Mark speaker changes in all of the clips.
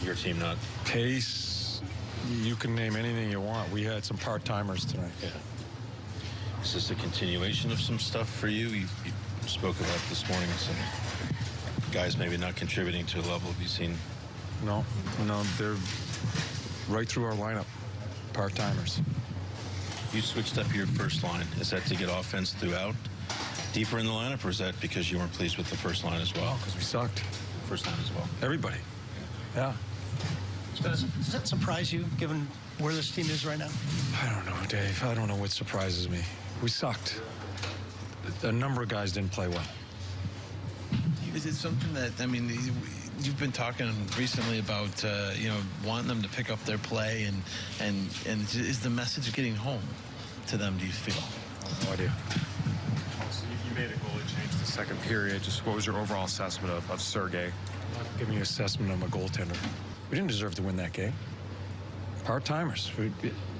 Speaker 1: your team, Nug?
Speaker 2: Pace, you can name anything you want. We had some part timers tonight.
Speaker 1: Yeah. Is this a continuation of some stuff for you? You, you spoke about this morning some guys maybe not contributing to the level. Have you seen?
Speaker 2: No, no, they're right through our lineup, part timers.
Speaker 1: You switched up your first line. Is that to get offense throughout, deeper in the lineup, or is that because you weren't pleased with the first line as well?
Speaker 2: because we sucked.
Speaker 1: First line as well.
Speaker 2: Everybody. Yeah.
Speaker 3: Does, does that surprise you, given where this team is right now?
Speaker 2: I don't know, Dave. I don't know what surprises me. We sucked. A number of guys didn't play well.
Speaker 4: Is it something that I mean? You've been talking recently about uh, you know wanting them to pick up their play and and and is the message getting home to them? Do you feel?
Speaker 2: No idea.
Speaker 5: So you, you made a goalie change the second period. Just what was your overall assessment of, of Sergey?
Speaker 2: Give me an assessment on my goaltender. We didn't deserve to win that game. Part timers.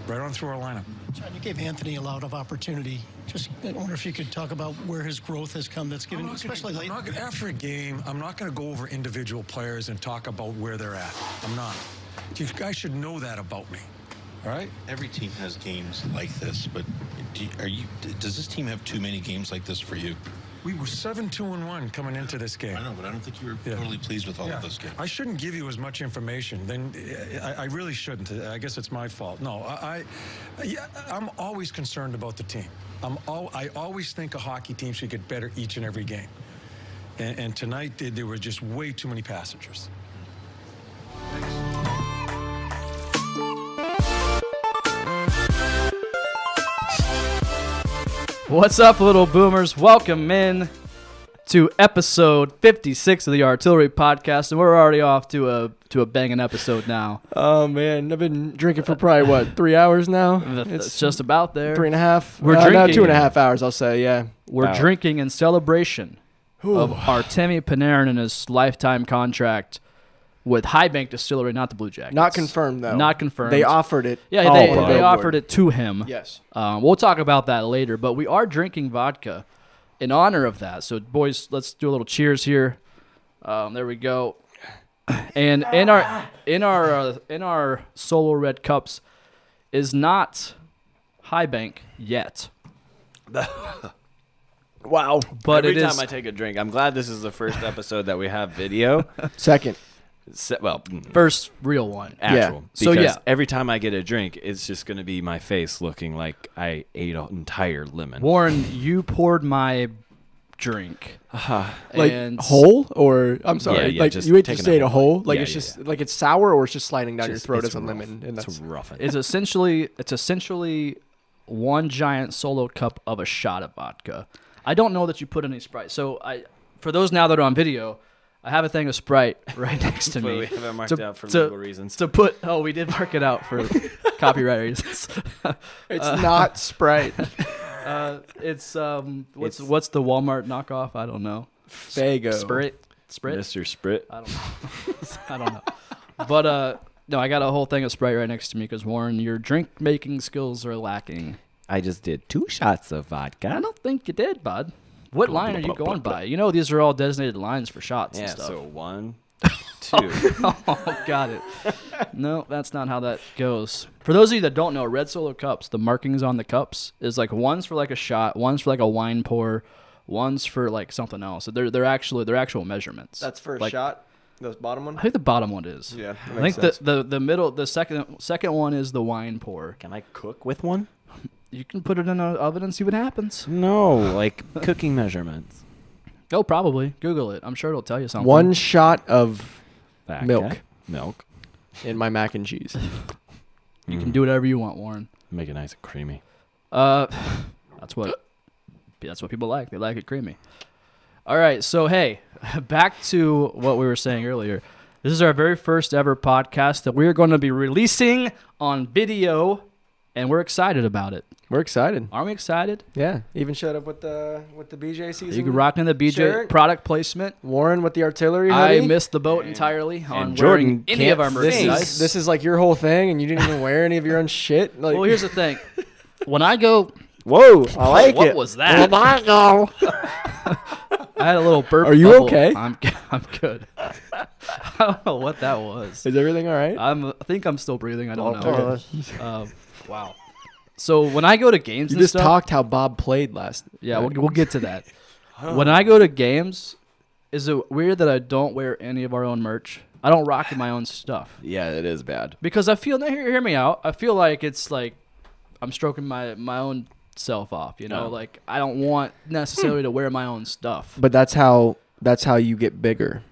Speaker 2: Right on through our lineup.
Speaker 3: John, you gave Anthony a lot of opportunity. Just I wonder if you could talk about where his growth has come. That's given,
Speaker 2: I'm not gonna-
Speaker 3: Oh, especially
Speaker 2: I'm
Speaker 3: late.
Speaker 2: not gonna- after a game, I'm not going to go over individual players and talk about where they're at. I'm not. You guys should know that about me. All right?
Speaker 1: Every team has games like this, but do, are you? Does this team have too many games like this for you?
Speaker 2: We were 7 2 and 1 coming into this game.
Speaker 1: I know, but I don't think you were
Speaker 2: Yeah.
Speaker 1: totally pleased with all
Speaker 2: Yeah.
Speaker 1: of those games.
Speaker 2: I shouldn't give you as much information. Then I, I really shouldn't. I guess it's my fault. No, I, I yeah, I'm always concerned about the team. I'm all, I always think a hockey team should get better each and every game. And, and tonight there- there were just way too many passengers.
Speaker 6: What's up, little boomers? Welcome in to episode 56 of the Artillery Podcast, and we're already off to a to a banging episode now.
Speaker 7: Oh man, I've been drinking for probably what three hours now.
Speaker 6: It's, just about there.
Speaker 7: three and a half.
Speaker 6: We're
Speaker 7: uh, no,
Speaker 6: drinking.
Speaker 7: two and a half hours. I'll say, yeah.
Speaker 6: We're
Speaker 7: About.
Speaker 6: drinking in celebration of Artemi Panarin and his lifetime contract with High Bank Distillery, not the Blue Jackets.
Speaker 7: Not confirmed though.
Speaker 6: Not confirmed.
Speaker 7: They offered it.
Speaker 6: Yeah,
Speaker 7: Oh,
Speaker 6: they,
Speaker 7: but
Speaker 6: they
Speaker 7: would.
Speaker 6: offered it to him.
Speaker 7: Yes.
Speaker 6: Um, we'll talk about that later, but we are drinking vodka in honor of that. So, boys, let's do a little cheers here. Um, there we go. And in our in our uh, in our solo red cups is not high bank yet.
Speaker 8: Wow.
Speaker 6: But
Speaker 8: every
Speaker 6: it
Speaker 8: time
Speaker 6: is-
Speaker 8: I take a drink, I'm glad this is the first episode that we have video.
Speaker 7: Second,
Speaker 8: Se- well, mm,
Speaker 6: First real one.
Speaker 8: actual.
Speaker 6: So,
Speaker 8: Because
Speaker 6: yeah.
Speaker 8: every time I get a drink, it's just going to be my face looking like I ate an entire lemon.
Speaker 6: Warren, you poured my drink.
Speaker 7: like
Speaker 6: And-
Speaker 7: whole or I'm sorry,
Speaker 8: yeah,
Speaker 7: like
Speaker 8: just
Speaker 7: you ate to
Speaker 8: taking
Speaker 7: say
Speaker 8: a
Speaker 7: a
Speaker 8: whole.
Speaker 7: whole. Like
Speaker 8: Yeah,
Speaker 7: it's
Speaker 8: yeah,
Speaker 7: just like it's sour or it's just sliding down
Speaker 8: Just-
Speaker 7: your throat
Speaker 8: it's
Speaker 7: as a
Speaker 8: rough.
Speaker 7: lemon, and that's
Speaker 8: it's rough.
Speaker 6: It's essentially it's essentially one giant solo cup of a shot of vodka. I don't know that you put any Sprite. So I for those now that are on video, I have a thing of Sprite right next to
Speaker 8: But
Speaker 6: me.
Speaker 8: we have it marked
Speaker 6: to,
Speaker 8: out for
Speaker 6: to-
Speaker 8: legal reasons.
Speaker 6: To put oh, we did mark it out for copyright reasons.
Speaker 7: it's not Sprite.
Speaker 6: Uh, it's um what's
Speaker 8: It's-
Speaker 6: what's the Walmart knockoff? I don't know.
Speaker 7: Fago.
Speaker 6: Sprite. Sprite.
Speaker 8: Mr. Sprit.
Speaker 6: I don't know. I don't know. But uh no, I got a whole thing of Sprite right next to me because Warren, your drink making skills are lacking.
Speaker 8: I just did two shots of
Speaker 6: I
Speaker 8: vodka.
Speaker 6: don't think you did, bud. What line are you going by? You know these are all designated lines for shots
Speaker 8: Yeah,
Speaker 6: and stuff.
Speaker 8: so one, two.
Speaker 6: oh, got it. No, that's not how that goes. For those of you that don't know, red solo cups, the markings on the cups is like one's for like a shot, one's for like a wine pour, one's for like something else. So they're they're actually they're actual measurements.
Speaker 7: That's first
Speaker 6: Like,
Speaker 7: shot. That's bottom one.
Speaker 6: I think the bottom one is.
Speaker 7: Yeah, that
Speaker 6: I think
Speaker 7: makes
Speaker 6: the, the the middle the second second one is the wine pour.
Speaker 8: Can I cook with one?
Speaker 6: You can put it in an oven and see what happens.
Speaker 8: No, like cooking measurements.
Speaker 6: Oh, probably. Google it. I'm sure it'll tell you something.
Speaker 7: One shot of
Speaker 8: Vodka,
Speaker 7: Milk.
Speaker 8: Milk.
Speaker 7: in my mac and cheese.
Speaker 6: You
Speaker 8: Mm-hmm.
Speaker 6: can do whatever you want, Warren.
Speaker 8: Make it nice and creamy.
Speaker 6: Uh, that's what that's what people like. They like it creamy. All right, so hey, back to what we were saying earlier. This is our very first ever podcast that we are going to be releasing on video, and we're excited about it.
Speaker 7: We're excited.
Speaker 6: Aren't we excited?
Speaker 7: Yeah, even showed up with the with the BJ season.
Speaker 6: You can rock in the BJ
Speaker 7: Sure.
Speaker 6: product placement.
Speaker 7: Warren with the artillery.
Speaker 6: I
Speaker 7: hoodie.
Speaker 6: missed the boat entirely on
Speaker 8: and Jordan
Speaker 6: wearing any of
Speaker 8: can't
Speaker 6: our
Speaker 8: fit.
Speaker 7: This
Speaker 6: merchandise.
Speaker 7: is this is like your whole thing, and you didn't even wear any of your own shit. Like,
Speaker 6: well, here's the thing. When I go,
Speaker 7: whoa, I like
Speaker 6: what
Speaker 7: it.
Speaker 6: was that?
Speaker 8: Oh,
Speaker 6: I had a little burp.
Speaker 7: Are you
Speaker 6: bubble.
Speaker 7: okay?
Speaker 6: I'm, I'm good. I don't know what that was.
Speaker 7: Is everything all right?
Speaker 6: I'm, I think I'm still breathing. I
Speaker 8: Oh,
Speaker 6: don't
Speaker 7: Okay.
Speaker 6: know. Um, wow. So when I go to games
Speaker 7: You
Speaker 6: and
Speaker 7: just
Speaker 6: stuff,
Speaker 7: talked how Bob played last.
Speaker 6: yeah, we'll, we'll get to that. when I go to games, is it weird that I don't wear any of our own merch? I don't rock my own stuff
Speaker 8: Yeah, it is bad.
Speaker 6: because I feel. Now hear, hear me out. I feel like it's like I'm stroking my my own self off. You know,
Speaker 8: Oh.
Speaker 6: like I don't want necessarily to wear my own stuff.
Speaker 7: But that's how that's how you get bigger.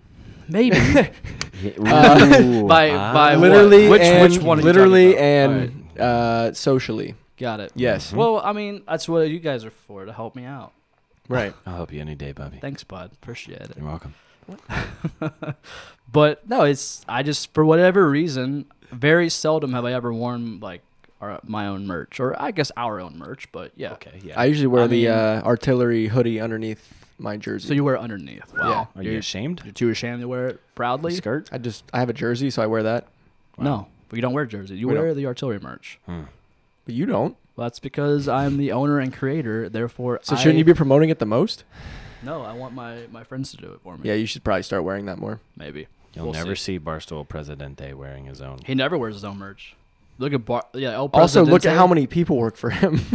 Speaker 6: Maybe
Speaker 8: Ooh,
Speaker 6: by
Speaker 8: ah.
Speaker 6: by what?
Speaker 7: literally
Speaker 6: which
Speaker 7: and
Speaker 6: which one? are you talking
Speaker 7: literally
Speaker 6: about?
Speaker 7: and uh, socially.
Speaker 6: got it.
Speaker 7: Yes.
Speaker 6: Well, I mean, that's what you guys are for to help me out.
Speaker 7: Right.
Speaker 8: I'll help you any day, Bobby.
Speaker 6: Thanks, bud. Appreciate it.
Speaker 8: You're welcome.
Speaker 6: But no, it's I just for whatever reason, very seldom have I ever worn like our, my own merch or I guess our own merch. But yeah, okay,
Speaker 8: Yeah.
Speaker 7: I usually wear
Speaker 6: I
Speaker 7: the
Speaker 6: mean-
Speaker 7: uh, artillery hoodie underneath my jersey.
Speaker 6: So you wear it underneath. Wow,
Speaker 7: Oh,
Speaker 8: Are
Speaker 6: you're,
Speaker 8: you ashamed?
Speaker 6: you're too ashamed to wear it proudly.
Speaker 8: Skirt?
Speaker 7: I just I have a jersey, so I wear that.
Speaker 6: No, but you don't wear jersey. You
Speaker 7: We
Speaker 6: wear
Speaker 7: don't.
Speaker 6: the artillery merch.
Speaker 7: But you don't.
Speaker 6: Well, that's because I'm the owner and creator. Therefore,
Speaker 7: So
Speaker 6: I,
Speaker 7: shouldn't you be promoting it the most?
Speaker 6: No, I want my my friends to do it for me.
Speaker 7: Yeah, you should probably start wearing that more.
Speaker 6: maybe.
Speaker 8: You'll
Speaker 6: We'll
Speaker 8: never see. Barstool Presidente wearing his own.
Speaker 6: He never wears his own merch. Look at Bar. Yeah. El
Speaker 7: Also, look at
Speaker 6: Presidente.
Speaker 7: how many people work for him.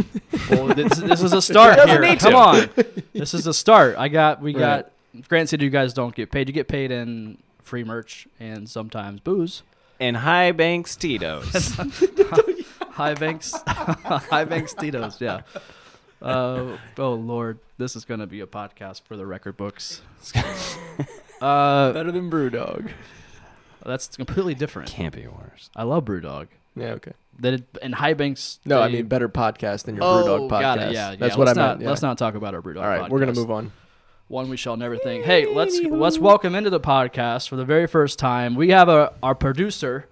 Speaker 6: Well, this, this is a start here. Come on, this is a start. I got we
Speaker 7: Right.
Speaker 6: got. Granted, you guys don't get paid. You get paid in free merch and sometimes booze.
Speaker 8: And high banks Tito's.
Speaker 6: High banks, high banks, Tito's. Yeah. Uh, oh Lord, this is gonna be a podcast for the record books. Uh,
Speaker 7: Better than Brewdog.
Speaker 6: that's completely different.
Speaker 8: Can't be worse.
Speaker 6: I love BrewDog.
Speaker 7: Yeah, okay.
Speaker 6: That and high banks.
Speaker 7: No, I
Speaker 6: they-
Speaker 7: mean better podcast than your
Speaker 6: Oh,
Speaker 7: Brewdog podcast.
Speaker 6: got it. Yeah, yeah.
Speaker 7: That's what I
Speaker 6: let's
Speaker 7: meant.
Speaker 6: not,
Speaker 7: yeah.
Speaker 6: Let's not talk about our BrewDog.
Speaker 7: All right, we're gonna
Speaker 6: podcast.
Speaker 7: move on.
Speaker 6: one we shall never think. Hey, let's let's welcome into the podcast for the very first time. We have a, our producer,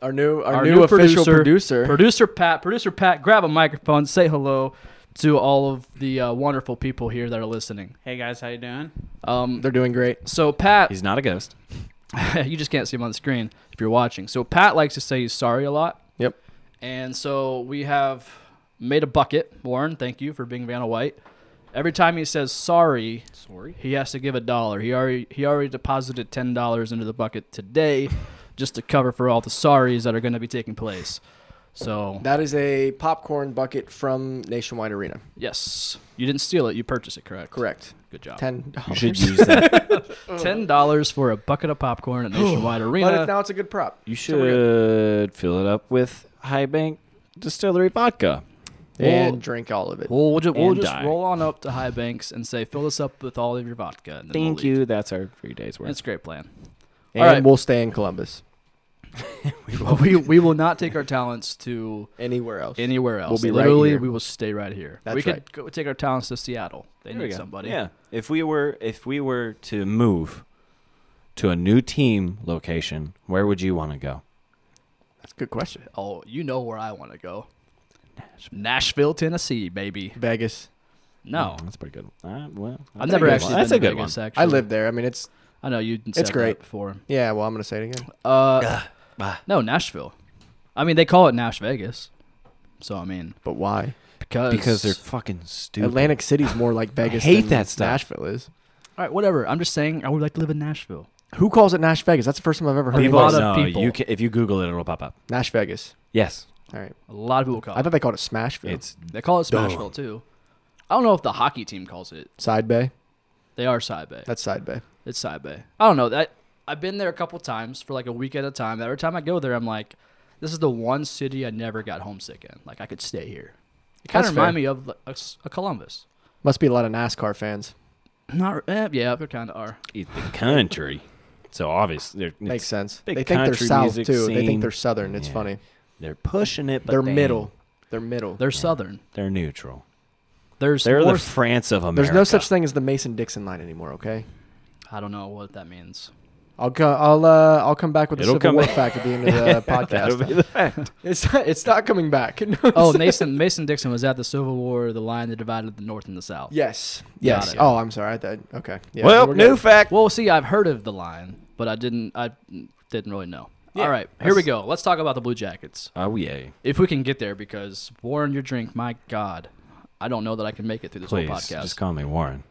Speaker 7: Our new our,
Speaker 6: our,
Speaker 7: new, official producer.
Speaker 6: producer Pat. Producer Pat, grab a microphone, say hello to all of the uh, wonderful people here that are listening.
Speaker 9: Hey guys, how you doing?
Speaker 6: Um,
Speaker 7: They're doing great.
Speaker 6: so Pat,
Speaker 8: He's not a ghost.
Speaker 6: you just can't see him on the screen if you're watching. So Pat likes to say he's sorry a lot,
Speaker 7: Yep.
Speaker 6: and so we have made a bucket. Warren, thank you for being Vanna White. Every time he says sorry,
Speaker 9: Sorry.
Speaker 6: he has to give a dollar. He already he already deposited ten dollars into the bucket today, just to cover for all the sorries that are going to be taking place. So
Speaker 7: That is a popcorn bucket from Nationwide Arena.
Speaker 6: yes, you didn't steal it. You purchased it, correct?
Speaker 7: Correct.
Speaker 6: Good job.
Speaker 7: Ten
Speaker 8: You
Speaker 7: dollars.
Speaker 8: should use that.
Speaker 6: Ten dollars for a bucket of popcorn at Nationwide Arena.
Speaker 7: But it's, now it's a good prop.
Speaker 8: You should fill it up with high bank distillery vodka.
Speaker 7: and drink all of it.
Speaker 6: We'll, we'll, ju- we'll
Speaker 8: And
Speaker 6: just
Speaker 8: die.
Speaker 6: roll on up to High Banks and say, fill this up with all of your vodka. And then we'll
Speaker 8: Thank
Speaker 6: leave.
Speaker 8: you. That's our three days worth.
Speaker 6: It's a great plan.
Speaker 7: and
Speaker 6: all right.
Speaker 7: we'll stay in Columbus.
Speaker 6: we, we will not take our talents to
Speaker 7: Anywhere else.
Speaker 6: anywhere else.
Speaker 7: be right
Speaker 6: Literally,
Speaker 7: here.
Speaker 6: we will stay right here.
Speaker 7: That's
Speaker 6: we could
Speaker 7: right.
Speaker 6: go, take our talents to Seattle. They
Speaker 8: There we
Speaker 6: need
Speaker 8: go.
Speaker 6: somebody.
Speaker 8: Yeah. If we were if we were to move to a new team location, where would you want to go?
Speaker 7: That's a good question.
Speaker 6: Oh, you know where I want to go. Nashville, Tennessee, baby.
Speaker 7: Vegas.
Speaker 6: No,
Speaker 8: Oh, that's pretty good. Uh, well,
Speaker 6: I've
Speaker 8: that's a
Speaker 6: never
Speaker 8: good
Speaker 6: actually.
Speaker 8: One. That's
Speaker 6: been
Speaker 8: a
Speaker 6: to
Speaker 8: good one.
Speaker 6: Vegas, Actually.
Speaker 7: I live there. I mean, it's
Speaker 6: I know you. It's
Speaker 7: great.
Speaker 6: before.
Speaker 7: yeah. Well, I'm gonna say it again.
Speaker 6: Uh, no, Nashville. I mean, they call it Nash Vegas. So I mean,
Speaker 7: But why?
Speaker 6: because
Speaker 8: Because they're fucking stupid.
Speaker 7: Atlantic City's more like Vegas.
Speaker 8: hate
Speaker 7: than
Speaker 8: that stuff.
Speaker 7: Nashville is.
Speaker 6: all right. Whatever. I'm just saying, I would like to live in Nashville.
Speaker 7: Who calls it Nash Vegas? That's the first time I've ever heard
Speaker 6: People-
Speaker 7: of
Speaker 6: lot of
Speaker 8: no,
Speaker 6: people.
Speaker 8: You can, if you Google it, it'll pop up.
Speaker 7: Nash Vegas.
Speaker 8: Yes,
Speaker 7: All right.
Speaker 6: A lot of people call.
Speaker 7: I
Speaker 6: it.
Speaker 7: thought they called it Smashville.
Speaker 8: it's
Speaker 6: They call it Smashville too. I don't know if the hockey team calls it.
Speaker 7: Side Bay.
Speaker 6: They are Side Bay.
Speaker 7: That's Side Bay.
Speaker 6: It's Side Bay. I don't know that. I've been there a couple times for like a week at a time. Every time I go there, I'm like, this is the one city I never got homesick in. Like I could stay here. It kind
Speaker 7: That's
Speaker 6: of remind
Speaker 7: fair.
Speaker 6: me of like, a, s- a Columbus.
Speaker 7: Must be a lot of NASCAR fans.
Speaker 6: Not eh, yeah, they kind of are.
Speaker 8: it's the country. so obviously,
Speaker 7: Makes sense.
Speaker 8: big
Speaker 7: They think they're
Speaker 8: country
Speaker 7: south too.
Speaker 8: music
Speaker 7: They
Speaker 8: scene.
Speaker 7: think they're southern. It's
Speaker 8: Yeah.
Speaker 7: funny.
Speaker 8: They're pushing it, but
Speaker 7: they're
Speaker 8: they ain't.
Speaker 7: middle. They're middle.
Speaker 6: They're southern.
Speaker 8: They're neutral.
Speaker 6: There's
Speaker 8: They're
Speaker 6: more.
Speaker 8: the France of America.
Speaker 7: There's no such thing as the Mason Dixon line anymore. Okay.
Speaker 6: I don't know what that means.
Speaker 7: I'll go, I'll uh, I'll come back with a
Speaker 8: It'll
Speaker 7: Civil
Speaker 8: come
Speaker 7: War
Speaker 8: back.
Speaker 7: fact at the end of the
Speaker 8: That'll
Speaker 7: podcast.
Speaker 8: be the fact.
Speaker 7: It's not, it's not coming back. No.
Speaker 6: Oh, Mason Mason Dixon was at the Civil War, the line that divided the North and the South.
Speaker 7: Yes. Yes.
Speaker 6: it.
Speaker 7: Oh, I'm sorry. I thought, okay. Yeah,
Speaker 8: well,
Speaker 7: we're
Speaker 8: new
Speaker 7: good.
Speaker 8: fact.
Speaker 6: Well, see, I've heard of the line, but I didn't. I didn't really know. All right, here we go. Let's talk about the Blue Jackets,
Speaker 8: Oh yeah.
Speaker 6: if we can get there. Because Warren, your drink, my God, I don't know that I can make it through this
Speaker 8: Please,
Speaker 6: whole podcast.
Speaker 8: just call me Warren.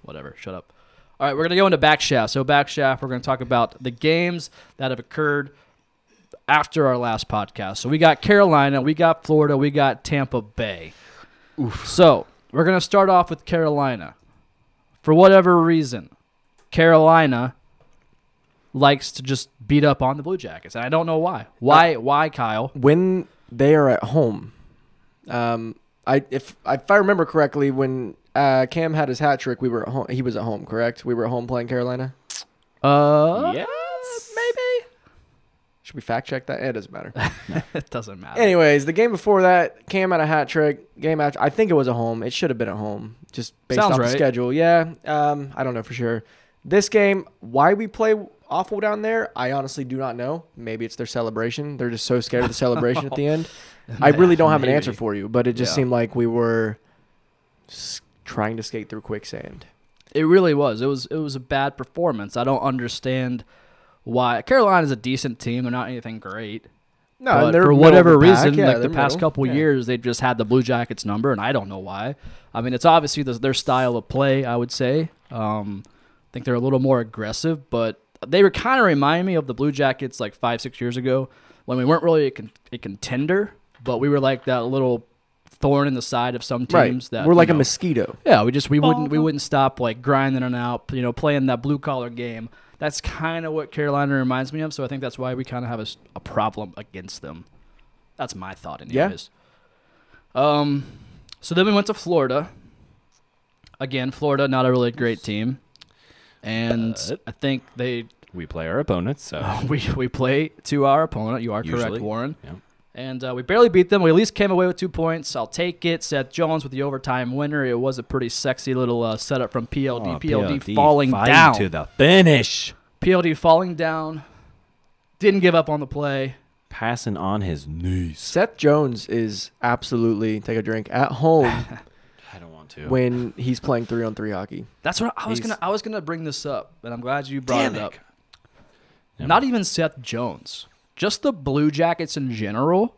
Speaker 6: Whatever, shut up. All right, we're gonna go into back shaft. So back shaft, we're gonna talk about the games that have occurred after our last podcast. So we got Carolina, we got Florida, we got Tampa Bay. So we're gonna start off with Carolina. For whatever reason, Carolina likes to just beat up on the Blue Jackets, and I don't know why. Why? Why, Kyle?
Speaker 7: when they are at home. Um, I if if I remember correctly, when uh, Cam had his hat trick, we were at home. He was at home, correct? We were at home playing Carolina.
Speaker 6: Uh,
Speaker 8: Yes.
Speaker 6: maybe
Speaker 7: Should we fact check that? It doesn't matter.
Speaker 6: it doesn't matter.
Speaker 7: Anyways, the game before that, Cam had a hat trick. Game after, I think it was a home. It should have been a home, just based
Speaker 6: Sounds
Speaker 7: off
Speaker 6: right.
Speaker 7: the schedule. Yeah, um, I don't know for sure. This game, why we play awful down there, I honestly do not know. Maybe it's their celebration. They're just so scared of the celebration at the end. I really don't have an answer
Speaker 6: Maybe.
Speaker 7: for you, but it just
Speaker 6: Yeah.
Speaker 7: seemed like we were s- trying to skate through quicksand.
Speaker 6: It really was. It was it was a bad performance. I don't understand why Carolina's a decent team. They're not anything great.
Speaker 7: No,
Speaker 6: but
Speaker 7: and they're
Speaker 6: for
Speaker 7: middle of
Speaker 6: whatever
Speaker 7: the pack.
Speaker 6: reason,
Speaker 7: Yeah,
Speaker 6: like the
Speaker 7: they're
Speaker 6: past
Speaker 7: middle.
Speaker 6: couple
Speaker 7: Yeah.
Speaker 6: years, they've just had the Blue Jackets number, and I don't know why. I mean, it's obviously the, their style of play. I would say. Um, I think they're a little more aggressive, but they were kind of remind me of the Blue Jackets like five six years ago when we weren't really a, con- a contender, but we were like that little thorn in the side of some
Speaker 7: right.
Speaker 6: teams that
Speaker 7: we're
Speaker 6: you
Speaker 7: like a
Speaker 6: know,
Speaker 7: mosquito.
Speaker 6: yeah, we just we wouldn't we wouldn't stop like grinding it out, you know, playing that blue collar game. That's kind of what Carolina reminds me of, so I think that's why we kind of have a, s- a problem against them. That's my thought,
Speaker 7: Yeah.
Speaker 6: anyways. Um, so then we went to Florida. Again, Florida, not a really great team, and
Speaker 8: But-
Speaker 6: I think they
Speaker 8: We play our opponents, so
Speaker 6: we we play to our opponent. You are
Speaker 8: Usually.
Speaker 6: correct, Warren.
Speaker 8: yeah.
Speaker 6: And uh, we barely beat them. We at least came away with two points. I'll take it. Seth Jones with the overtime winner. It was a pretty sexy little uh, setup from PLD.
Speaker 8: Oh,
Speaker 6: PLD, falling down.
Speaker 8: to the finish,
Speaker 6: PLD falling down. Didn't give up on the play.
Speaker 8: passing on his knees.
Speaker 7: Seth Jones is absolutely take a drink at home.
Speaker 8: I don't want to.
Speaker 7: when he's playing three on three hockey.
Speaker 6: That's what I was
Speaker 7: He's-
Speaker 6: gonna. I was gonna bring this up, and I'm glad you brought
Speaker 8: Damn
Speaker 6: it
Speaker 8: it.
Speaker 6: up.
Speaker 8: Never
Speaker 6: Not even Seth Jones. Just the Blue Jackets in general.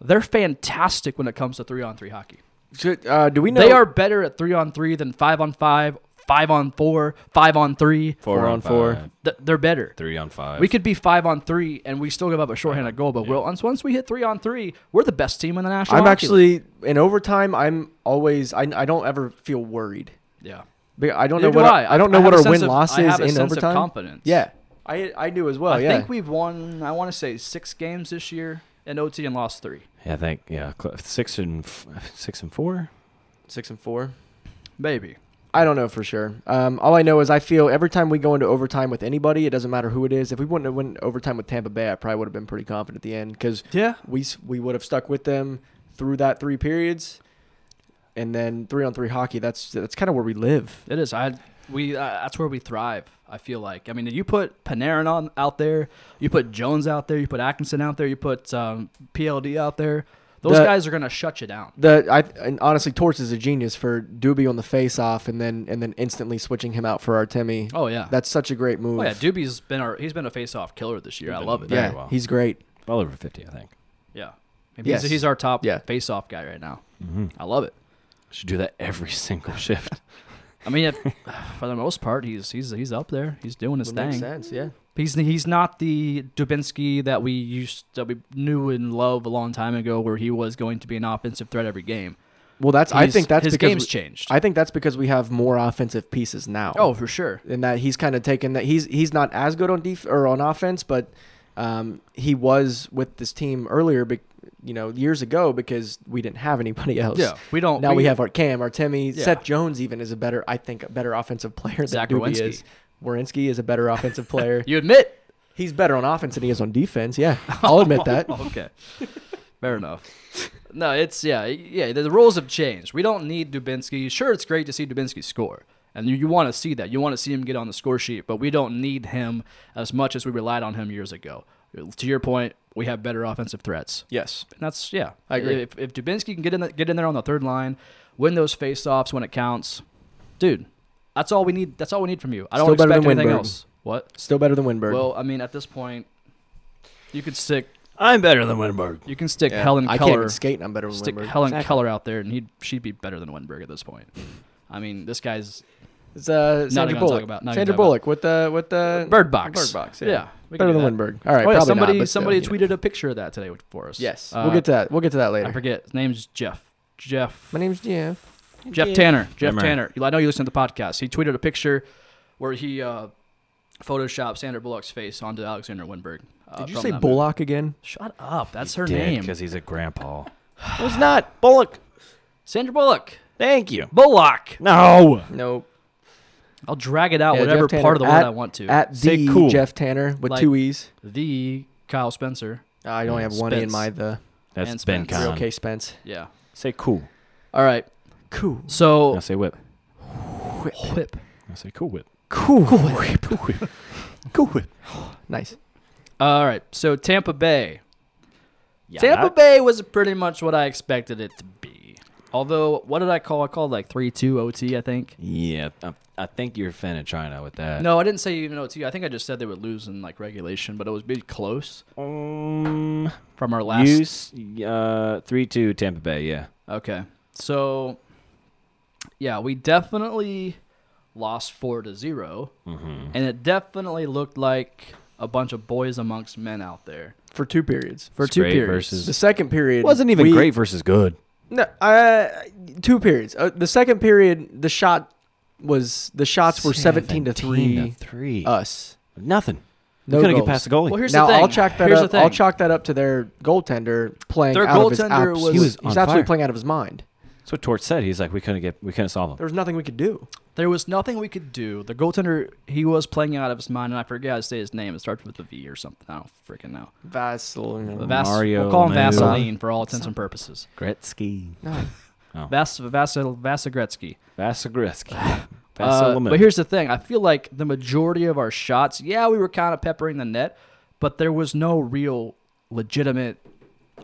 Speaker 6: They're fantastic when it comes to three on three hockey.
Speaker 7: Should, uh, do we know
Speaker 6: They are better at three on three than five on five, five on four, five on three.
Speaker 7: four on four.
Speaker 8: five,
Speaker 6: Th- they're better.
Speaker 8: three on five.
Speaker 6: We could be five on three and we still give up a shorthanded goal, but we'll, once once we hit three on three, we're the best team in the national.
Speaker 7: I'm
Speaker 6: Hockey League.
Speaker 7: actually in overtime. I'm always. I, I don't ever feel worried.
Speaker 6: yeah.
Speaker 7: Be- I don't
Speaker 6: Neither
Speaker 7: know what
Speaker 6: do
Speaker 7: I,
Speaker 6: I.
Speaker 7: I don't know
Speaker 6: I have
Speaker 7: what
Speaker 6: a
Speaker 7: our
Speaker 6: sense
Speaker 7: win
Speaker 6: of-
Speaker 7: loss
Speaker 6: I
Speaker 7: is
Speaker 6: have a
Speaker 7: in
Speaker 6: sense of
Speaker 7: overtime.
Speaker 6: confidence.
Speaker 7: Yeah, I I do as well.
Speaker 6: I
Speaker 7: yeah,
Speaker 6: think we've won. I want to say six games this year in OT and lost three,
Speaker 8: yeah, I think yeah, cl- six and f- six and four.
Speaker 7: six and four.
Speaker 6: maybe.
Speaker 7: I don't know for sure. Um, all I know is I feel every time we go into overtime with anybody, it doesn't matter who it is. If we wouldn't have went overtime with Tampa Bay, I probably would have been pretty confident at the end because
Speaker 6: Yeah.
Speaker 7: we s- we would have stuck with them through that three periods, and then three on three hockey. That's that's kind of where we live.
Speaker 6: It is. I we uh, that's where we thrive. I feel like. I mean, you put Panarin on out there, you put Jones out there, you put Atkinson out there, you put um, PLD out there. Those
Speaker 7: The-
Speaker 6: guys are gonna shut you down.
Speaker 7: The I and honestly, Torts is a genius for Doobie on the face off, and then and then instantly switching him out for Artemi.
Speaker 6: Oh yeah.
Speaker 7: That's such a great move.
Speaker 6: oh yeah. Doobie's been our. He's been a face-off killer this year. I
Speaker 8: been
Speaker 6: love it.
Speaker 8: very
Speaker 7: Yeah,
Speaker 8: well.
Speaker 7: he's great.
Speaker 8: Well over fifty, I think.
Speaker 6: Yeah. He's,
Speaker 7: Yes.
Speaker 6: he's our top
Speaker 7: Yeah. Mm-hmm.
Speaker 6: face-off guy right now. I love it.
Speaker 8: Should do that every single shift.
Speaker 6: I mean, if, for the most part, he's he's he's up there. He's doing his
Speaker 7: Would make
Speaker 6: thing.
Speaker 7: sense. Yeah.
Speaker 6: He's he's not the Dubinsky that we used that we knew and loved a long time ago, where he was going to be an offensive threat every game.
Speaker 7: Well, that's I
Speaker 6: He's-
Speaker 7: think that's
Speaker 6: his
Speaker 7: because
Speaker 6: game's
Speaker 7: we-
Speaker 6: changed.
Speaker 7: I think that's because we have more offensive pieces now.
Speaker 6: Oh, for sure.
Speaker 7: and that he's kind of taken that he's he's not as good on def or on offense, but um, he was with this team earlier, bec you know, years ago because we didn't have anybody else.
Speaker 6: Yeah, we don't-
Speaker 7: Now we,
Speaker 6: we-
Speaker 7: have our Cam, Artemi,
Speaker 6: Yeah.
Speaker 7: Seth Jones. Even is a better, I think, a better offensive player
Speaker 6: Zach
Speaker 7: than
Speaker 6: Werenski.
Speaker 7: Doobie is. Warinsky is a better offensive player.
Speaker 6: You admit?
Speaker 7: He's better on offense than he is on defense. Yeah, I'll admit that.
Speaker 6: Okay. Fair enough. No, it's yeah, yeah. The, the rules have changed. We don't need Dubinsky. Sure, it's great to see Dubinsky score, and you, you want to see that. You want to see him get on the score sheet, but we don't need him as much as we relied on him years ago. To your point, we have better offensive threats.
Speaker 7: Yes,
Speaker 6: And that's yeah.
Speaker 7: I agree.
Speaker 6: If, if Dubinsky can get in the, get in there on the third line, win those faceoffs when it counts, dude. That's all we need. That's all we need from you. I don't
Speaker 7: Still better
Speaker 6: expect
Speaker 7: than
Speaker 6: anything
Speaker 7: Winberg.
Speaker 6: else. What?
Speaker 7: still better than Winberg.
Speaker 6: Well, I mean, at this point, you could stick
Speaker 8: I'm better than Winberg.
Speaker 6: you can stick
Speaker 7: Yeah.
Speaker 6: Helen
Speaker 7: I can't
Speaker 6: Keller
Speaker 7: even skate, and I'm better than
Speaker 6: stick
Speaker 7: Winberg.
Speaker 6: Helen Keller out there, and he'd she'd be better than Wenberg at this point. I mean, this guy's
Speaker 7: It's uh,
Speaker 6: Not
Speaker 7: Sandra
Speaker 6: gonna
Speaker 7: Bullock.
Speaker 6: talk about- not gonna
Speaker 7: Sandra
Speaker 6: talk about-
Speaker 7: Bullock with the with the
Speaker 6: Bird Box.
Speaker 7: Bird Box. Yeah,
Speaker 6: Yeah, we can
Speaker 7: better
Speaker 6: do
Speaker 7: than
Speaker 6: that.
Speaker 7: Lindbergh. All right.
Speaker 6: oh yeah,
Speaker 7: probably
Speaker 6: somebody
Speaker 7: not, but still,
Speaker 6: somebody
Speaker 7: you know.
Speaker 6: tweeted a picture of that today for us.
Speaker 7: Yes,
Speaker 6: Uh,
Speaker 7: we'll get to that. We'll get to that
Speaker 6: I
Speaker 7: later.
Speaker 6: forget his name's Jeff. Jeff.
Speaker 7: My name's Jeff.
Speaker 6: Jeff Tanner. Jeff
Speaker 8: Remember.
Speaker 6: Tanner. I know you listen to the podcast. He tweeted a picture where he uh, photoshopped Sandra Bullock's face onto Alexander Winberg. Uh,
Speaker 7: Did you
Speaker 6: from
Speaker 7: say
Speaker 6: that movie.
Speaker 7: Bullock again?
Speaker 6: Shut up. That's her name.
Speaker 8: because he's a grandpa.
Speaker 7: It was not Bullock.
Speaker 6: Sandra Bullock.
Speaker 8: Thank you.
Speaker 6: Bullock.
Speaker 8: No.
Speaker 7: Nope.
Speaker 6: I'll drag it out
Speaker 7: Yeah,
Speaker 6: whatever
Speaker 7: Jeff Tanner
Speaker 6: part of the word
Speaker 7: at-
Speaker 6: I want to.
Speaker 7: At
Speaker 8: Say
Speaker 7: the
Speaker 8: cool.
Speaker 7: Jeff Tanner with
Speaker 6: Like-
Speaker 7: two e's.
Speaker 6: the Kyle Spencer.
Speaker 7: I only have one e in
Speaker 6: Spence.
Speaker 7: my the.
Speaker 8: That's
Speaker 6: And
Speaker 8: Ben
Speaker 6: Spence.
Speaker 7: You're
Speaker 8: Con.
Speaker 7: okay, Spence.
Speaker 6: Yeah.
Speaker 8: Say cool.
Speaker 6: All right.
Speaker 7: Cool.
Speaker 6: So
Speaker 8: I say whip.
Speaker 6: whip.
Speaker 8: I say cool whip.
Speaker 7: Cool. Cool. nice.
Speaker 6: All right. So Tampa Bay.
Speaker 8: Yeah.
Speaker 6: Tampa Bay was pretty much what I expected it to be. Although, what did I call? I called like three two OT. I think.
Speaker 8: Yeah, I, I think you're finna China with that.
Speaker 6: No, I didn't say even OT. I think I just said they would lose in like regulation, but it was pretty close
Speaker 8: Um,
Speaker 6: from our last.
Speaker 8: use uh three two Tampa Bay. Yeah.
Speaker 6: Okay. So, yeah, we definitely lost four to 0
Speaker 7: Mm-hmm.
Speaker 6: and it definitely looked like a bunch of boys amongst men out there
Speaker 7: For two periods.
Speaker 6: for
Speaker 8: It's
Speaker 6: two
Speaker 8: great
Speaker 6: periods.
Speaker 7: The
Speaker 8: versus
Speaker 7: second period
Speaker 8: it wasn't even
Speaker 7: we-
Speaker 8: great versus good.
Speaker 7: No, uh, two periods. Uh, the second period, the shot was the shots were seventeen to three.
Speaker 8: three. Uh,
Speaker 7: Us.
Speaker 8: Nothing.
Speaker 7: No
Speaker 8: we couldn't
Speaker 7: goals.
Speaker 8: get past the goalie.
Speaker 6: Well, here's
Speaker 7: now
Speaker 6: the thing.
Speaker 7: I'll chalk that
Speaker 6: Here's
Speaker 7: up.
Speaker 6: the thing.
Speaker 7: I'll chalk that up to their goaltender playing
Speaker 6: Their
Speaker 7: out of his
Speaker 6: goaltender
Speaker 7: abs-
Speaker 6: was- He
Speaker 8: was
Speaker 7: he's
Speaker 8: on
Speaker 7: absolutely
Speaker 8: fire.
Speaker 7: playing out of his mind.
Speaker 8: That's what Torch said. He's like, we couldn't get, we couldn't solve
Speaker 7: There
Speaker 8: them.
Speaker 7: was nothing we could do.
Speaker 6: There was nothing we could do. The goaltender, he was playing out of his mind, and I forget how to say his name. It starts with a V or something. I don't freaking know.
Speaker 7: Vasil.
Speaker 6: But
Speaker 7: No.
Speaker 6: Vas-
Speaker 8: Mario
Speaker 6: we'll call him
Speaker 8: Lemieux.
Speaker 6: Vaseline for all intents and purposes.
Speaker 8: Gretzky,
Speaker 6: Vas, Vas, Vasilevsky.
Speaker 8: Vasilevsky,
Speaker 6: Uh,
Speaker 8: Vasilevsky.
Speaker 6: but here's the thing: I feel like the majority of our shots, yeah, we were kind of peppering the net, but there was no real legitimate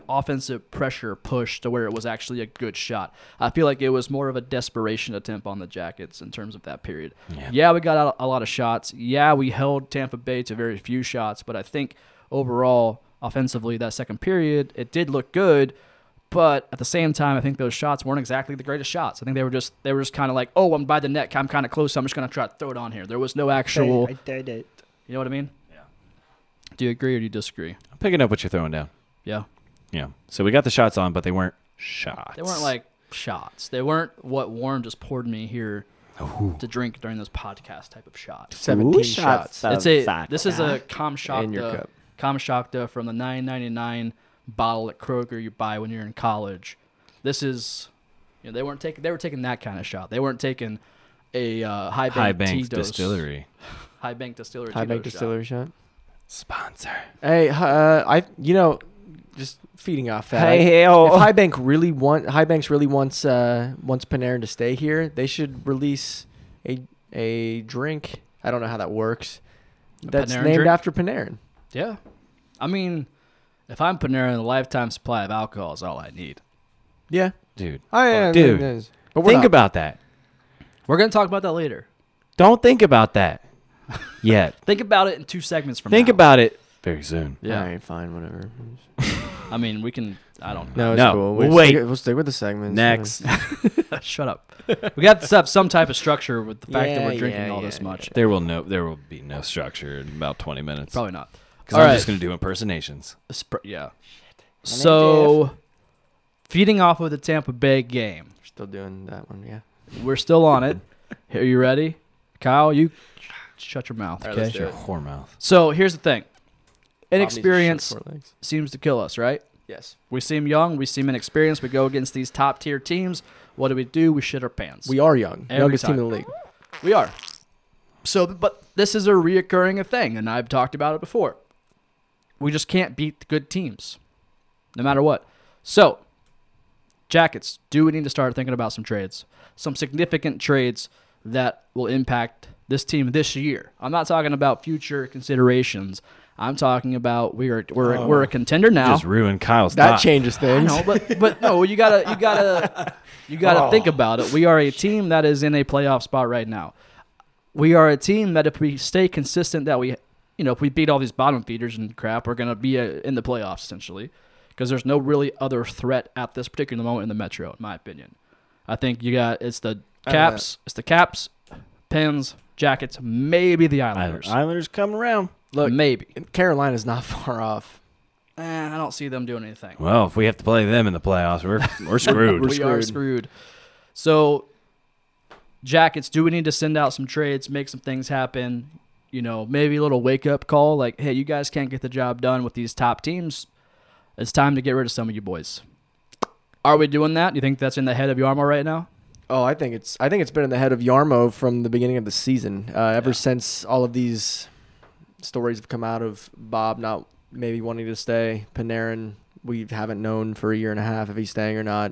Speaker 6: offensive pressure push to where it was actually a good shot. I feel like it was more of a desperation attempt on the Jackets in terms of that period. Yeah, we got out a lot of shots. Yeah, we held Tampa Bay to very few shots, but I think overall offensively that second period it did look good. But at the same time, I think those shots weren't exactly the greatest shots. I think they were just they were just kind of like, oh, I'm by the neck, I'm kind of close, so I'm just gonna try to throw it on here. There was no actual,
Speaker 7: did it.
Speaker 6: you know what I mean? Yeah. Do you agree or do you disagree?
Speaker 8: I'm picking up what you're throwing down.
Speaker 6: Yeah.
Speaker 8: Yeah. So we got the shots on, but they weren't shots.
Speaker 6: They weren't like shots. They weren't what Warren just poured me here to drink during this podcast type of shots.
Speaker 7: Seventeen shots.
Speaker 6: It's a, this is a
Speaker 7: In your
Speaker 6: Kamshakta,
Speaker 7: cup.
Speaker 6: Kamshakta from the 9.99 bottle at Kroger you buy when you're in college. This is, you know, they weren't taking they were taking that kind of shot. They weren't taking a uh, high bank
Speaker 8: High Bank
Speaker 6: T-dose-
Speaker 8: Distillery
Speaker 6: high bank distillery,
Speaker 7: High bank
Speaker 6: T-dose shot.
Speaker 7: distillery shot.
Speaker 8: sponsor.
Speaker 7: Hey, hi- uh, I you know, just feeding off that.
Speaker 8: Hey,
Speaker 7: I-
Speaker 8: hey, oh.
Speaker 7: If High Bank really want High Banks really wants uh wants Panarin to stay here, they should release a a drink. I don't know how that works. That's
Speaker 6: Panarin
Speaker 7: named
Speaker 6: drink?
Speaker 7: after Panarin.
Speaker 6: Yeah, I mean, if I'm Panera, a lifetime supply of alcohol is all I need.
Speaker 7: Oh, Yeah,
Speaker 8: Dude,
Speaker 7: I am.
Speaker 8: dude,
Speaker 7: but we're
Speaker 8: think
Speaker 7: not.
Speaker 8: about that.
Speaker 6: We're gonna talk about that later.
Speaker 8: Don't think about that yet.
Speaker 6: Think about it in two segments from
Speaker 8: think
Speaker 6: now.
Speaker 8: about it very soon.
Speaker 6: Yeah.
Speaker 7: All right, fine, whatever.
Speaker 6: I mean, we can. I don't know.
Speaker 7: No, it's
Speaker 8: No,
Speaker 7: cool.
Speaker 8: we'll
Speaker 7: We'll
Speaker 8: wait.
Speaker 7: Stick, we'll stick with the segments.
Speaker 8: Next,
Speaker 6: Shut up. We got to have some type of structure with the fact that
Speaker 7: Yeah,
Speaker 6: we're drinking
Speaker 7: yeah,
Speaker 6: all
Speaker 7: yeah,
Speaker 6: this much.
Speaker 8: there will no, there will be no structure in about 20 minutes.
Speaker 6: Probably not.
Speaker 8: because
Speaker 6: All
Speaker 8: I'm
Speaker 6: right.
Speaker 8: just gonna do impersonations.
Speaker 6: Sp- yeah. So, feeding off of the Tampa Bay game,
Speaker 7: We're still doing that one. Yeah.
Speaker 6: we're still on it. Are you ready, Kyle? You shut your mouth.
Speaker 7: All right,
Speaker 6: Okay.
Speaker 7: let's do
Speaker 8: Your
Speaker 7: it.
Speaker 8: whore mouth.
Speaker 6: So here's the thing.
Speaker 7: Bob needs to shut
Speaker 6: Inexperience
Speaker 7: four legs.
Speaker 6: seems to kill us, right?
Speaker 7: Yes.
Speaker 6: We seem young, we seem inexperienced, we go against these top tier teams. What do we do? We shit our pants.
Speaker 7: We are young.
Speaker 6: Every
Speaker 7: Youngest team
Speaker 6: time.
Speaker 7: in the league.
Speaker 6: We are. So, but this is a reoccurring thing, and I've talked about it before. We just can't beat the good teams, no matter what. So, Jackets, do we need to start thinking about some trades? Some significant trades that will impact this team this year. I'm not talking about future considerations. I'm talking about we are we're, we're a contender now.
Speaker 8: Just ruin Kyle's
Speaker 7: That
Speaker 8: thought.
Speaker 7: changes
Speaker 6: I
Speaker 7: things.
Speaker 6: know, but but no, you gotta you gotta you gotta
Speaker 7: Oh.
Speaker 6: think about it. We are a team that is in a playoff spot right now. We are a team that if we stay consistent, that we you know if we beat all these bottom feeders and crap, we're gonna be uh in the playoffs essentially because there's no really other threat at this particular moment in the Metro, in my opinion. I think you got it's the Caps, it's the Caps, Pens, Jackets, maybe the
Speaker 8: Islanders.
Speaker 6: Islanders.
Speaker 8: Islanders coming around.
Speaker 7: Look,
Speaker 6: maybe.
Speaker 7: Carolina's not far off.
Speaker 6: Eh, I don't see them doing anything.
Speaker 8: Well, if we have to play them in the playoffs, we're we're
Speaker 6: we
Speaker 8: screwed.
Speaker 6: are
Speaker 7: screwed.
Speaker 6: screwed. So, Jackets, do we need to send out some trades, make some things happen? You know, maybe a little wake up call like, hey, you guys can't get the job done with these top teams. It's time to get rid of some of you boys. Are we doing that? You think that's in the head of Yarmo right now?
Speaker 7: Oh, I think it's I think it's been in the head of Yarmo from the beginning of the season. Uh, ever since all of these stories have come out of Bob not maybe wanting to stay, Panarin, we haven't known for a year and a half if he's staying or not.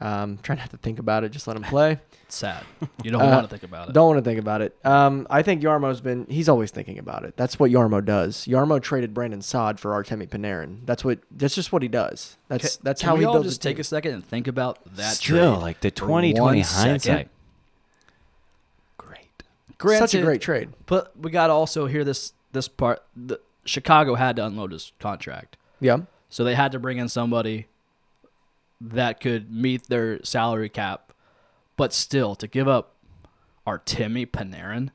Speaker 7: Um, try not to think about it. Just let him play.
Speaker 6: It's sad. You don't
Speaker 7: Uh,
Speaker 6: want to think about it.
Speaker 7: Don't want to think about it. Um, I think Yarmo's been. He's always thinking about it. That's what Yarmo does. Yarmo traded Brandon Sod for Artemi Panarin. That's what. That's just what he does. That's
Speaker 6: Ca-
Speaker 7: that's
Speaker 6: can
Speaker 7: how
Speaker 6: we
Speaker 7: he
Speaker 6: all
Speaker 7: builds
Speaker 6: just
Speaker 7: a team.
Speaker 6: take a second and think about that
Speaker 8: Still,
Speaker 6: trade
Speaker 8: like the
Speaker 6: for
Speaker 8: 2020
Speaker 6: one second.
Speaker 8: hindsight.
Speaker 6: Great.
Speaker 7: Such a
Speaker 6: Granted,
Speaker 7: great trade.
Speaker 6: But we got to also hear this this part. The, Chicago had to unload his contract.
Speaker 7: Yeah.
Speaker 6: So they had to bring in somebody that could meet their salary cap, but still to give up Artemi Panarin,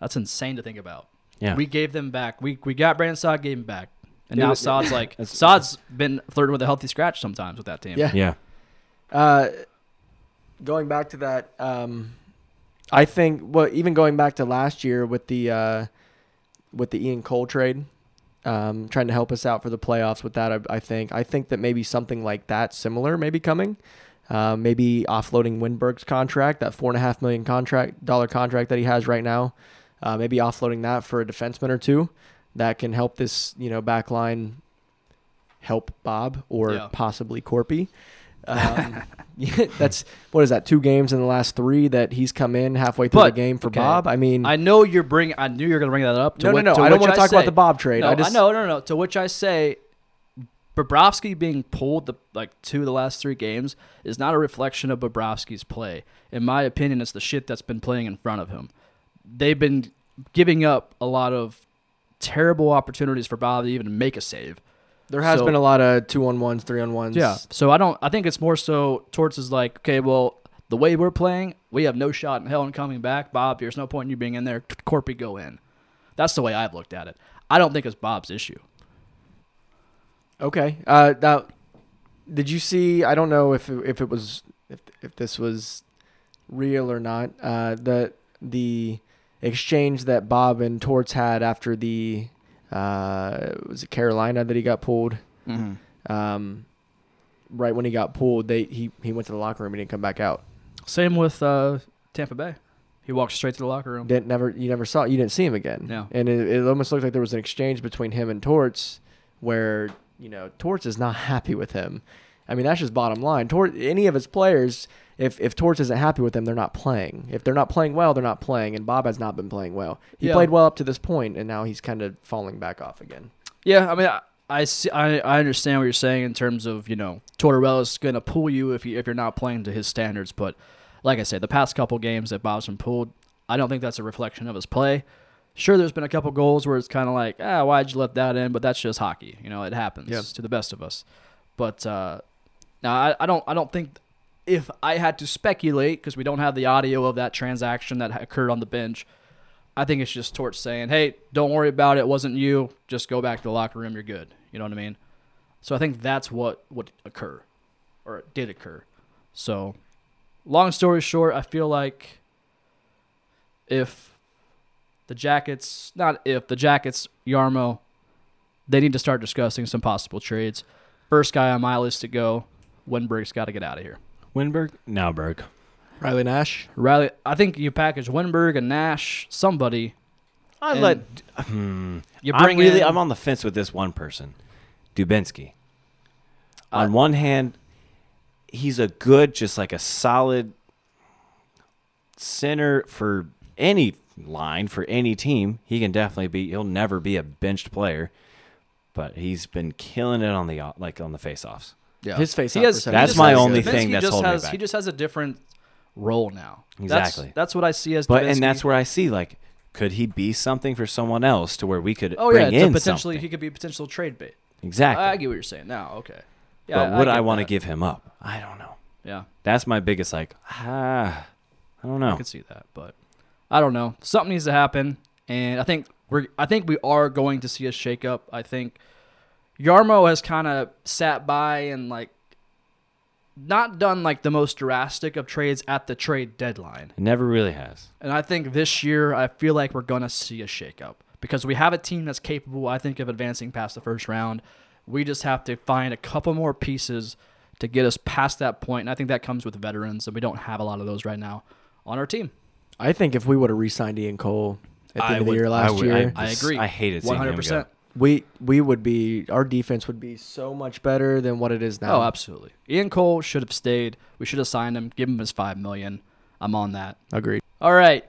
Speaker 6: that's insane to think about.
Speaker 8: Yeah.
Speaker 6: We gave them back. We we got Brandon Sod, gave him back. And
Speaker 7: It
Speaker 6: now
Speaker 7: was-
Speaker 6: Sod's like Sod's been flirting with a healthy scratch sometimes with that team.
Speaker 7: Yeah.
Speaker 8: yeah.
Speaker 7: Uh, going back to that, um, I think. Well, even going back to last year with the uh, with the Ian Cole trade, um, trying to help us out for the playoffs with that. I, I think. I think that maybe something like that, similar, maybe coming. Uh, maybe offloading Winberg's contract, that four and a half million contract dollar contract that he has right now. Uh, maybe offloading that for a defenseman or two that can help this, you know, back line help Bob or
Speaker 6: Yeah.
Speaker 7: possibly Corpy. Um, yeah, that's what is that? Two games in the last three that he's come in halfway through
Speaker 6: But,
Speaker 7: the game for
Speaker 6: okay.
Speaker 7: Bob. I mean,
Speaker 6: I know you're bring. I knew you were going to bring that up. To
Speaker 7: No, no,
Speaker 6: what-
Speaker 7: no,
Speaker 6: to
Speaker 7: I don't
Speaker 6: which
Speaker 7: wanna talk about
Speaker 6: say-
Speaker 7: the Bob trade.
Speaker 6: No,
Speaker 7: I just-
Speaker 6: no, no, no. To which I say, Bobrovsky being pulled the like two of the last three games is not a reflection of Bobrovsky's play. In my opinion, it's the shit that's been playing in front of him. They've been giving up a lot of terrible opportunities for Bob to even make a save.
Speaker 7: there has
Speaker 6: so-
Speaker 7: been a lot of two on ones, three on ones.
Speaker 6: Yeah. So I don't. I think it's more so Torts is like, okay, well, the way we're playing, we have no shot in hell in coming back. Bob, there's no point in you being in there. Corpy, go in. That's the way I've looked at it. I don't think it's Bob's issue.
Speaker 7: Okay. Uh, now, did you see? I don't know if if it was if if this was real or not. Uh, the the exchange that Bob and Torts had after the uh, was it Carolina that he got pulled.
Speaker 6: Mm-hmm.
Speaker 7: Um, right when he got pulled, they he he went to the locker room and didn't come back out.
Speaker 6: Same with uh, Tampa Bay. He walked straight to the locker room.
Speaker 7: Didn't never you never saw you didn't see him again.
Speaker 6: No.
Speaker 7: And it, it almost looked like there was an exchange between him and Torts where, you know, Torts is not happy with him. I mean, that's just bottom line. Tort any of his players, if if Torts isn't happy with them, they're not playing. If they're not playing well, they're not playing, and Bob has not been playing well. He
Speaker 6: Yeah.
Speaker 7: played well up to this point and now he's kind of falling back off again.
Speaker 6: Yeah, I mean, I, I see, I, I understand what you're saying in terms of you know Tortorella's going to pull you if you if you're not playing to his standards. But like I said, the past couple games that Bob's been pulled, I don't think that's a reflection of his play. Sure, there's been a couple goals where it's kind of like, ah, why'd you let that in? But that's just hockey, you know. It happens
Speaker 7: Yeah.
Speaker 6: to the best of us. But uh, now I, I don't I don't think if I had to speculate because we don't have the audio of that transaction that occurred on the bench. I think it's just Torch saying, "Hey, don't worry about it. It wasn't you. Just go back to the locker room. You're good." You know what I mean? So I think that's what would occur, or it did occur. So, long story short, I feel like if the Jackets, not if the Jackets, Yarmo, they need to start discussing some possible trades. First guy on my list to go, Winberg's got to get out of here.
Speaker 8: Winberg, Nowberg.
Speaker 7: Riley Nash.
Speaker 6: Riley, I think you package Winberg and Nash, somebody.
Speaker 8: I
Speaker 6: And
Speaker 8: let.
Speaker 6: You
Speaker 8: hmm, I'm
Speaker 6: bring
Speaker 8: really.
Speaker 6: in-
Speaker 8: I'm on the fence with this one person, Dubinsky. on one hand, he's a good, just like a solid center for any line for any team. He can definitely be. He'll never be a benched player, but he's been killing it on the like on the faceoffs.
Speaker 6: Yeah.
Speaker 7: His face
Speaker 6: He
Speaker 7: up
Speaker 6: has-
Speaker 7: percentage
Speaker 6: he
Speaker 8: That's
Speaker 6: just
Speaker 8: my
Speaker 6: has-
Speaker 8: only
Speaker 6: Davinsky
Speaker 8: thing that's
Speaker 6: just
Speaker 8: holding me
Speaker 6: has,
Speaker 8: back.
Speaker 6: He just has a different role now.
Speaker 8: Exactly.
Speaker 6: That's, that's what I see as.
Speaker 8: But
Speaker 6: Davinsky.
Speaker 8: and that's where I see like, could he be something for someone else to where we could
Speaker 6: Oh yeah,
Speaker 8: bring
Speaker 6: to
Speaker 8: in
Speaker 6: potentially he
Speaker 8: something?
Speaker 6: could be a potential trade bait.
Speaker 8: exactly.
Speaker 6: I get what you're saying now. Okay. Yeah.
Speaker 8: but would I, want to
Speaker 6: get?
Speaker 8: give him up? I don't know.
Speaker 6: that. Yeah,
Speaker 8: That's my biggest like. Ah, I don't know.
Speaker 6: I could see that, but I don't know. Something needs to happen, and I think we're I think we are going to see a shakeup. I think Yarmo has kind of sat by and like not done like the most drastic of trades at the trade deadline.
Speaker 8: It never really has.
Speaker 6: And I think this year, I feel like we're going to see a shakeup because we have a team that's capable, I think, of advancing past the first round. We just have to find a couple more pieces to get us past that point. And I think that comes with veterans, and we don't have a lot of those right now on our team.
Speaker 7: I think if we would have re-signed Ian Cole at the
Speaker 6: I
Speaker 7: end of the
Speaker 6: would-
Speaker 7: year last
Speaker 8: I would- I-
Speaker 7: year,
Speaker 6: I
Speaker 8: This-
Speaker 6: agree.
Speaker 8: I hated seeing him go.
Speaker 7: we we would be our defense would be so much better than what it is now.
Speaker 6: Oh, absolutely. Ian Cole should have stayed. We should have signed him, give him his $5 million. I'm on that.
Speaker 7: agreed.
Speaker 6: All right.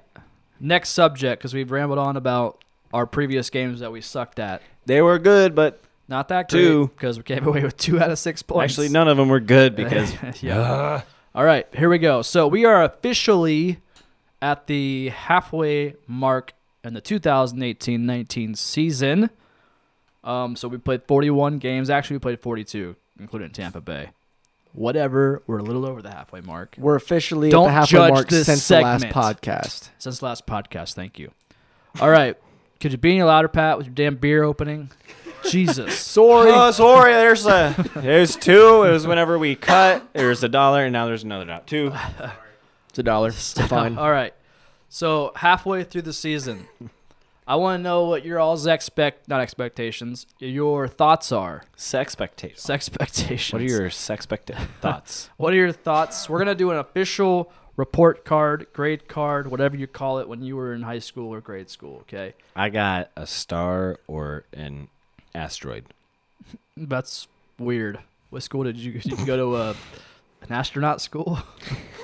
Speaker 6: Next subject because we've rambled on about our previous games that we sucked at.
Speaker 8: They were good, but
Speaker 6: Not that
Speaker 8: Two.
Speaker 6: great because we gave away with two out of six points.
Speaker 8: actually none of them were good because
Speaker 6: yeah. All right, here we go. So we are officially at the halfway mark in the 2018-19 season. Um, so we played 41 games. Actually, we played 42, including Tampa Bay. Whatever, we're a little over the halfway mark
Speaker 7: We're officially
Speaker 6: Don't
Speaker 7: at the halfway
Speaker 6: judge
Speaker 7: mark
Speaker 6: this
Speaker 7: since the
Speaker 6: segment.
Speaker 7: last podcast.
Speaker 6: since the last podcast. Thank you. All right, could you be any louder, Pat, with your damn beer opening? Jesus.
Speaker 8: sorry, Oh, sorry. There's a there's two. It was whenever we cut. There's a dollar, and now there's another dollar. Two.
Speaker 7: It's a dollar. It's a fine.
Speaker 6: All right. So halfway through the season, I want to know what your all's expect not expectations, your thoughts are.
Speaker 8: Sexpectations.
Speaker 6: expectations.
Speaker 8: What are your sexpected thoughts?
Speaker 6: What are your thoughts? We're gonna do an official report card, grade card, whatever you call it, when you were in high school or grade school. Okay,
Speaker 8: I got a star or an asteroid.
Speaker 6: that's weird. What school did you, did you go to? Uh, an astronaut school.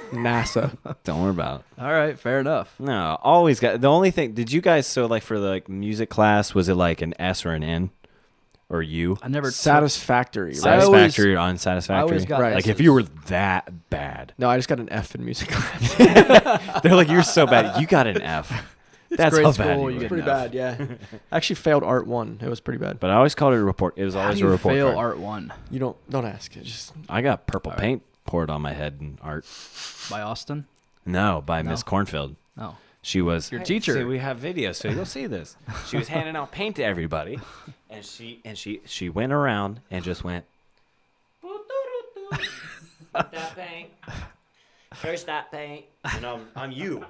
Speaker 7: NASA.
Speaker 8: Don't worry about. it.
Speaker 6: All right, fair enough.
Speaker 8: No, always got the only thing. Did you guys so like for the like music class? Was it like an S or an N, or U?
Speaker 6: I never. took-
Speaker 7: Satisfactory. Right?
Speaker 6: always-
Speaker 8: Satisfactory or unsatisfactory?
Speaker 6: I always got
Speaker 7: Right.
Speaker 8: like if
Speaker 6: S's.
Speaker 8: you were that bad,
Speaker 7: no, I just got an F in music. class.
Speaker 8: they're like you're so bad. You got an F. That's
Speaker 6: grade
Speaker 8: how bad.
Speaker 6: school, you
Speaker 8: you were.
Speaker 6: get-
Speaker 7: pretty bad. Yeah. I actually failed art one. It was pretty bad.
Speaker 8: But I always called it a report. It was
Speaker 6: How do
Speaker 8: always
Speaker 6: you
Speaker 8: a report.
Speaker 6: fail
Speaker 8: card.
Speaker 6: art one
Speaker 7: You don't don't ask. It just
Speaker 8: I got purple paint poured on my head in art.
Speaker 6: by Austin?
Speaker 8: No, by Miss
Speaker 6: No.
Speaker 8: Cornfield.
Speaker 6: Oh,
Speaker 8: She was
Speaker 6: Your teacher.
Speaker 8: See, we have videos, so you'll see this. She was handing out paint to everybody, and she and she she went around and just went.
Speaker 9: that paint. First that paint.
Speaker 8: and I'm, I'm you.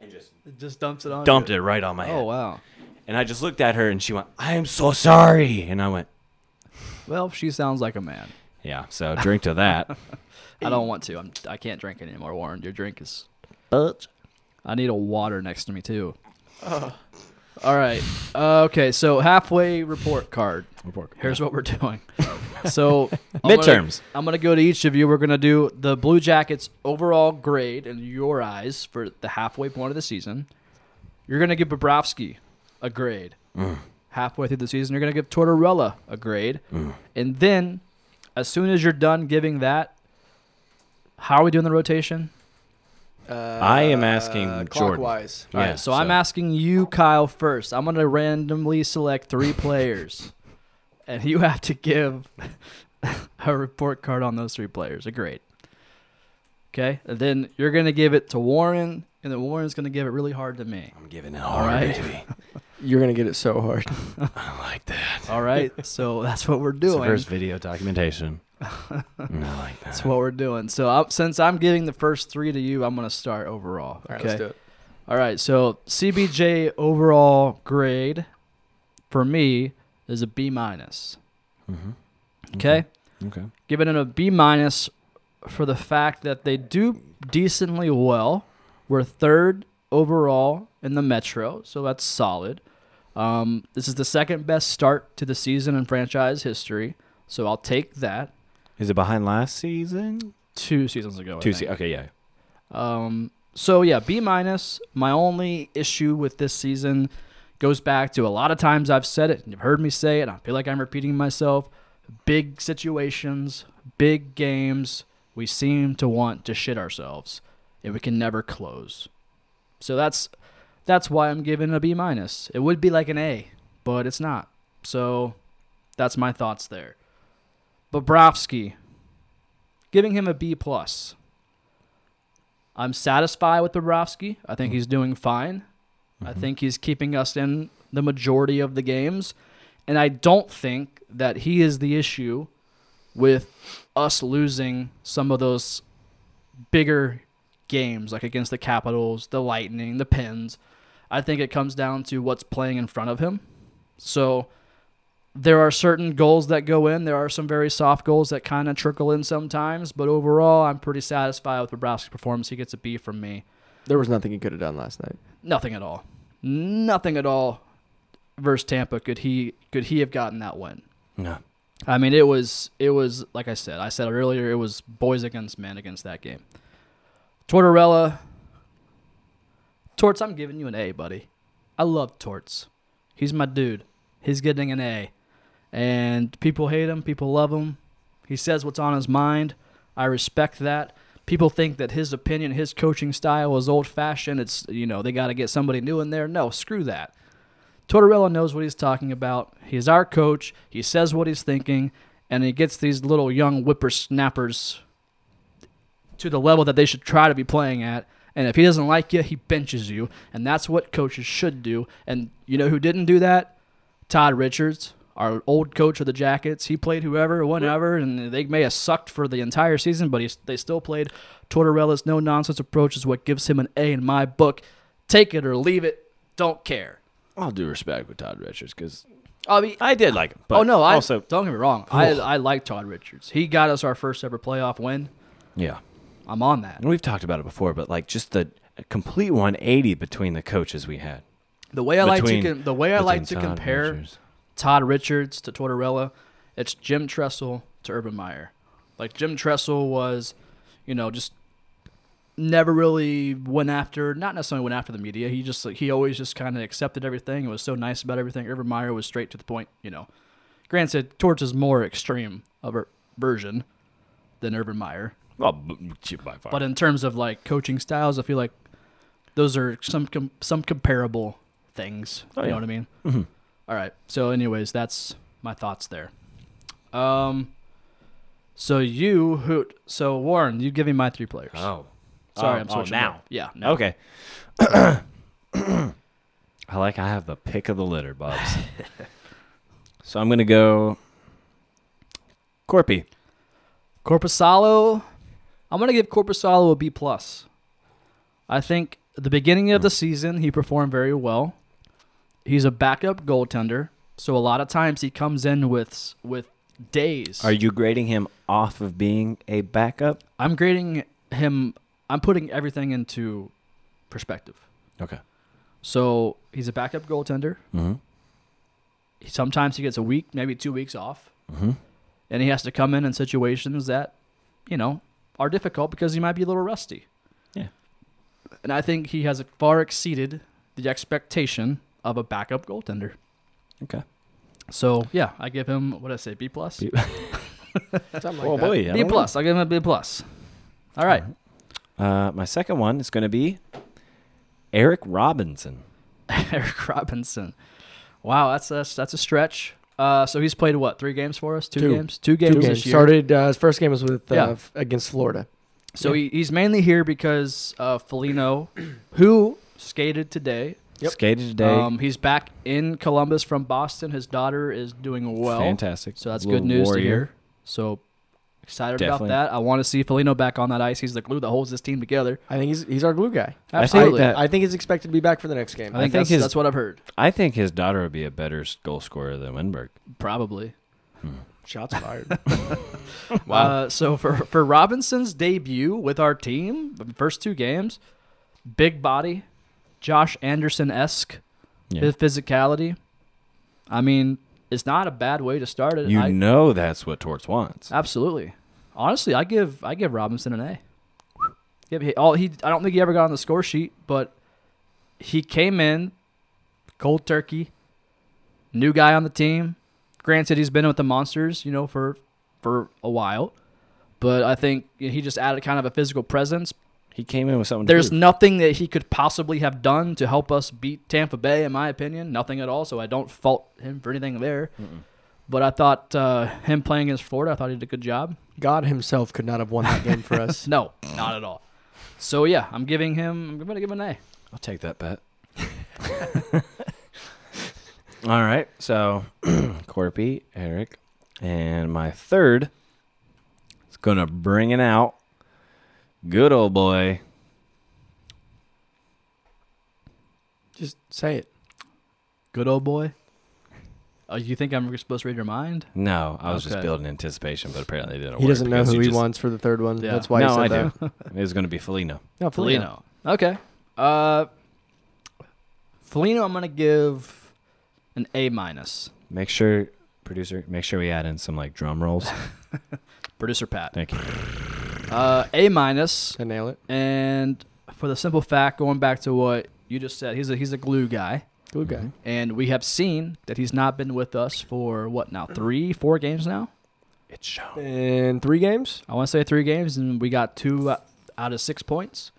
Speaker 8: And just
Speaker 6: it just dumps it on.
Speaker 8: dumped it right on my head.
Speaker 6: Oh wow.
Speaker 8: And I just looked at her and she went, I am so sorry. And I went,
Speaker 6: Well, she sounds like a man.
Speaker 8: yeah, so drink to that.
Speaker 6: I don't want to. I'm. I can't drink it anymore, Warren. Your drink is. I need a water next to me too. All right. Uh, okay. So halfway report card. Here's what we're doing. So I'm gonna-
Speaker 8: Midterms.
Speaker 6: I'm gonna go to each of you. We're gonna do the Blue Jackets overall grade in your eyes for the halfway point of the season. You're gonna give Bobrovsky a grade. Halfway through the season, you're gonna give Tortorella a grade, and then as soon as you're done giving that, how are we doing the rotation?
Speaker 8: I am asking
Speaker 7: uh,
Speaker 8: Jordan.
Speaker 7: clockwise.
Speaker 8: Yeah,
Speaker 6: All right, so, I'm asking you, Kyle, first. I'm going to randomly select three players, and you have to give a report card on those three players, a grade. Okay? And then you're going to give it to Warren, and then Warren's going to give it really hard to me.
Speaker 8: I'm giving it hard,
Speaker 6: right.
Speaker 8: baby.
Speaker 7: You're gonna get it so hard.
Speaker 8: I like that.
Speaker 6: All right? so that's what we're
Speaker 8: It's the
Speaker 6: doing.
Speaker 8: first video documentation. Mm, I like that.
Speaker 6: That's what we're doing. So i since I'm giving the first three to you, I'm going to start overall.
Speaker 7: All right,
Speaker 6: okay?
Speaker 7: let's do it.
Speaker 6: All right, so CBJ overall grade for me is a B minus. Okay,
Speaker 8: Mm-hmm. Okay.
Speaker 6: giving it a B minus for the fact that they do decently well. We're third overall in the Metro, so that's solid. Um, this is the second best start to the season in franchise history, so I'll take that.
Speaker 8: Is it behind last season?
Speaker 6: Two seasons ago, I
Speaker 8: Two
Speaker 6: think.
Speaker 8: se- Okay, yeah.
Speaker 6: Um, so yeah, B minus. My only issue with this season goes back to a lot of times I've said it and you've heard me say it. I feel like I'm repeating myself. Big situations, big games. We seem to want to shit ourselves, and we can never close. So that's that's why I'm giving it a B minus. It would be like an A, but it's not. So that's my thoughts there. Bobrovsky, giving him a B plus. I'm satisfied with Bobrovsky. I think he's doing fine. I think he's keeping us in the majority of the games. And I don't think that he is the issue with us losing some of those bigger games, like against the Capitals, the Lightning, the Pens. I think it comes down to what's playing in front of him. So there are certain goals that go in. There are some very soft goals that kind of trickle in sometimes. But overall, I'm pretty satisfied with Bobrovsky's performance. He gets a B from me.
Speaker 7: There was nothing he could have done last night.
Speaker 6: Nothing at all. Nothing at all versus Tampa could he could he have gotten that win.
Speaker 8: No.
Speaker 6: I mean, it was it was like I said. I said earlier, it was boys against men against that game. Tortorella, Torts, I'm giving you an A, buddy. I love Torts. He's my dude. He's getting an A, and people hate him. People love him. He says what's on his mind. I respect that. People think that his opinion, his coaching style is old fashioned. It's, you know, they got to get somebody new in there. No, screw that. Tortorella knows what he's talking about. He's our coach. He says what he's thinking, and he gets these little young whippersnappers to the level that they should try to be playing at. And if he doesn't like you, he benches you. And that's what coaches should do. And you know who didn't do that? Todd Richards, our old coach of the Jackets. He played whoever, whenever, and they may have sucked for the entire season, but he, they still played. Tortorella's no nonsense approach is what gives him an A in my book. Take it or leave it. Don't care.
Speaker 8: All due respect with Todd Richards because
Speaker 6: I mean,
Speaker 8: I did like him. But
Speaker 6: oh no! I,
Speaker 8: also
Speaker 6: don't get me wrong. I, I like Todd Richards. He got us our first ever playoff win.
Speaker 8: yeah,
Speaker 6: I'm on that.
Speaker 8: and we've talked about it before, but like just the complete 180 between the coaches we had.
Speaker 6: The way I like
Speaker 8: Between-
Speaker 6: to con- the way I like to
Speaker 8: between Todd
Speaker 6: compare
Speaker 8: Richards.
Speaker 6: Todd Richards to Tortorella, it's Jim Tressel to Urban Meyer. Like Jim Tressel was, you know, just never really went after, not necessarily went after the media. He just like, he always just kind of accepted everything and was so nice about everything. Urban Meyer was straight to the point, you know. Granted, Torts is more extreme of a version than Urban Meyer,
Speaker 8: Well, b- by far.
Speaker 6: but in terms of like coaching styles, I feel like those are some com- some comparable things.
Speaker 8: Oh,
Speaker 6: you know what I mean? Mm-hmm. right. So, anyways, that's my thoughts there. Um. So you who so Warren, you give me my three players.
Speaker 8: oh,
Speaker 6: Sorry,
Speaker 8: Oh,
Speaker 6: I'm
Speaker 8: oh,
Speaker 6: switching.
Speaker 8: now.
Speaker 6: up. Yeah. Now.
Speaker 8: Okay. I like I have the pick of the litter, Bubs. so I'm gonna go Corpy.
Speaker 6: Corpusalo, I'm gonna give Corpusalo a B plus. I think at the beginning of the season he performed very well. He's a backup goaltender, so a lot of times he comes in with with days.
Speaker 8: Are you grading him off of being a backup?
Speaker 6: I'm grading him. I'm putting everything into perspective.
Speaker 8: Okay.
Speaker 6: So he's a backup goaltender.
Speaker 8: Mhm.
Speaker 6: Sometimes he gets a week, maybe two weeks off,
Speaker 8: Mm-hmm.
Speaker 6: and he has to come in in situations that, you know, are difficult because he might be a little rusty.
Speaker 8: Yeah.
Speaker 6: And I think he has far exceeded the expectation of a backup goaltender.
Speaker 8: Okay.
Speaker 6: So yeah, I give him what did I say B plus
Speaker 8: B-
Speaker 7: Something like
Speaker 8: Oh
Speaker 7: that.
Speaker 8: boy. I
Speaker 6: B
Speaker 8: don't
Speaker 6: plus. I give him a B plus. All right.
Speaker 8: know. Uh, my second one is gonna be Eric Robinson.
Speaker 6: Eric Robinson. Wow, that's that's, that's a stretch. Uh, so he's played what three games for us? Two,
Speaker 7: Two.
Speaker 6: games. Two games
Speaker 7: Two games.
Speaker 6: this year.
Speaker 7: Started uh, his first game was with uh,
Speaker 6: Yeah.
Speaker 7: f- against Florida.
Speaker 6: So he, he's mainly here because uh, Felino, who skated today.
Speaker 8: Skated today.
Speaker 6: Um, he's back in Columbus from Boston. His daughter is doing well.
Speaker 8: Fantastic.
Speaker 6: So that's
Speaker 8: Little
Speaker 6: good news to
Speaker 8: warrior.
Speaker 6: hear. So excited
Speaker 8: Definitely.
Speaker 6: about that. I want to see Felino back on that ice. He's the glue that holds this team together.
Speaker 7: I think he's he's our glue guy.
Speaker 8: I
Speaker 6: Absolutely.
Speaker 8: think that
Speaker 7: I think he's expected to be back for the next game.
Speaker 6: I think,
Speaker 8: think
Speaker 6: that's,
Speaker 8: his-
Speaker 6: that's what I've heard.
Speaker 8: I think his daughter would be a better s- goal scorer than Winberg.
Speaker 6: Probably.
Speaker 7: Shots fired.
Speaker 6: Uh, so for for Robinson's debut with our team, the first two games, big body, Josh Anderson esque,
Speaker 8: Yeah.
Speaker 6: his physicality. I mean, it's not a bad way to start it.
Speaker 8: You
Speaker 6: I,
Speaker 8: know that's what Torts wants.
Speaker 6: absolutely. Honestly, I give I give Robinson an A. Give he, all he. I don't think he ever got on the score sheet, but he came in cold turkey, new guy on the team. Granted, he's been with the Monsters, you know, for for a while, but I think he just added kind of a physical presence.
Speaker 8: He came in with something. to
Speaker 6: There's
Speaker 8: prove.
Speaker 6: nothing that he could possibly have done to help us beat Tampa Bay, in my opinion. Nothing at all. So I don't fault him for anything there. But I thought uh, him playing against Florida, I thought he did a good job.
Speaker 7: God himself could not have won that game for us.
Speaker 6: No, not at all. So yeah, I'm giving him. I'm gonna give him an A.
Speaker 8: I'll take that bet. All right. So, Corpy, Eric, and my third is going to bring it out. Good old boy,
Speaker 7: Just say it.
Speaker 6: Good old boy. Uh, you think I'm supposed to read your mind?
Speaker 8: No, I was just
Speaker 6: Okay.
Speaker 8: building anticipation, but apparently it didn't work.
Speaker 7: He doesn't know
Speaker 8: because
Speaker 7: who
Speaker 8: you
Speaker 7: he
Speaker 8: just-
Speaker 7: wants for the third one.
Speaker 6: Yeah.
Speaker 7: That's why
Speaker 8: no,
Speaker 7: he said
Speaker 8: I
Speaker 7: that.
Speaker 8: do. it was going to be Felino.
Speaker 7: No, Felino.
Speaker 6: Felino. Okay. Uh, Felino, I'm gonna give an A minus.
Speaker 8: Make sure, producer, make sure we add in some like drum rolls.
Speaker 6: Producer Pat.
Speaker 8: Thank you.
Speaker 6: Uh, A minus.
Speaker 7: I nail it.
Speaker 6: And for the simple fact, going back to what you just said, he's a he's a glue guy,
Speaker 7: Good guy.
Speaker 6: and we have seen that he's not been with us for what now three, four games now.
Speaker 8: It's shown.
Speaker 7: In three games,
Speaker 6: I want to say three games, and we got two out- out of six points.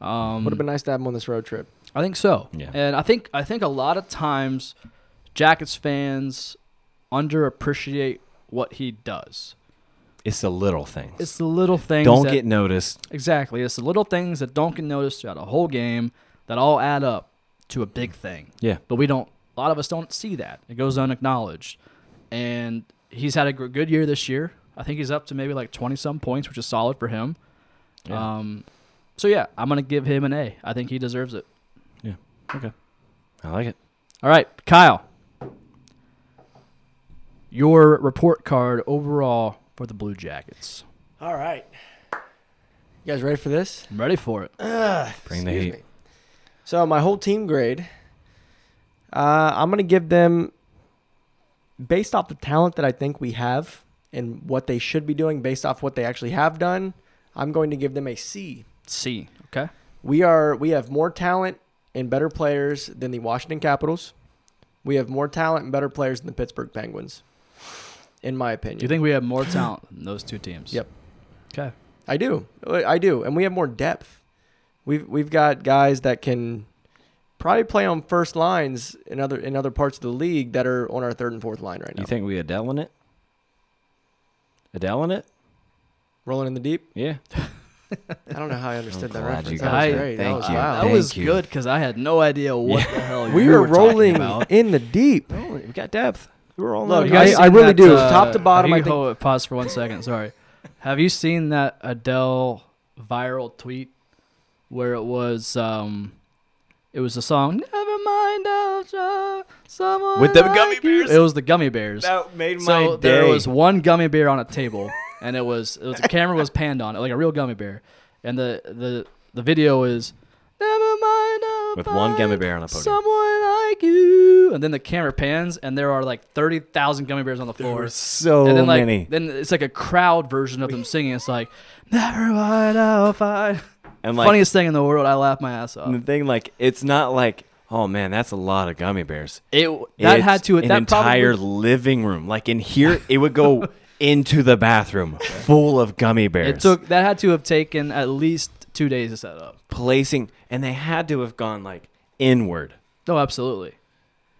Speaker 6: Um,
Speaker 7: would have been nice to have him on this road trip.
Speaker 6: I think so.
Speaker 8: Yeah.
Speaker 6: And I think I think a lot of times Jackets fans underappreciate what he does.
Speaker 8: It's the little things.
Speaker 6: It's the little things
Speaker 8: Don't
Speaker 6: that-
Speaker 8: get noticed.
Speaker 6: exactly. It's the little things that don't get noticed throughout a whole game that all add up to a big thing.
Speaker 8: Yeah.
Speaker 6: But we don't. A lot of us don't see that. It goes unacknowledged. And he's had a gr- good year this year. I think he's up to maybe like twenty some points, which is solid for him.
Speaker 8: Yeah.
Speaker 6: Um, so yeah, I'm gonna give him an A. I think he deserves it.
Speaker 8: Okay. I like it.
Speaker 6: All right, Kyle. Your report card overall for the Blue Jackets.
Speaker 7: All right. You guys ready for this?
Speaker 6: I'm ready for it.
Speaker 8: Bring the
Speaker 7: Excuse
Speaker 8: heat.
Speaker 7: me. So my whole team grade, uh, I'm gonna give them based off the talent that I think we have and what they should be doing, based off what they actually have done. I'm going to give them a C.
Speaker 6: C. Okay.
Speaker 7: We are we have more talent and better players than the Washington Capitals. We have more talent and better players than the Pittsburgh Penguins, in my opinion.
Speaker 6: Do you think we have more talent than those two teams?
Speaker 7: Yep.
Speaker 6: Okay.
Speaker 7: I do. I do, and we have more depth. We've we've got guys that can probably play on first lines in other in other parts of the league that are on our third and fourth line right now.
Speaker 8: You think we Adele in it? Adele in it?
Speaker 7: Rolling in the deep.
Speaker 8: Yeah.
Speaker 7: I don't know how I understood that
Speaker 8: glad
Speaker 7: reference.
Speaker 8: you
Speaker 7: That
Speaker 6: guys
Speaker 7: was
Speaker 6: did.
Speaker 7: great.
Speaker 8: Thank
Speaker 7: that was
Speaker 8: you.
Speaker 7: Wow.
Speaker 6: That was
Speaker 8: you.
Speaker 6: good because I had no idea what the hell
Speaker 7: We
Speaker 6: you
Speaker 7: were
Speaker 6: were talking
Speaker 7: rolling
Speaker 6: about.
Speaker 7: in the deep.
Speaker 8: We got depth. We were all
Speaker 7: Look,
Speaker 8: in.
Speaker 7: I-
Speaker 6: seen
Speaker 7: really
Speaker 6: that,
Speaker 7: do.
Speaker 6: uh,
Speaker 7: Top to bottom,
Speaker 6: have
Speaker 7: I
Speaker 6: you-
Speaker 7: think-
Speaker 6: hold it, pause for one second. Sorry. Have you seen that Adele viral tweet where it was? um It was the song "Never Mind I'll Someone"
Speaker 8: With the
Speaker 6: like
Speaker 8: gummy
Speaker 6: you."
Speaker 8: bears?
Speaker 6: It was the gummy bears.
Speaker 8: That made
Speaker 6: so
Speaker 8: my
Speaker 6: there
Speaker 8: day.
Speaker 6: was one gummy bear on a table, and it was it was the camera was panned on it like a real gummy bear, and the the the video is. Never mind. I'll
Speaker 8: With one gummy
Speaker 6: find
Speaker 8: bear on a podium.
Speaker 6: Someone like you. And then the camera pans, and there are like thirty thousand gummy bears on the floor.
Speaker 8: so
Speaker 6: and then like
Speaker 8: many.
Speaker 6: then it's like a crowd version of them singing. It's like never mind. I'll find.
Speaker 8: and like,
Speaker 6: Funniest thing in the world. I laugh my ass off.
Speaker 8: the thing, like, it's not like, oh man, that's a lot of gummy bears.
Speaker 6: It that
Speaker 8: It's
Speaker 6: had to
Speaker 8: an
Speaker 6: that
Speaker 8: entire
Speaker 6: probably
Speaker 8: living room. Like in here, it would go into the bathroom full of gummy bears.
Speaker 6: it took that had to have taken at least two days to set up.
Speaker 8: placing, and they had to have gone like inward
Speaker 6: No, absolutely.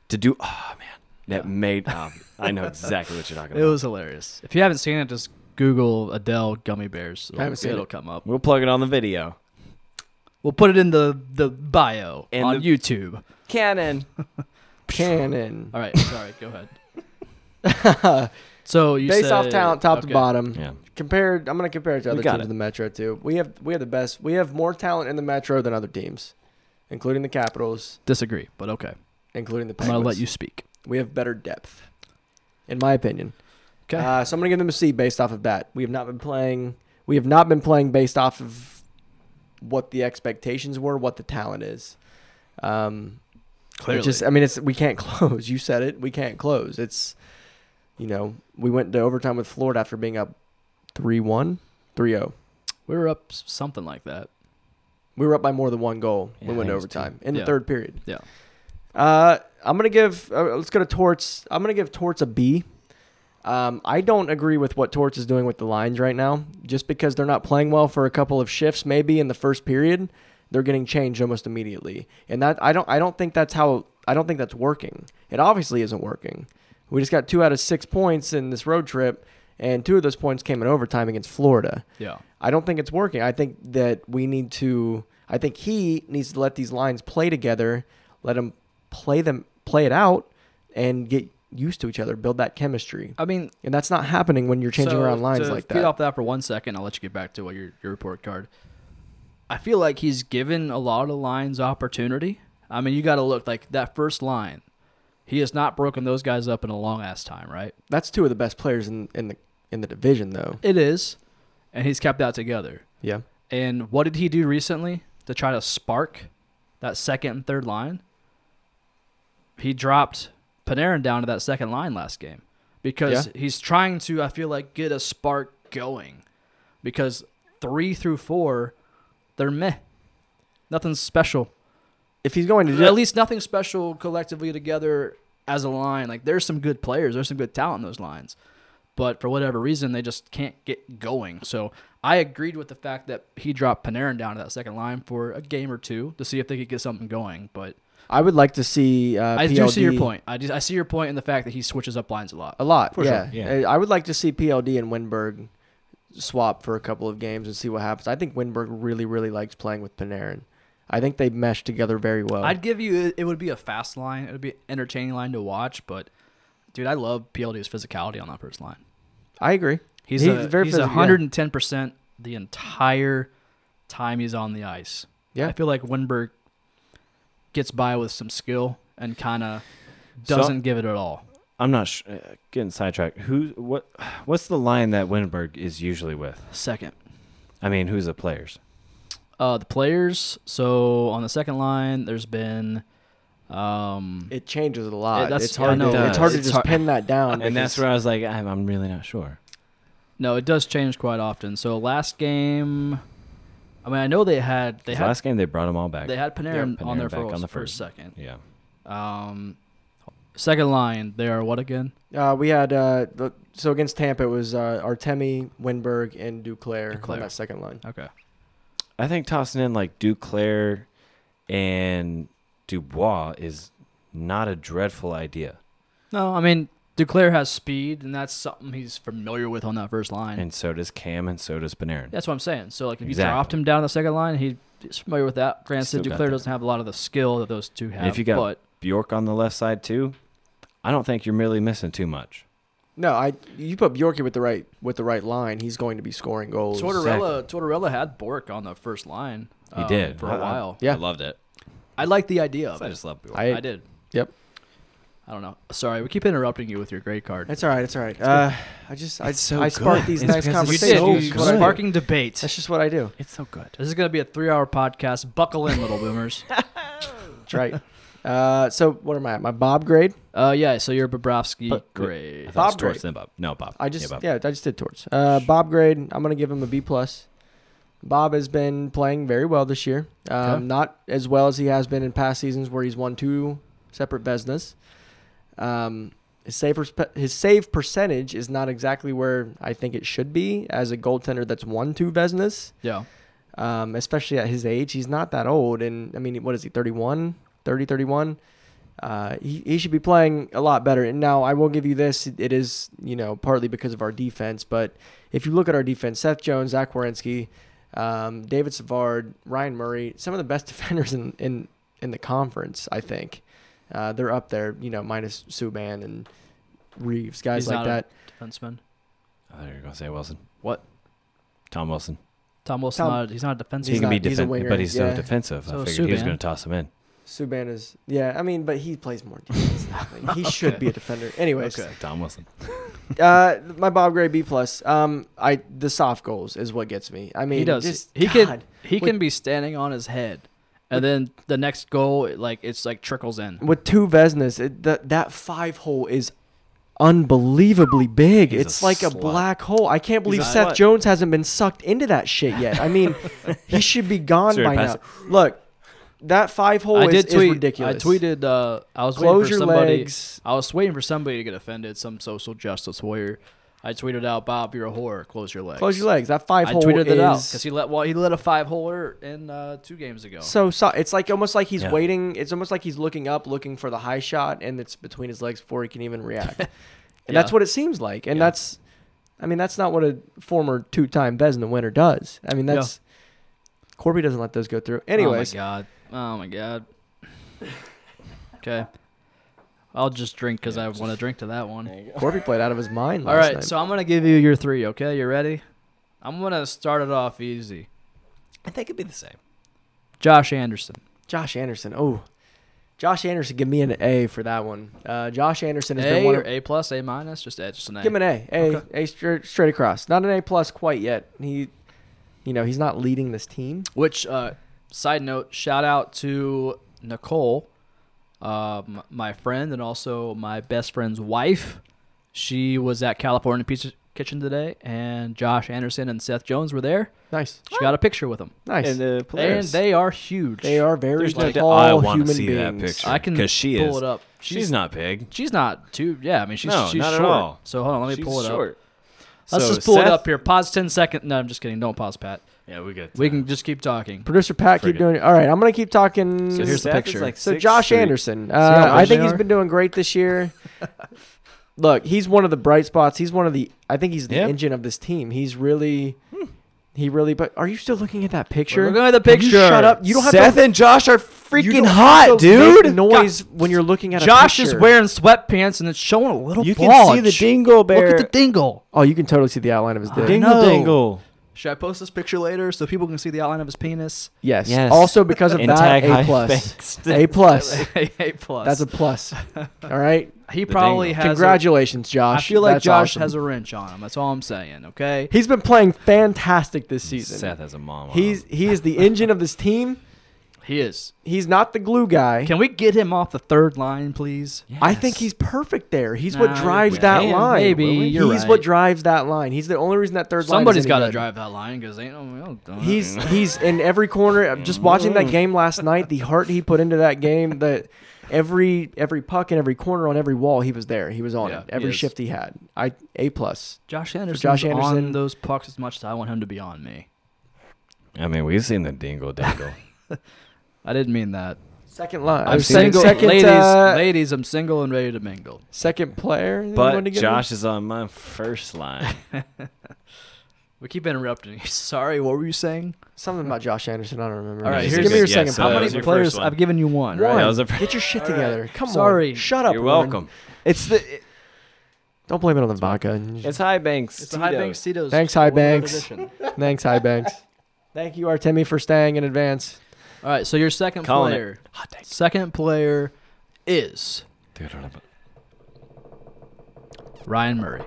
Speaker 8: to do. Oh man, that made. Um, I know exactly what you're talking
Speaker 6: It
Speaker 8: about.
Speaker 6: was hilarious. If you haven't seen it, just Google Adele gummy bears. It'll,
Speaker 7: haven't seen
Speaker 6: it'll
Speaker 7: it.
Speaker 6: come up.
Speaker 8: We'll plug it on the video.
Speaker 6: We'll put it in the the bio
Speaker 8: And
Speaker 6: on
Speaker 8: the-
Speaker 6: YouTube.
Speaker 8: Cannon.
Speaker 7: Cannon.
Speaker 6: All right, sorry, go ahead. so you
Speaker 7: Based
Speaker 6: said,
Speaker 7: off talent, top
Speaker 6: okay.
Speaker 7: to bottom.
Speaker 8: Yeah.
Speaker 7: Compared, I'm gonna compare it to other
Speaker 8: got
Speaker 7: teams
Speaker 8: it.
Speaker 7: in the Metro too. We have we have the best. We have more talent in the Metro than other teams, including the Capitals,
Speaker 6: Disagree, but okay.
Speaker 7: including the
Speaker 6: I'm
Speaker 7: Penguins.
Speaker 6: gonna let you speak.
Speaker 7: We have better depth, in my opinion.
Speaker 6: Okay.
Speaker 7: Uh, so I'm gonna give them a C based off of that. We have not been playing. We have not been playing based off of what the expectations were, what the talent is. Um,
Speaker 6: Clearly,
Speaker 7: It just, I mean, it's we can't close. You said it. We can't close. It's, you know, we went to overtime with Florida after being up 3-1, 3-0.
Speaker 6: we were up s- something like that.
Speaker 7: oh. We were up by more than one goal.
Speaker 8: Yeah,
Speaker 7: we went
Speaker 8: I
Speaker 7: to
Speaker 8: think it's
Speaker 7: overtime in
Speaker 6: Yeah.
Speaker 7: the third period.
Speaker 6: Yeah.
Speaker 7: Uh, I'm gonna give. Uh, let's go to Torts. I'm gonna give Torts a B. Um, I don't agree with what Torts is doing with the lines right now. Just because they're not playing well for a couple of shifts, maybe in the first period, they're getting changed almost immediately, and that I don't. I don't think that's how. I don't think that's working. It obviously isn't working. We just got two out of six points in this road trip, and two of those points came in overtime against Florida.
Speaker 6: Yeah.
Speaker 7: I don't think it's working. I think that we need to. I think he needs to let these lines play together, let them play them play it out and get used to each other, build that chemistry.
Speaker 6: I mean,
Speaker 7: And that's not happening when you're changing
Speaker 6: so
Speaker 7: around lines
Speaker 6: to
Speaker 7: like
Speaker 6: feed
Speaker 7: that.
Speaker 6: off that for one second, I'll let you get back to what your, your report card. I feel like he's given a lot of lines opportunity. I mean, you got to look like that first line. He has not broken those guys up in a long ass time, right?
Speaker 7: That's two of the best players in, in the in the division though.
Speaker 6: It is, and he's kept that together.
Speaker 7: Yeah.
Speaker 6: And what did he do recently to try to spark that second and third line? He dropped Panarin down to that second line last game because
Speaker 7: Yeah.
Speaker 6: he's trying to, I feel like, get a spark going. Because three through four, they're meh. Nothing special.
Speaker 7: If he's going to do
Speaker 6: At least nothing special collectively together as a line. Like there's some good players, there's some good talent in those lines. But for whatever reason, they just can't get going. So I agreed with the fact that he dropped Panarin down to that second line for a game or two to see if they could get something going. But
Speaker 7: I would like to see uh,
Speaker 6: I do see your
Speaker 7: PLD
Speaker 6: point. I, do, I see your point in the fact that he switches up lines a lot.
Speaker 7: A lot,
Speaker 8: For
Speaker 7: yeah.
Speaker 8: sure, yeah.
Speaker 7: Uh, I would like to see PLD and Winberg swap for a couple of games and see what happens. I think Winberg really, really likes playing with Panarin. I think they mesh together very well.
Speaker 6: I'd give you it would be a fast line. It would be an entertaining line to watch. But dude, I love PLD's physicality on that first line.
Speaker 7: I agree.
Speaker 6: He's, a, he's
Speaker 7: physical, yeah.
Speaker 6: 110% the entire time he's on the ice.
Speaker 7: Yeah.
Speaker 6: I feel like Winberg gets by with some skill and kind of doesn't give it at all.
Speaker 8: I'm not sh- uh, getting sidetracked. Who? What? What's the line that Winberg is usually with?
Speaker 6: Second.
Speaker 8: I mean, who's the players?
Speaker 6: Uh, the players. So on the second line, there's been. Um,
Speaker 7: It changes a
Speaker 6: Yeah,
Speaker 7: lot.
Speaker 6: that's-
Speaker 7: Uh, it's hard.
Speaker 6: I know
Speaker 7: to,
Speaker 8: it
Speaker 7: it's hard to
Speaker 6: does.
Speaker 7: just
Speaker 6: It's hard.
Speaker 7: pin that
Speaker 6: Uh,
Speaker 7: down.
Speaker 8: And that's
Speaker 7: because-
Speaker 8: where I was like, I'm, I'm really not sure.
Speaker 6: no, it does change quite often. So last game, I mean, I know they had they
Speaker 8: 'Cause
Speaker 6: had
Speaker 8: last game they brought them all back.
Speaker 6: they had Panarin, on
Speaker 8: Panarin
Speaker 6: there for,
Speaker 8: back
Speaker 6: a-
Speaker 8: on the
Speaker 6: for a
Speaker 8: first.
Speaker 6: second.
Speaker 8: Yeah.
Speaker 6: Um, second line, they are what again?
Speaker 7: uh, we had. Uh, the, so against Tampa, it was uh, Artemi, Winberg, and Duclair,
Speaker 6: Duclair.
Speaker 7: on that second line.
Speaker 6: Okay.
Speaker 8: I think tossing in like Duclair and Dubois is not a dreadful idea.
Speaker 6: No, I mean Duclair has speed, and that's something he's familiar with on that first line.
Speaker 8: And so does Cam, and so does Panarin.
Speaker 6: that's what I'm saying. So like, if
Speaker 8: Exactly.
Speaker 6: you dropped him down the second line, he- he's familiar with that.
Speaker 8: Still
Speaker 6: Granted,
Speaker 8: got
Speaker 6: Duclair
Speaker 8: that.
Speaker 6: doesn't have a lot of the skill that those two have.
Speaker 8: And if you got
Speaker 6: but
Speaker 8: Bjork on the left side too, I don't think you're really missing too much.
Speaker 7: No, I. You put Bjorky with the right with the right line, he's going to be scoring goals.
Speaker 6: Tortorella, Tortorella had Bork on the first line.
Speaker 8: He
Speaker 6: um,
Speaker 8: did Uh-uh.
Speaker 6: for
Speaker 8: I-
Speaker 6: a
Speaker 8: I-
Speaker 6: while.
Speaker 7: Yeah.
Speaker 8: I loved it.
Speaker 6: I like the idea of
Speaker 8: I
Speaker 6: it.
Speaker 8: just love Bjork.
Speaker 7: I-
Speaker 6: I did.
Speaker 7: Yep.
Speaker 6: I don't know. Sorry, we keep interrupting you with your grade card.
Speaker 7: It's all right. It's all right. Uh, I just I,
Speaker 8: It's so
Speaker 7: I spark
Speaker 8: good.
Speaker 7: these
Speaker 8: It's
Speaker 7: nice
Speaker 8: because
Speaker 6: you
Speaker 8: it's
Speaker 7: conversations.
Speaker 6: did.
Speaker 8: so
Speaker 6: You-
Speaker 7: That's what I do.
Speaker 6: sparking debate.
Speaker 7: That's just what I do.
Speaker 8: it's so good.
Speaker 6: This is going to be a three-hour podcast. Buckle in, little boomers.
Speaker 7: That's right. Uh, so what am I at? My Bob grade.
Speaker 6: Uh, yeah. So you're Bobrovsky
Speaker 7: But-
Speaker 6: grade.
Speaker 8: I thought
Speaker 7: Bob
Speaker 8: it was Torch,
Speaker 7: Drake.
Speaker 8: then Bob. No, Bob.
Speaker 7: I just yeah,
Speaker 8: Bob.
Speaker 7: I just did torts. Uh, Bob grade. I'm gonna give him a B plus. Bob has been playing very well this year. Um,
Speaker 6: Okay.
Speaker 7: Not as well as he has been in past seasons, where he's won two separate Vesnas. Um, his save perspe- his save percentage is not exactly where I think it should be as a goaltender that's won two Vesnas.
Speaker 6: Yeah.
Speaker 7: um, especially at his age. He's not that old. And I mean, what is he, 31, 30, 31? Uh, he, he should be playing a lot better. And now I will give you this. It is, you know, partly because of our defense. But if you look at our defense, Seth Jones, Zach Wierenski, um, David Savard, Ryan Murray, some of the best defenders in, in, in the conference, I think. Uh, they're up there, you know, minus Subban and Reeves, guys
Speaker 6: He's not
Speaker 7: like
Speaker 6: a-
Speaker 7: that.
Speaker 6: defenseman.
Speaker 8: I thought you were gonna say Wilson.
Speaker 6: What?
Speaker 8: Tom Wilson.
Speaker 6: Tom Wilson.
Speaker 7: Tom-
Speaker 6: not, he's not a defenseman.
Speaker 7: He's
Speaker 8: he can be
Speaker 7: not- he's a
Speaker 8: defensive,
Speaker 7: winger,
Speaker 8: but he's
Speaker 7: yeah.
Speaker 8: so defensive.
Speaker 6: So
Speaker 8: I
Speaker 6: is
Speaker 8: figured he was
Speaker 6: Subban.
Speaker 8: gonna toss him in.
Speaker 7: Subban is, yeah, I mean, but he plays more defense. than he should be a defender. Anyways,
Speaker 8: Tom Wilson.
Speaker 7: uh, my Bob Gray B plus. Um, I the soft goals is what gets me. I mean,
Speaker 6: he does.
Speaker 7: Just,
Speaker 6: he
Speaker 7: God.
Speaker 6: can. He can be standing on his head, and then the next goal, it, like it's like trickles in.
Speaker 7: with two Vesnas. It, that that five hole is unbelievably big.
Speaker 8: He's a
Speaker 7: it's like a
Speaker 8: slut.
Speaker 7: black hole. I can't believe
Speaker 8: a
Speaker 7: Seth
Speaker 8: slut.
Speaker 7: Jones hasn't been sucked into that shit yet. I mean, he should be gone
Speaker 8: Sorry,
Speaker 7: by
Speaker 8: pass
Speaker 7: now. Look, that five hole
Speaker 6: I
Speaker 7: is,
Speaker 6: did
Speaker 7: is
Speaker 6: tweet.
Speaker 7: ridiculous.
Speaker 6: I tweeted. Uh, I was
Speaker 7: Close
Speaker 6: waiting for
Speaker 7: your
Speaker 6: somebody.
Speaker 7: legs.
Speaker 6: I was waiting for somebody to get offended. Some social justice warrior. I tweeted out, "Bob, you're a whore. Close your legs."
Speaker 7: Close your legs. That five
Speaker 6: I
Speaker 7: hole
Speaker 6: tweeted
Speaker 7: is
Speaker 6: that out because he let well, he let a five holer in uh, two games ago.
Speaker 7: so, so it's like almost like he's
Speaker 8: Yeah.
Speaker 7: waiting. It's almost like he's looking up, looking for the high shot, and it's between his legs before he can even react. and that's
Speaker 6: Yeah.
Speaker 7: what it seems like. And
Speaker 6: Yeah.
Speaker 7: that's, I mean, that's not what a former two-time Vesna winner does. I mean,
Speaker 6: Yeah.
Speaker 7: that's Corby doesn't let those go through. Anyways,
Speaker 6: oh my god. Oh my god. Okay. I'll just drink because I want to drink to that one.
Speaker 7: Corby played out of his mind last
Speaker 6: All right,
Speaker 7: night.
Speaker 6: so I'm gonna give you your three. Okay, you ready? I'm gonna start it off easy. I think it'd be the same. Josh Anderson.
Speaker 7: Josh Anderson. Oh, Josh Anderson. Give me an A for that one. Uh, Josh Anderson has been
Speaker 6: A
Speaker 7: one
Speaker 6: or
Speaker 7: of.
Speaker 6: A plus, A minus, just A, just an A.
Speaker 7: Give him an A. A. A straight, straight across. Not an A plus quite yet. He, you know, he's not leading this team.
Speaker 6: Which, uh, side note, shout out to Nicole, um, my friend, and also my best friend's wife. She was at California Pizza Kitchen today, and Josh Anderson and Seth Jones were there.
Speaker 7: Nice.
Speaker 6: She got a picture with them,
Speaker 7: Nice.
Speaker 8: And uh, the
Speaker 6: and
Speaker 8: players.
Speaker 6: they are huge.
Speaker 7: they are very
Speaker 8: There's no doubt.
Speaker 7: tall
Speaker 8: I want
Speaker 7: human
Speaker 8: to see
Speaker 7: beings.
Speaker 8: that picture.
Speaker 6: I can
Speaker 8: because she
Speaker 6: pull
Speaker 8: is.
Speaker 6: it up.
Speaker 8: She's, not big.
Speaker 6: She's not too. Yeah, I mean she's
Speaker 8: No,
Speaker 6: she's
Speaker 8: not at
Speaker 6: short.
Speaker 8: all.
Speaker 6: So hold on, let me
Speaker 8: She's
Speaker 6: pull it
Speaker 8: short.
Speaker 6: up. Let's
Speaker 8: So
Speaker 6: just pull it
Speaker 8: Seth-
Speaker 6: up here. Pause ten second. No, I'm just kidding. Don't pause, Pat.
Speaker 8: Yeah, we got.
Speaker 6: We can just keep talking.
Speaker 7: Producer Pat, keep
Speaker 8: Friggin-
Speaker 7: doing it. All right, I'm gonna keep talking.
Speaker 8: So
Speaker 7: So,
Speaker 6: here's the
Speaker 8: Seth is
Speaker 6: picture.
Speaker 8: like six
Speaker 7: Josh
Speaker 8: three.
Speaker 7: Anderson,
Speaker 6: how
Speaker 7: uh,
Speaker 6: big
Speaker 7: I think
Speaker 6: they
Speaker 7: he's
Speaker 6: are?
Speaker 7: been doing great this year. Look, he's one of the bright spots. He's one of the. I think he's the
Speaker 8: Yeah.
Speaker 7: engine of this team. He's really.
Speaker 6: Hmm.
Speaker 7: He really, but are you still looking at that picture?
Speaker 6: looking at the
Speaker 7: Can you
Speaker 6: picture.
Speaker 7: shut up. You don't have
Speaker 8: Seth
Speaker 7: to.
Speaker 8: and Josh are
Speaker 7: you
Speaker 8: freaking
Speaker 7: don't
Speaker 8: hot,
Speaker 7: have to make
Speaker 8: dude.
Speaker 7: Noise when you're looking at a
Speaker 6: Josh is
Speaker 7: picture.
Speaker 6: wearing sweatpants and it's showing a little.
Speaker 8: You
Speaker 6: bulge.
Speaker 8: can see the dingle bear.
Speaker 6: Look at the dingle.
Speaker 7: Oh, you can totally see the outline of his dick.
Speaker 8: dingle
Speaker 6: know.
Speaker 8: dangle.
Speaker 6: Should I post this picture later so people can see the outline of his penis?
Speaker 7: Yes.
Speaker 8: Yes.
Speaker 7: Also because of
Speaker 8: And
Speaker 7: that,
Speaker 8: tag
Speaker 7: a
Speaker 8: high
Speaker 7: plus.
Speaker 8: thanks.
Speaker 7: A plus.
Speaker 6: A plus.
Speaker 7: That's a plus. All right.
Speaker 6: he probably
Speaker 8: dingle.
Speaker 6: has. a-
Speaker 7: Congratulations,
Speaker 6: I
Speaker 7: Josh.
Speaker 6: feel like
Speaker 7: That's
Speaker 6: Josh
Speaker 7: awesome.
Speaker 6: has a wrench on him. That's all I'm saying. Okay.
Speaker 7: He's been playing fantastic this season.
Speaker 8: Seth has a mom. on
Speaker 7: He's
Speaker 8: him.
Speaker 7: he is the engine of this team.
Speaker 6: He is.
Speaker 7: He's not the glue guy.
Speaker 6: Can we get him off the third line, please?
Speaker 7: I think he's perfect there. He's what
Speaker 6: Nah,
Speaker 7: drives
Speaker 6: we
Speaker 7: that
Speaker 6: can,
Speaker 7: line.
Speaker 6: maybe. You're
Speaker 7: he's what
Speaker 6: right.
Speaker 7: drives that line. He's the only reason that third line.
Speaker 6: Somebody's
Speaker 7: got
Speaker 6: to drive that line because ain't no. we don't- don't-
Speaker 7: He's he's in every corner. I'm Just watching that game last night, the heart he put into that game, that every every puck in every corner on every wall, he was there. He was on
Speaker 6: Yeah,
Speaker 7: it.
Speaker 6: he
Speaker 7: Every
Speaker 6: is.
Speaker 7: shift he had, I a plus.
Speaker 6: Josh Anderson.
Speaker 7: Josh Anderson-
Speaker 6: on those pucks as much as I want him to be on me.
Speaker 8: I mean, we've seen the dingle dangle.
Speaker 6: I didn't mean that.
Speaker 7: Second line.
Speaker 8: I'm
Speaker 7: I'm
Speaker 8: Same-
Speaker 6: Single,
Speaker 7: single. Second,
Speaker 6: ladies,
Speaker 7: uh,
Speaker 6: ladies, I'm single and ready to mingle.
Speaker 7: second player.
Speaker 8: but
Speaker 7: Anyone to get
Speaker 8: Josh is on my first line.
Speaker 6: We keep interrupting. you. Sorry, what were you saying?
Speaker 7: it? something about Josh Anderson. I don't remember.
Speaker 6: All right,
Speaker 7: Just
Speaker 6: here's
Speaker 7: give me
Speaker 6: the-
Speaker 7: your
Speaker 8: yeah,
Speaker 7: second
Speaker 8: so-
Speaker 6: How
Speaker 8: that
Speaker 7: player.
Speaker 6: many
Speaker 8: was your
Speaker 6: players?
Speaker 8: first one.
Speaker 6: I've given you one.
Speaker 7: One.
Speaker 6: Right?
Speaker 8: That was the fir-
Speaker 7: Get your shit together. Come
Speaker 6: Sorry.
Speaker 7: on. Shut up.
Speaker 8: You're
Speaker 7: Warren.
Speaker 8: welcome. It's the
Speaker 7: Don't blame it on the vodka.
Speaker 8: it's high banks.
Speaker 6: It's the High
Speaker 8: Tito.
Speaker 6: Banks Tito's.
Speaker 7: Thanks, High
Speaker 6: one-word
Speaker 7: Banks.
Speaker 6: edition.
Speaker 7: Thanks, High Banks. Thank you, Artemi, for staying in advance.
Speaker 6: All right, so your second
Speaker 8: Calling it.
Speaker 6: player. Second player is
Speaker 8: Dude, I don't know.
Speaker 6: Ryan Murray.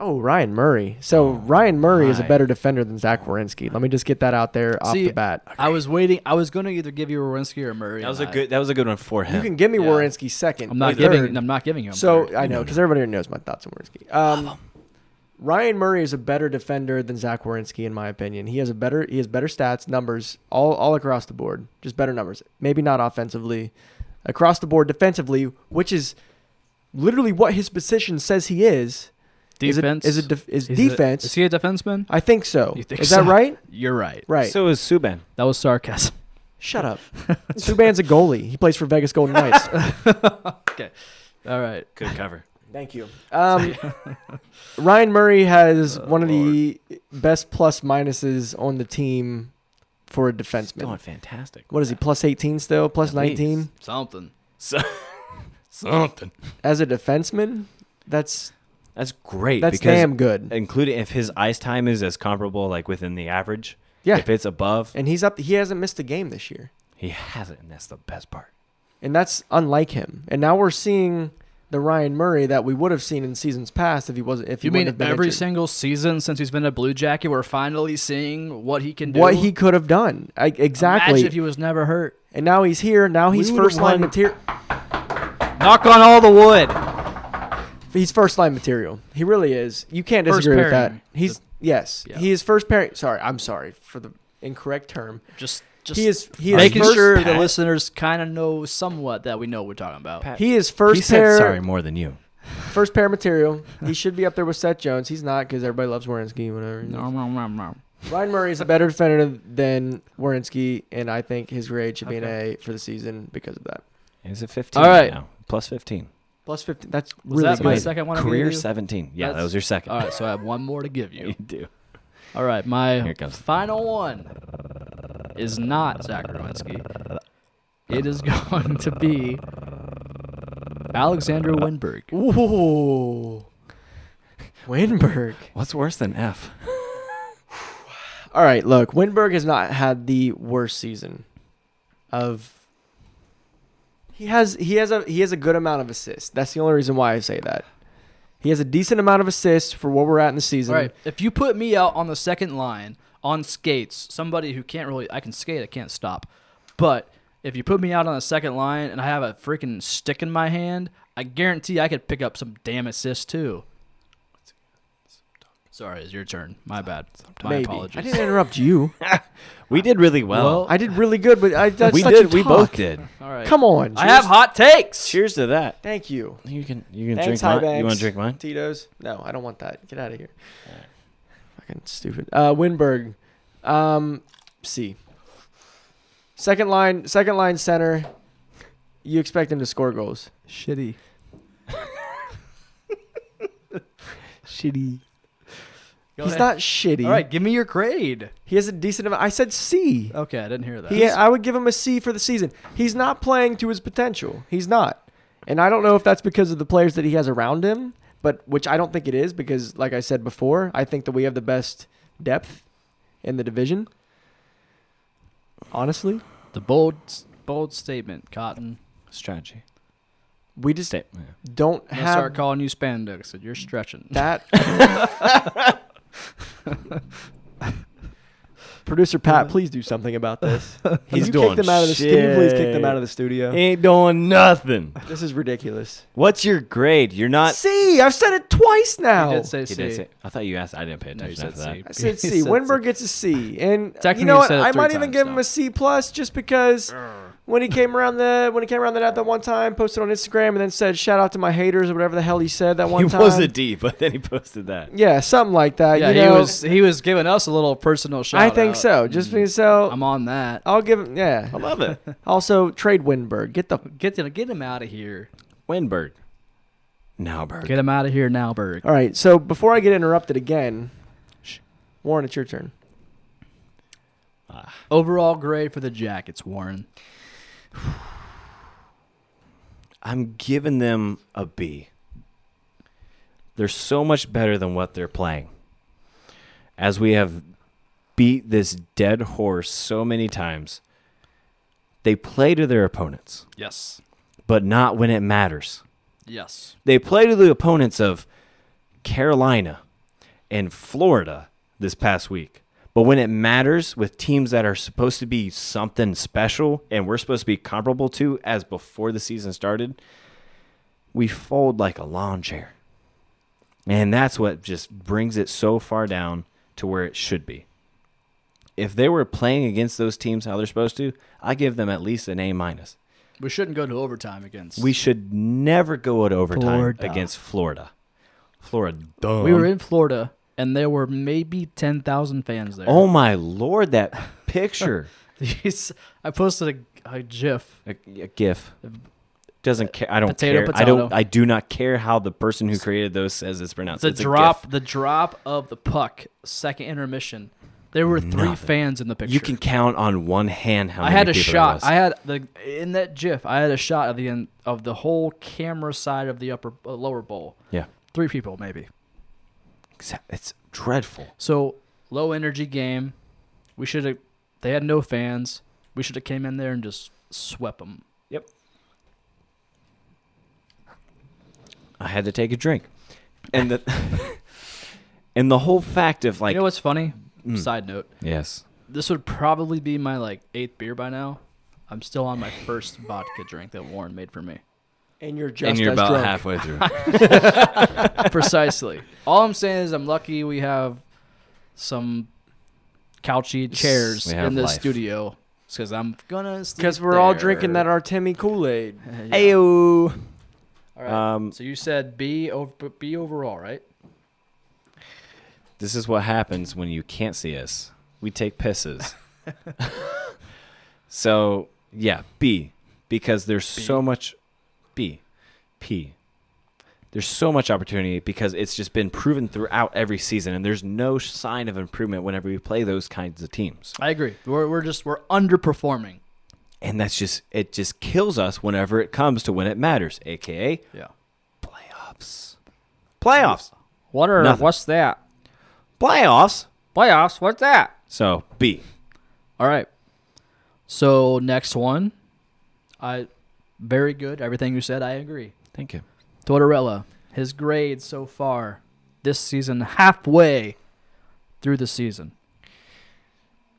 Speaker 7: Oh, Ryan Murray. So Ryan Murray is a better defender than Zach Wierenski. Let me just get that out there off
Speaker 6: See,
Speaker 7: the bat.
Speaker 6: I was waiting. I was going to either give you Rowinski or Murray.
Speaker 8: That was a
Speaker 6: and I-
Speaker 8: good. That was a good one for him.
Speaker 7: You can give me
Speaker 6: Yeah.
Speaker 7: Wierenski second.
Speaker 6: I'm not
Speaker 7: or
Speaker 6: giving.
Speaker 7: third.
Speaker 6: I'm not giving him.
Speaker 7: So
Speaker 6: Murray.
Speaker 7: I know because everybody knows my thoughts on Wierenski. Um, Ryan Murray is a better defender than Zach Wierenski, in my opinion. He has a better he has better stats, numbers all all across the board, just better numbers. Maybe not offensively, across the board defensively, which is literally what his position says he is. Is it-
Speaker 6: defense
Speaker 7: is it def- is
Speaker 6: it-
Speaker 7: defense.
Speaker 6: is he a defenseman?
Speaker 7: I think so.
Speaker 6: You think
Speaker 7: is
Speaker 6: so?
Speaker 7: that right?
Speaker 6: You're right.
Speaker 7: Right.
Speaker 8: So is Subban.
Speaker 6: That was sarcasm.
Speaker 7: Shut up. Subban's a goalie. He plays for Vegas Golden Knights.
Speaker 6: Okay. All right.
Speaker 8: Good cover.
Speaker 7: Thank you. Um, Ryan Murray has
Speaker 6: Oh,
Speaker 7: one of the best plus minuses on the team for a
Speaker 8: Doing
Speaker 7: defenseman.
Speaker 8: fantastic.
Speaker 7: What is he? Plus 18 still? Plus 19?
Speaker 6: Something.
Speaker 8: So, something.
Speaker 7: As a defenseman, that's
Speaker 8: That's great.
Speaker 7: that's
Speaker 8: because
Speaker 7: damn good.
Speaker 8: Including if his ice time is as comparable, like within the average.
Speaker 7: Yeah.
Speaker 8: If it's above,
Speaker 7: And he's up. He hasn't missed a game this year,
Speaker 8: he has it, and that's the best part.
Speaker 7: and that's unlike him. And now we're seeing the Ryan Murray that we would have seen in seasons past if he wasn't. If he
Speaker 6: You mean
Speaker 7: wouldn't have been
Speaker 6: every
Speaker 7: injured.
Speaker 6: single season since he's been a Blue Jacket, we're finally seeing what he can do.
Speaker 7: what he could have done? I, exactly.
Speaker 6: Imagine if he was never hurt.
Speaker 7: and now he's here. Now he's
Speaker 8: would've
Speaker 7: first line
Speaker 8: won.
Speaker 7: material.
Speaker 6: Knock on all the wood.
Speaker 7: He's first line material. He really is. You can't
Speaker 6: First
Speaker 7: disagree with that.
Speaker 6: pairing.
Speaker 7: He's yes.
Speaker 6: Yeah.
Speaker 7: He is first pairing. Sorry, I'm sorry for the incorrect term.
Speaker 6: Just, just
Speaker 7: He is. He is
Speaker 6: making
Speaker 7: first,
Speaker 6: sure the
Speaker 8: Pat.
Speaker 6: listeners kind of know somewhat that we know what we're talking about.
Speaker 8: Pat.
Speaker 7: He is
Speaker 8: he
Speaker 7: first pair.
Speaker 8: said sorry more than you.
Speaker 7: First pair material. He should be up there with Seth Jones. He's not because everybody loves Wierenski. Whatever.
Speaker 6: Nom, nom, nom, nom.
Speaker 7: Ryan Murray is a better defender than Wierenski, and I think his grade should be an A for the season because of that.
Speaker 8: Is it 15
Speaker 6: All
Speaker 8: right.
Speaker 6: right.
Speaker 8: now? Plus 15.
Speaker 7: Plus fifteen. That's
Speaker 6: Was
Speaker 7: really
Speaker 6: that my
Speaker 7: good.
Speaker 6: second one? I gave
Speaker 8: Career
Speaker 6: you?
Speaker 8: 17. Yeah, that
Speaker 6: That's-
Speaker 8: was your second.
Speaker 6: All right, so I have one more to give you.
Speaker 8: you do.
Speaker 6: All right, my
Speaker 8: Here it comes.
Speaker 6: final one is not Zach Rowinski. It is going to be Alexander Winberg.
Speaker 7: Ooh. Winberg.
Speaker 8: What's worse than F?
Speaker 7: All right, look, Winberg has not had the worst season of He has he has a he has a good amount of assists. That's the only reason why I say that. He has a decent amount of assists for where we're at in the season.
Speaker 6: All right, if you put me out on the second line on skates, somebody who can't really, I can skate, I can't stop. But if you put me out on the second line and I have a freaking stick in my hand, I guarantee I could pick up some damn assists too. Sorry, it's your turn. My bad. My
Speaker 7: Maybe. I
Speaker 6: apologies.
Speaker 7: didn't interrupt you.
Speaker 8: We did really well.
Speaker 6: Well,
Speaker 7: I did really good, but I that's
Speaker 8: we
Speaker 7: let
Speaker 8: did.
Speaker 7: you
Speaker 8: We
Speaker 7: talk.
Speaker 8: both did.
Speaker 6: All right.
Speaker 7: Come on.
Speaker 6: I have hot takes.
Speaker 8: Cheers to that.
Speaker 7: Thank you.
Speaker 8: You can you can
Speaker 7: Thanks,
Speaker 8: drink mine.
Speaker 7: High Banks.
Speaker 8: You want to drink mine?
Speaker 7: Tito's? No, I don't want that. Get out of here. Fucking stupid. Uh, Winberg. Um, C. Second line, second line center. You expect him to score goals.
Speaker 8: Shitty.
Speaker 7: Shitty.
Speaker 6: Go
Speaker 7: He's
Speaker 6: ahead.
Speaker 7: not shitty.
Speaker 6: All right, give me your grade.
Speaker 7: He has a decent amount. I said C.
Speaker 6: Okay, I didn't hear that.
Speaker 7: He, I would give him a C for the season. He's not playing to his potential. He's not. And I don't know if that's because of the players that he has around him, but which I don't think it is because, like I said before, I think that we have the best depth in the division. Honestly,
Speaker 6: the bold, bold statement, Cotton.
Speaker 8: Strategy.
Speaker 7: we just
Speaker 8: State. yeah.
Speaker 7: don't
Speaker 6: I'm gonna start
Speaker 7: have
Speaker 6: calling you spandex, and you're stretching.
Speaker 7: that. Producer Pat, please do something about this. Can
Speaker 8: He's
Speaker 7: you
Speaker 8: doing
Speaker 7: kick them out of the. Can you please kick them
Speaker 8: shit.
Speaker 7: out of the studio?
Speaker 8: Ain't doing nothing.
Speaker 7: This is ridiculous.
Speaker 8: What's your grade? You're not.
Speaker 7: C, I've said it twice now.
Speaker 6: He did say
Speaker 8: He
Speaker 6: C.
Speaker 8: did say- I thought you asked. I didn't pay
Speaker 6: No, he
Speaker 8: attention
Speaker 6: said
Speaker 8: after that.
Speaker 6: C.
Speaker 7: I said
Speaker 6: He
Speaker 7: C.
Speaker 6: said
Speaker 7: Winberg gets a C, and
Speaker 6: Technically,
Speaker 7: you know
Speaker 6: you
Speaker 7: what?
Speaker 6: said it
Speaker 7: I
Speaker 6: three
Speaker 7: might even
Speaker 6: times,
Speaker 7: give him
Speaker 6: though.
Speaker 7: a C plus just because when he came around the when he came around the net that one time, posted on Instagram, and then said shout out to my haters or whatever the hell he said that one
Speaker 8: he
Speaker 7: time.
Speaker 8: was a D, but then he posted that.
Speaker 7: yeah, something like that.
Speaker 6: Yeah,
Speaker 7: Uh, you know,
Speaker 6: he was he was giving us a little personal shout.
Speaker 7: I think
Speaker 6: out.
Speaker 7: so. Just because so,
Speaker 6: I'm on that.
Speaker 7: I'll give him. Yeah.
Speaker 8: I love it.
Speaker 7: Also, trade Winberg. Get the.
Speaker 6: Get the, get him out of here.
Speaker 8: Winberg. Nauberg.
Speaker 6: Get him out of here now, Berg.
Speaker 7: All right. So before I get interrupted again, Warren, it's your turn.
Speaker 6: Overall grade for the Jackets, Warren.
Speaker 8: I'm giving them a B. They're so much better than what they're playing. As we have beat this dead horse so many times, they play to their opponents,
Speaker 6: Yes.
Speaker 8: but not when it matters.
Speaker 6: Yes.
Speaker 8: They play to the opponents of Carolina and Florida this past week. But when it matters with teams that are supposed to be something special and we're supposed to be comparable to as before the season started, we fold like a lawn chair. And that's what just brings it so far down to where it should be. If they were playing against those teams how they're supposed to, I give them at least an A minus.
Speaker 6: We shouldn't go to overtime against.
Speaker 8: We should never go at overtime
Speaker 6: Florida.
Speaker 8: against Florida. Florida.
Speaker 6: we were in Florida and there were maybe ten thousand fans there.
Speaker 8: Oh my lord, that picture.
Speaker 6: These- I posted a, a GIF.
Speaker 8: a, a GIF. Doesn't care. I don't
Speaker 6: Potato,
Speaker 8: care. I don't.
Speaker 6: potato.
Speaker 8: I do not care how the person who created those says it's pronounced.
Speaker 6: The
Speaker 8: It's a
Speaker 6: drop,
Speaker 8: GIF.
Speaker 6: the drop of the puck, second intermission. There were three
Speaker 8: Nothing.
Speaker 6: fans in the picture.
Speaker 8: You can count on one hand how
Speaker 6: I
Speaker 8: many
Speaker 6: had a
Speaker 8: people there
Speaker 6: shot.
Speaker 8: was.
Speaker 6: I had the in that GIF. I had a shot of the end of the whole camera side of the upper uh, lower bowl.
Speaker 8: yeah,
Speaker 6: Three people maybe.
Speaker 8: Exa- it's dreadful.
Speaker 6: So low energy game. We should have. They had no fans. We should have came in there and just swept them.
Speaker 8: Yep. I had to take a drink, and the and the whole fact of like mm.
Speaker 6: you know what's funny? Side note:
Speaker 8: yes,
Speaker 6: This would probably be my like eighth beer by now. I'm still on my first vodka drink that Warren made for me.
Speaker 7: And you're just
Speaker 8: and you're
Speaker 7: as
Speaker 8: about
Speaker 7: drunk.
Speaker 8: halfway through.
Speaker 6: Precisely. All I'm saying is I'm lucky we have some couchy chairs
Speaker 8: We have
Speaker 6: in this
Speaker 8: life.
Speaker 6: studio because I'm gonna
Speaker 7: Because we're all drinking that Artemi Kool Aid.
Speaker 8: Ayo.
Speaker 6: All right.
Speaker 8: Um,
Speaker 6: so you said B over B overall, right?
Speaker 8: This is what happens when you can't see us. We take pisses. so yeah, B because there's so much B P. There's so much opportunity because it's just been proven throughout every season, and there's no sign of improvement whenever we play those kinds of teams.
Speaker 6: I agree. We're we're just we're underperforming.
Speaker 8: And that's just it just kills us whenever it comes to when it matters, aka
Speaker 6: Yeah.
Speaker 8: playoffs. Playoffs.
Speaker 6: What are
Speaker 8: Nothing.
Speaker 6: what's that?
Speaker 8: Playoffs.
Speaker 6: Playoffs? What's that?
Speaker 8: So B.
Speaker 6: All right. So next one, I very good. Everything you said, I agree.
Speaker 8: Thank you.
Speaker 6: Tortorella, his grade so far this season, halfway through the season.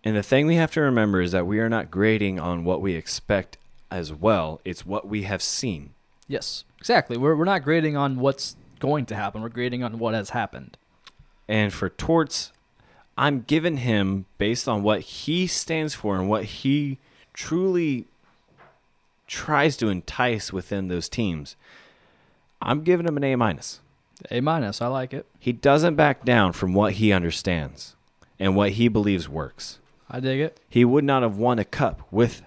Speaker 8: And the thing we have to remember is that we are not grading on what we expect as well. It's what we have seen.
Speaker 6: Yes, exactly. We're we're not grading on what's going to happen. We're grading on what has happened.
Speaker 8: And for Torts, I'm giving him based on what he stands for and what he truly tries to entice within those teams. I'm giving him an A minus.
Speaker 6: A minus. I like it.
Speaker 8: He doesn't back down from what he understands and what he believes works.
Speaker 6: I dig it.
Speaker 8: He would not have won a cup with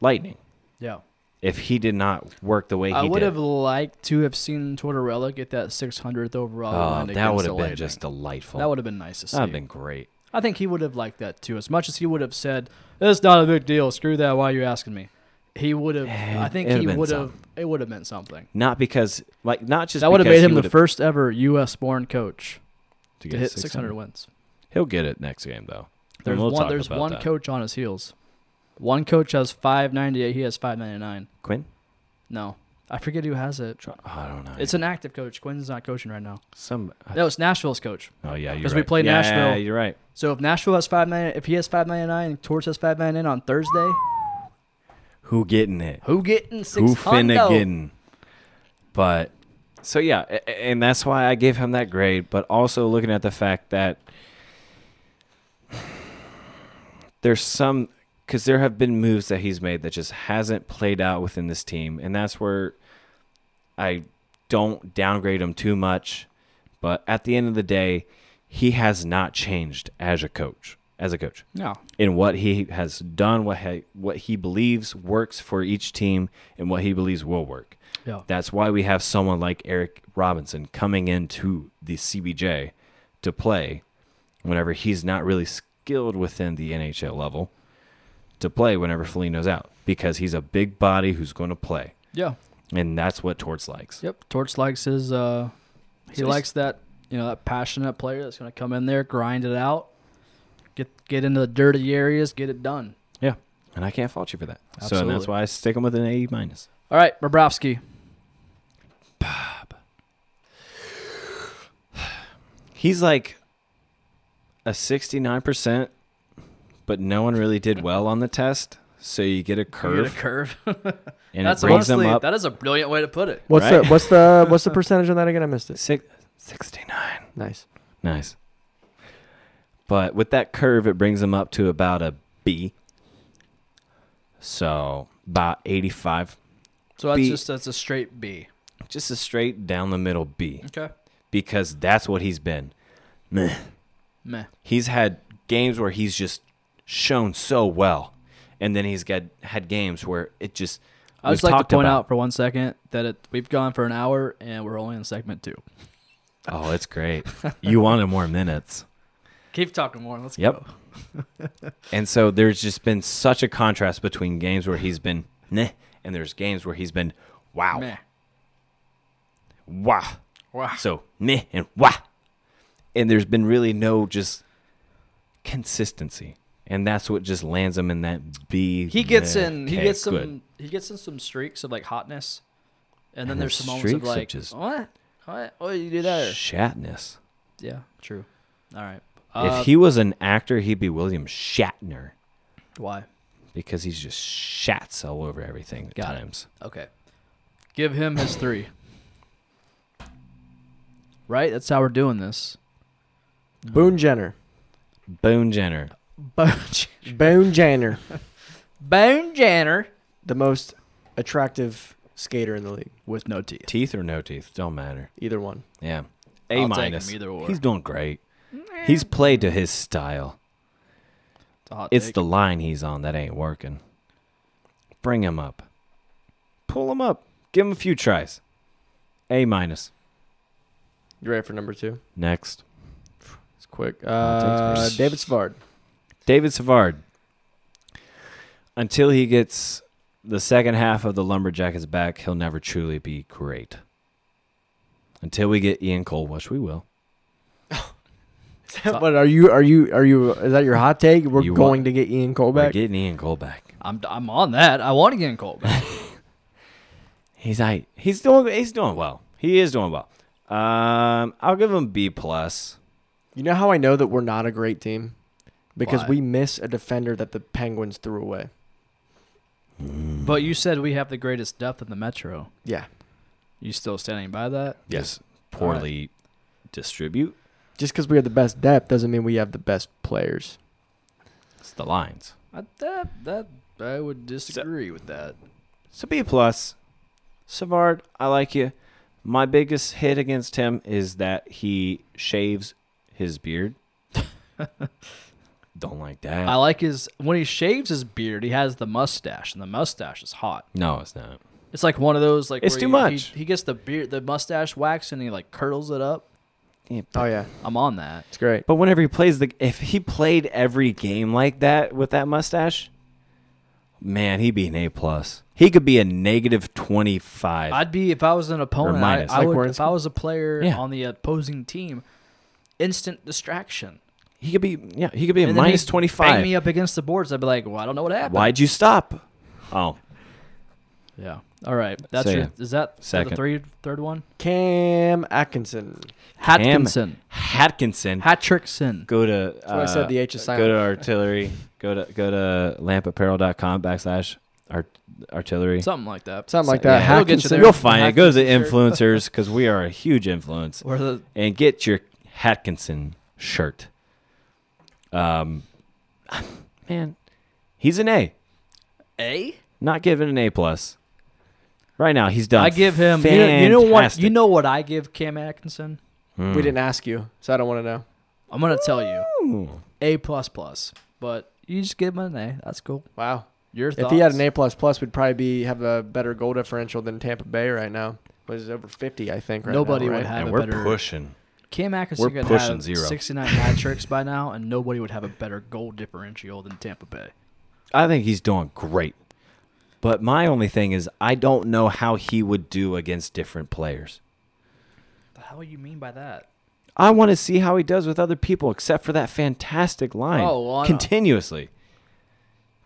Speaker 8: Lightning
Speaker 6: Yeah.
Speaker 8: if he did not work the way
Speaker 6: I
Speaker 8: he
Speaker 6: would
Speaker 8: did.
Speaker 6: have liked to have seen Tortorella get that 600th overall.
Speaker 8: Oh,
Speaker 6: win
Speaker 8: that
Speaker 6: against
Speaker 8: would
Speaker 6: the
Speaker 8: have been
Speaker 6: Lightning.
Speaker 8: just delightful.
Speaker 6: That would have been nice to see.
Speaker 8: That would have been great.
Speaker 6: I think he would have liked that too. As much as he would have said, "It's not a big deal. Screw that. Why are you asking me?" He would have. I think
Speaker 8: it'd
Speaker 6: he
Speaker 8: Eh, been
Speaker 6: would have.
Speaker 8: something.
Speaker 6: It would have meant something.
Speaker 8: Not because, like, not just
Speaker 6: That would have
Speaker 8: because
Speaker 6: made
Speaker 8: he
Speaker 6: him the
Speaker 8: would've-
Speaker 6: first ever U.S.-born coach to
Speaker 8: to get
Speaker 6: hit 600 wins.
Speaker 8: He'll get it next game though.
Speaker 6: There's one. There's one coach on his heels. One coach has 598. He has 599.
Speaker 8: Quinn.
Speaker 6: No, I forget who has it.
Speaker 8: I don't know.
Speaker 6: It's an active coach. Quinn's not coaching right now.
Speaker 8: some.
Speaker 6: No, it's Nashville's coach.
Speaker 8: Oh yeah, you're
Speaker 6: 'Cause
Speaker 8: right.
Speaker 6: we play
Speaker 8: yeah,
Speaker 6: Nashville.
Speaker 8: you're right.
Speaker 6: So if Nashville has five nine, if he has five ninety nine, and Torch has five ninety nine on Thursday,
Speaker 8: Who getting it?
Speaker 6: who getting six?
Speaker 8: Who finna getting? But so yeah, a- a- and that's why I gave him that grade. But also looking at the fact that there's some because there have been moves that he's made that just hasn't played out within this team, and that's where I don't downgrade him too much. But at the end of the day, he has not changed as a coach. As a coach,
Speaker 6: No,
Speaker 8: in what he has done, what he, what he believes works for each team, and what he believes will work.
Speaker 6: Yeah.
Speaker 8: That's why we have someone like Eric Robinson coming into the CBJ to play whenever he's not really skilled within the NHL level to play whenever Felino's out because he's a big body who's going to play.
Speaker 6: Yeah.
Speaker 8: And that's what Torts likes.
Speaker 6: Yep. Torch likes his. Uh, he likes that you know that passionate player that's going to come in there, grind it out, get get into the dirty areas, get it done.
Speaker 8: Yeah. And I can't fault you for that. So and
Speaker 6: Absolutely.
Speaker 8: that's why I stick him with an A minus.
Speaker 6: All right, Bobrovsky.
Speaker 8: he's like a 69% but no one really did well on the test so you get a curve
Speaker 6: curve.
Speaker 8: and it
Speaker 6: that's
Speaker 8: brings
Speaker 6: honestly
Speaker 8: them up
Speaker 6: that is a brilliant way to put it.
Speaker 7: What's
Speaker 8: Right?
Speaker 7: the what's the what's the percentage on that again? I missed it.
Speaker 8: Six, 69
Speaker 7: Nice.
Speaker 8: nice but with that curve it brings them up to about a b so about 85
Speaker 6: So that's
Speaker 8: B.
Speaker 6: just that's a straight B.
Speaker 8: just a straight down the middle b
Speaker 6: Okay.
Speaker 8: because that's what he's been Meh.
Speaker 6: Meh.
Speaker 8: he's had games where he's just shown so well, and then he's got had games where it just.
Speaker 6: I would just
Speaker 8: we've
Speaker 6: like
Speaker 8: talked
Speaker 6: to point
Speaker 8: about-
Speaker 6: out for one second that it, we've gone for an hour and we're only in segment two.
Speaker 8: Oh, it's great. you wanted more minutes.
Speaker 6: Keep talking more. Let's
Speaker 8: Yep. and so there's just been such a contrast between games where he's been meh, and there's games where he's been wow,
Speaker 6: go. Meh.
Speaker 8: wah.
Speaker 6: Wow.
Speaker 8: So meh and wah, and there's been really no just consistency. And that's what just lands him in that B.
Speaker 6: He gets
Speaker 8: meh,
Speaker 6: in. He
Speaker 8: okay,
Speaker 6: gets some.
Speaker 8: good.
Speaker 6: He gets in some streaks of like hotness, and then
Speaker 8: And
Speaker 6: there's
Speaker 8: the
Speaker 6: some moments of
Speaker 8: streaks of
Speaker 6: like
Speaker 8: just-
Speaker 6: what, what, what did you do there?
Speaker 8: Shatness.
Speaker 6: Yeah, true. All right. Uh,
Speaker 8: If he was an actor, he'd be William Shatner
Speaker 6: why?
Speaker 8: because he's just shats all over everything at
Speaker 6: Got it.
Speaker 8: times.
Speaker 6: Okay. Give him his three. Right. That's how we're doing this.
Speaker 7: Boone Jenner.
Speaker 8: Boone Jenner.
Speaker 6: Bone
Speaker 7: Boone Jenner,
Speaker 6: Bone Janner
Speaker 7: the most attractive skater in the league.
Speaker 6: with no teeth.
Speaker 8: Teeth or no teeth, don't matter.
Speaker 7: Either one.
Speaker 8: Yeah.
Speaker 6: I'll
Speaker 8: A
Speaker 6: take
Speaker 8: minus.
Speaker 6: him either or.
Speaker 8: He's doing great. He's played to his style.
Speaker 6: It's, a hot
Speaker 8: It's
Speaker 6: take.
Speaker 8: the line he's on that ain't working. Bring him up. Pull him up. Give him a few tries. A minus.
Speaker 7: You ready for number two?
Speaker 8: Next.
Speaker 7: It's quick.
Speaker 8: I'll take
Speaker 7: Uh,
Speaker 8: this.
Speaker 7: David Savard.
Speaker 8: David Savard. until he gets the second half of the Lumberjackets back, he'll never truly be great. Until we get Ian Cole, which we will.
Speaker 7: but are you are you are you is that your hot take? We're
Speaker 8: You want-
Speaker 7: going to get Ian Cole
Speaker 8: We're
Speaker 7: back.
Speaker 8: getting Ian Cole back.
Speaker 6: I'm I'm on that. I want to get in Cole back.
Speaker 8: He's I he's doing he's doing well. He is doing well. Um, I'll give him B plus.
Speaker 7: you know how I know that we're not a great team? Because
Speaker 6: Why?
Speaker 7: we miss a defender that the Penguins threw away.
Speaker 6: but you said we have the greatest depth in the Metro.
Speaker 7: Yeah.
Speaker 6: You still standing by that?
Speaker 8: Yes, poorly distribute.
Speaker 7: Just because we have the best depth doesn't mean we have the best players.
Speaker 8: It's the lines.
Speaker 6: I, that that I would disagree with that.
Speaker 8: So B plus. Savard, I like you. My biggest hit against him is that he shaves his beard. Don't like that.
Speaker 6: I like his when he shaves his beard. He has the mustache, and the mustache is hot.
Speaker 8: no, it's not.
Speaker 6: It's like one of those like
Speaker 8: It's
Speaker 6: where
Speaker 8: too
Speaker 6: he-
Speaker 8: much.
Speaker 6: He, he gets the beard, the mustache wax, and he like curls it up.
Speaker 7: Oh yeah,
Speaker 6: I'm on that.
Speaker 7: it's great.
Speaker 8: But whenever he plays the, if he played every game like that with that mustache, man, he'd be an A plus. He could be a negative twenty five.
Speaker 6: I'd be if I was an opponent. I,
Speaker 8: minus,
Speaker 6: I
Speaker 7: like we're
Speaker 6: would
Speaker 7: in
Speaker 6: if I was a player
Speaker 8: Yeah.
Speaker 6: on the opposing team. Instant distraction.
Speaker 8: He could be, yeah, he could be a
Speaker 6: then
Speaker 8: minus
Speaker 6: he'd
Speaker 8: twenty
Speaker 6: Bang me
Speaker 8: five.
Speaker 6: up against the boards. I'd be like, well, I don't know what happened.
Speaker 8: Why'd you stop? Oh,
Speaker 6: Yeah. All right. That's
Speaker 8: So,
Speaker 6: your,
Speaker 8: yeah.
Speaker 6: is that
Speaker 8: Second.
Speaker 6: the three third one?
Speaker 7: Cam Atkinson.
Speaker 6: Hatkinson.
Speaker 8: Hatkinson.
Speaker 6: Hatrickson.
Speaker 8: go to. uh,
Speaker 7: why I said the H is
Speaker 8: Go
Speaker 7: silent.
Speaker 8: to artillery. go to go to lampapparel.com backslash art, artillery.
Speaker 6: Something like that.
Speaker 7: Something like
Speaker 8: So,
Speaker 7: that.
Speaker 8: yeah,
Speaker 6: we'll get you
Speaker 7: Atkinson.
Speaker 6: there.
Speaker 8: You'll find it. Go to the
Speaker 6: Hatkinson
Speaker 8: influencers because we are a huge influence.
Speaker 6: Or the
Speaker 8: and get your Hatkinson shirt. Um, man, he's an A.
Speaker 6: A?
Speaker 8: Not given an A plus. Right now, he's done.
Speaker 6: I give him. You know, you know what?
Speaker 8: fantastic.
Speaker 6: You know what I give Cam Atkinson?
Speaker 8: Mm.
Speaker 7: We didn't ask you, so I don't want to know.
Speaker 6: I'm gonna tell you. A plus plus. But you just give him an A. That's cool.
Speaker 7: Wow.
Speaker 6: Your
Speaker 7: If
Speaker 6: thoughts?
Speaker 7: he had an A plus plus, we'd probably be have a better goal differential than Tampa Bay right now. Was over fifty, I think. Right
Speaker 6: Nobody
Speaker 7: now,
Speaker 6: would
Speaker 7: right?
Speaker 6: have
Speaker 8: and
Speaker 6: a
Speaker 8: we're
Speaker 6: better.
Speaker 8: pushing.
Speaker 6: Cam
Speaker 8: We're
Speaker 6: Atkinson could
Speaker 8: pushing
Speaker 6: have
Speaker 8: zero.
Speaker 6: 69 hat tricks by now, and nobody would have a better goal differential than Tampa Bay.
Speaker 8: I think he's doing great. But my only thing is, I don't know how he would do against different players.
Speaker 6: The hell you mean by that?
Speaker 8: I want to see how he does with other people, except for that fantastic line
Speaker 6: Oh, well, I know.
Speaker 8: continuously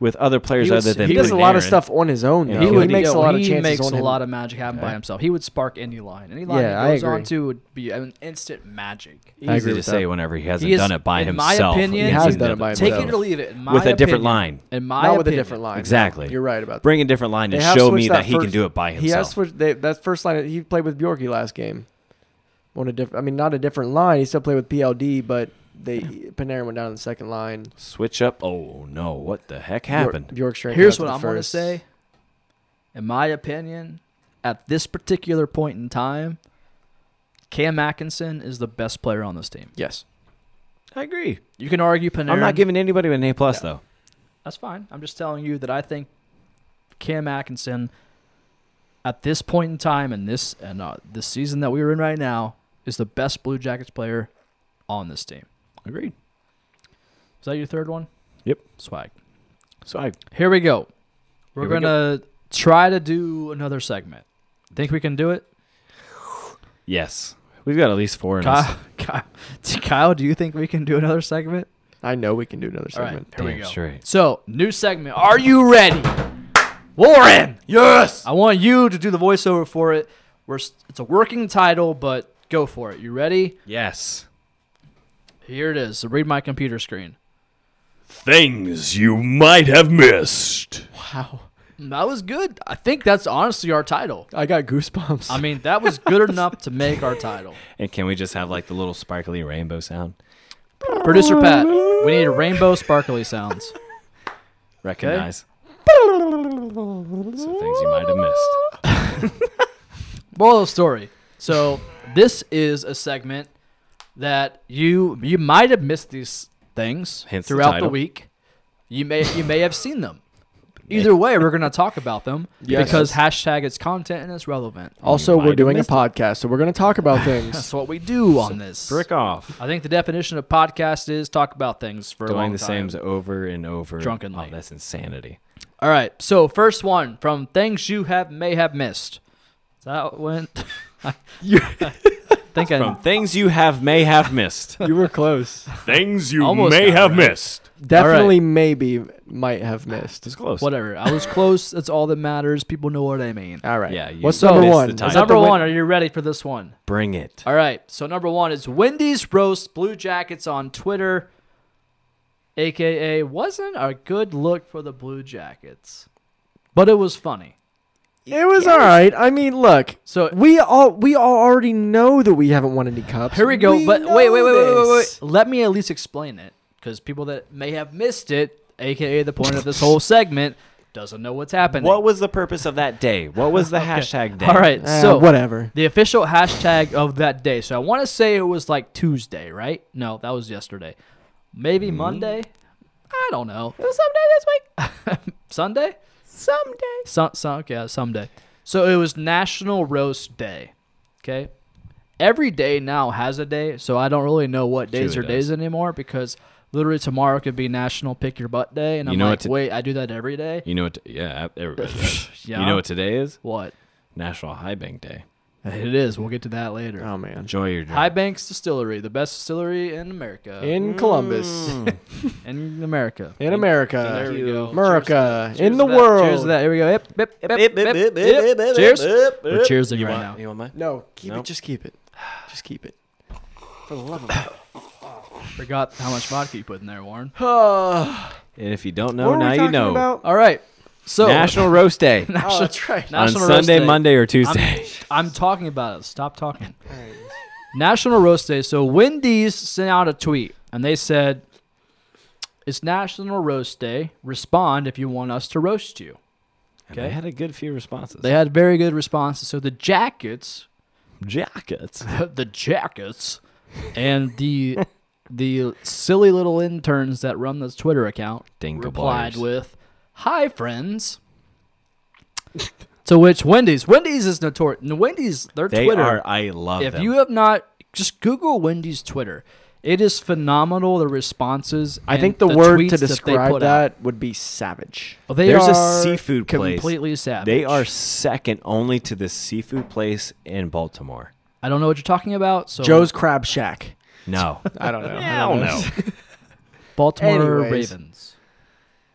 Speaker 8: with other players
Speaker 6: He was-
Speaker 8: other than
Speaker 7: He does a
Speaker 8: Panarin.
Speaker 7: lot of stuff on his own.
Speaker 8: Yeah.
Speaker 7: Though.
Speaker 8: He
Speaker 7: He,
Speaker 8: would-
Speaker 7: makes
Speaker 6: yeah,
Speaker 7: a lot of
Speaker 6: he
Speaker 7: chances
Speaker 6: makes
Speaker 7: on
Speaker 6: a
Speaker 7: him.
Speaker 6: lot of magic happen by himself. He would spark any line. Any line
Speaker 7: Yeah, I
Speaker 6: he goes on
Speaker 7: agree.
Speaker 6: to would be an instant magic.
Speaker 7: I
Speaker 8: Easy
Speaker 7: agree
Speaker 8: to
Speaker 7: with
Speaker 8: say
Speaker 7: that.
Speaker 8: whenever he hasn't
Speaker 6: He is-
Speaker 8: done it by
Speaker 6: in my
Speaker 8: himself.
Speaker 6: opinion,
Speaker 7: He has done it by
Speaker 6: Take
Speaker 7: himself.
Speaker 6: it or leave it. in my
Speaker 8: With a different
Speaker 6: opinion-
Speaker 8: line.
Speaker 6: In my
Speaker 7: Not with a
Speaker 6: opinion,
Speaker 7: different line.
Speaker 8: Exactly.
Speaker 7: You're right about that.
Speaker 8: Bring a different line and
Speaker 7: They have
Speaker 8: show me
Speaker 7: switched
Speaker 8: that, he can
Speaker 7: first-
Speaker 8: do it by
Speaker 7: He has
Speaker 8: himself.
Speaker 7: switched they, that first line. He played with Bjorky last game. On a different, I mean, not a different line. He still played with PLD, but they Panarin went down on the second line.
Speaker 8: Switch up. Oh no! What the heck
Speaker 7: Bjor-
Speaker 8: happened?
Speaker 7: Bjork straight
Speaker 6: Here's
Speaker 7: out
Speaker 6: what
Speaker 7: the
Speaker 6: I'm going to
Speaker 7: first.
Speaker 6: say. In my opinion, at this particular point in time, Cam Atkinson is the best player on this team.
Speaker 7: Yes.
Speaker 8: I agree.
Speaker 6: You can argue Panarin.
Speaker 8: I'm not giving anybody an A plus though.
Speaker 6: That's fine. I'm just telling you that I think Cam Atkinson, at this point in time and this and uh, this season that we are in right now, is the best Blue Jackets player on this team.
Speaker 8: Agreed.
Speaker 6: Is that your third one?
Speaker 8: Yep.
Speaker 6: Swag.
Speaker 8: So I
Speaker 6: Here we go. We're
Speaker 8: Here we
Speaker 6: gonna try to do another segment. Think we can do it?
Speaker 8: yes, we've got at least four in us.
Speaker 6: Kyle, Kyle, Kyle, do you think we can do another segment?
Speaker 7: I know we can do another
Speaker 6: All right,
Speaker 7: segment.
Speaker 6: here we
Speaker 8: Damn
Speaker 6: go.
Speaker 8: straight.
Speaker 6: So, new segment. Are you ready, Warren? Yes. I want you to do the voiceover for it. We're s- it's a working title, but go for it. You ready?
Speaker 8: Yes.
Speaker 6: Here it is. So read my computer screen.
Speaker 10: Things you might have missed.
Speaker 6: That was good. I think that's honestly our title.
Speaker 7: I got goosebumps.
Speaker 6: I mean, that was good enough to make our title.
Speaker 8: And can we just have like the little sparkly rainbow sound?
Speaker 6: Producer Pat, we need a rainbow sparkly sounds.
Speaker 8: Recognize. So things you might have missed.
Speaker 6: Moral of the story. So this is a segment that you you might have missed these things
Speaker 8: Hence the
Speaker 6: throughout the,
Speaker 8: title.
Speaker 6: week. You may you may have seen them. Either way, we're gonna talk about them
Speaker 7: Yes.
Speaker 6: because hashtag it's content and it's relevant.
Speaker 7: also,
Speaker 8: might
Speaker 7: we're
Speaker 8: have
Speaker 7: doing a
Speaker 8: missed it.
Speaker 7: podcast, so we're going to talk about things.
Speaker 6: That's what we do on this.
Speaker 8: Brick off.
Speaker 6: I think the definition of podcast is talk about things for a long
Speaker 8: Doing the
Speaker 6: time.
Speaker 8: same over and over.
Speaker 6: Drunkenly.
Speaker 8: Oh, that's insanity.
Speaker 6: All right. So first one from things you have may have missed. Is that how it went? I think I
Speaker 8: From things you have may have missed.
Speaker 7: You were close.
Speaker 10: Things you
Speaker 6: Almost
Speaker 10: may
Speaker 6: got
Speaker 10: have
Speaker 6: it right.
Speaker 10: missed.
Speaker 7: Definitely, maybe, might have missed.
Speaker 8: It's close.
Speaker 6: whatever. I was close. That's all that matters. People know what I mean.
Speaker 7: All right.
Speaker 8: Yeah, you
Speaker 7: What's
Speaker 6: missed
Speaker 7: number
Speaker 6: the
Speaker 7: one?
Speaker 8: time.
Speaker 7: Is that
Speaker 6: Number
Speaker 7: the win-
Speaker 6: one. Are you ready for this one?
Speaker 8: Bring it.
Speaker 6: All right. So number one is Wendy's roast Blue Jackets on Twitter, aka wasn't a good look for the Blue Jackets, but it was funny.
Speaker 7: It was all right. I mean, look.
Speaker 6: So-
Speaker 7: we all we all already know that we haven't won any cups.
Speaker 6: Here we go. but
Speaker 7: know
Speaker 6: wait, wait, wait, wait, wait, wait,
Speaker 7: this.
Speaker 6: wait. Let me at least explain it, because people that may have missed it, aka the point of this whole segment, doesn't know what's happening.
Speaker 8: What was the purpose of that day? What was the hashtag day?
Speaker 6: All right.
Speaker 7: Ah,
Speaker 6: so
Speaker 7: whatever.
Speaker 6: The official hashtag of that day. So I want to say it was like Tuesday, right? No, that was yesterday. Maybe Monday. I don't know. Mm-hmm. It was someday this week. Sunday. Someday. Some. Some. Yeah. Someday. So it was National Roast Day. Okay. Every day now has a day, so I don't really know what days
Speaker 8: Truly
Speaker 6: are days anymore because literally tomorrow could be National Pick Your Butt Day, and
Speaker 8: You
Speaker 6: I'm
Speaker 8: know what
Speaker 6: like,
Speaker 8: to-
Speaker 6: wait, I do that every day.
Speaker 8: You know what? yeah, everybody does.
Speaker 6: Yeah.
Speaker 8: You know what today is?
Speaker 6: What?
Speaker 8: National High Bank Day.
Speaker 6: It is. We'll get to that later.
Speaker 7: Oh man.
Speaker 8: Enjoy your drink.
Speaker 6: High Banks Distillery, the best distillery in America.
Speaker 7: In Columbus,
Speaker 6: in America.
Speaker 7: in America,
Speaker 6: There we go.
Speaker 7: America,
Speaker 6: Cheers to
Speaker 7: in the
Speaker 6: that.
Speaker 7: world.
Speaker 6: Cheers to that. Here we go. Yep, yep, yep, yep, yep, yep, Cheers. We're cheersing right now.
Speaker 8: You want mine?
Speaker 7: No, Oh, keep
Speaker 8: Nope.
Speaker 7: it. Just keep it. Just keep it.
Speaker 6: Forgot how much vodka you put in there, Warren.
Speaker 8: And if you don't
Speaker 7: What
Speaker 8: know,
Speaker 7: were we
Speaker 8: now you
Speaker 7: talking
Speaker 8: know.
Speaker 7: about?
Speaker 6: All right. So
Speaker 8: National Roast Day
Speaker 7: Oh, that's right.
Speaker 8: on
Speaker 6: National Roast
Speaker 8: Sunday,
Speaker 6: Day.
Speaker 8: Monday, or
Speaker 6: I'm,
Speaker 8: Tuesday.
Speaker 6: I'm talking about it. Stop talking. National Roast Day. So Wendy's sent out a tweet and they said, "It's National Roast Day. Respond if you want us to roast you."
Speaker 8: And They had a good few responses.
Speaker 6: They had very good responses. So the jackets
Speaker 8: jackets.
Speaker 6: the jackets and the the silly little interns that run this Twitter account
Speaker 8: Dingle
Speaker 6: replied
Speaker 8: bars.
Speaker 6: with, "Hi friends." to which Wendy's, Wendy's is notorious. Wendy's, their
Speaker 8: They
Speaker 6: Twitter.
Speaker 8: are. I love
Speaker 6: if
Speaker 8: them.
Speaker 6: you have not, just Google Wendy's Twitter. It is phenomenal. The responses.
Speaker 7: I
Speaker 6: and
Speaker 7: think the, word
Speaker 6: tweets
Speaker 7: to
Speaker 6: that they
Speaker 7: describe
Speaker 6: put
Speaker 7: that,
Speaker 6: out. Oh.
Speaker 7: would be savage.
Speaker 6: Well, they
Speaker 8: There's a
Speaker 6: are
Speaker 8: seafood place.
Speaker 6: completely savage.
Speaker 8: they are second only to the seafood place in Baltimore.
Speaker 6: I don't know what you're talking about. So
Speaker 7: Joe's Crab Shack.
Speaker 8: No.
Speaker 7: I don't know.
Speaker 8: Hell no.
Speaker 6: Baltimore
Speaker 7: Anyways.
Speaker 6: Ravens.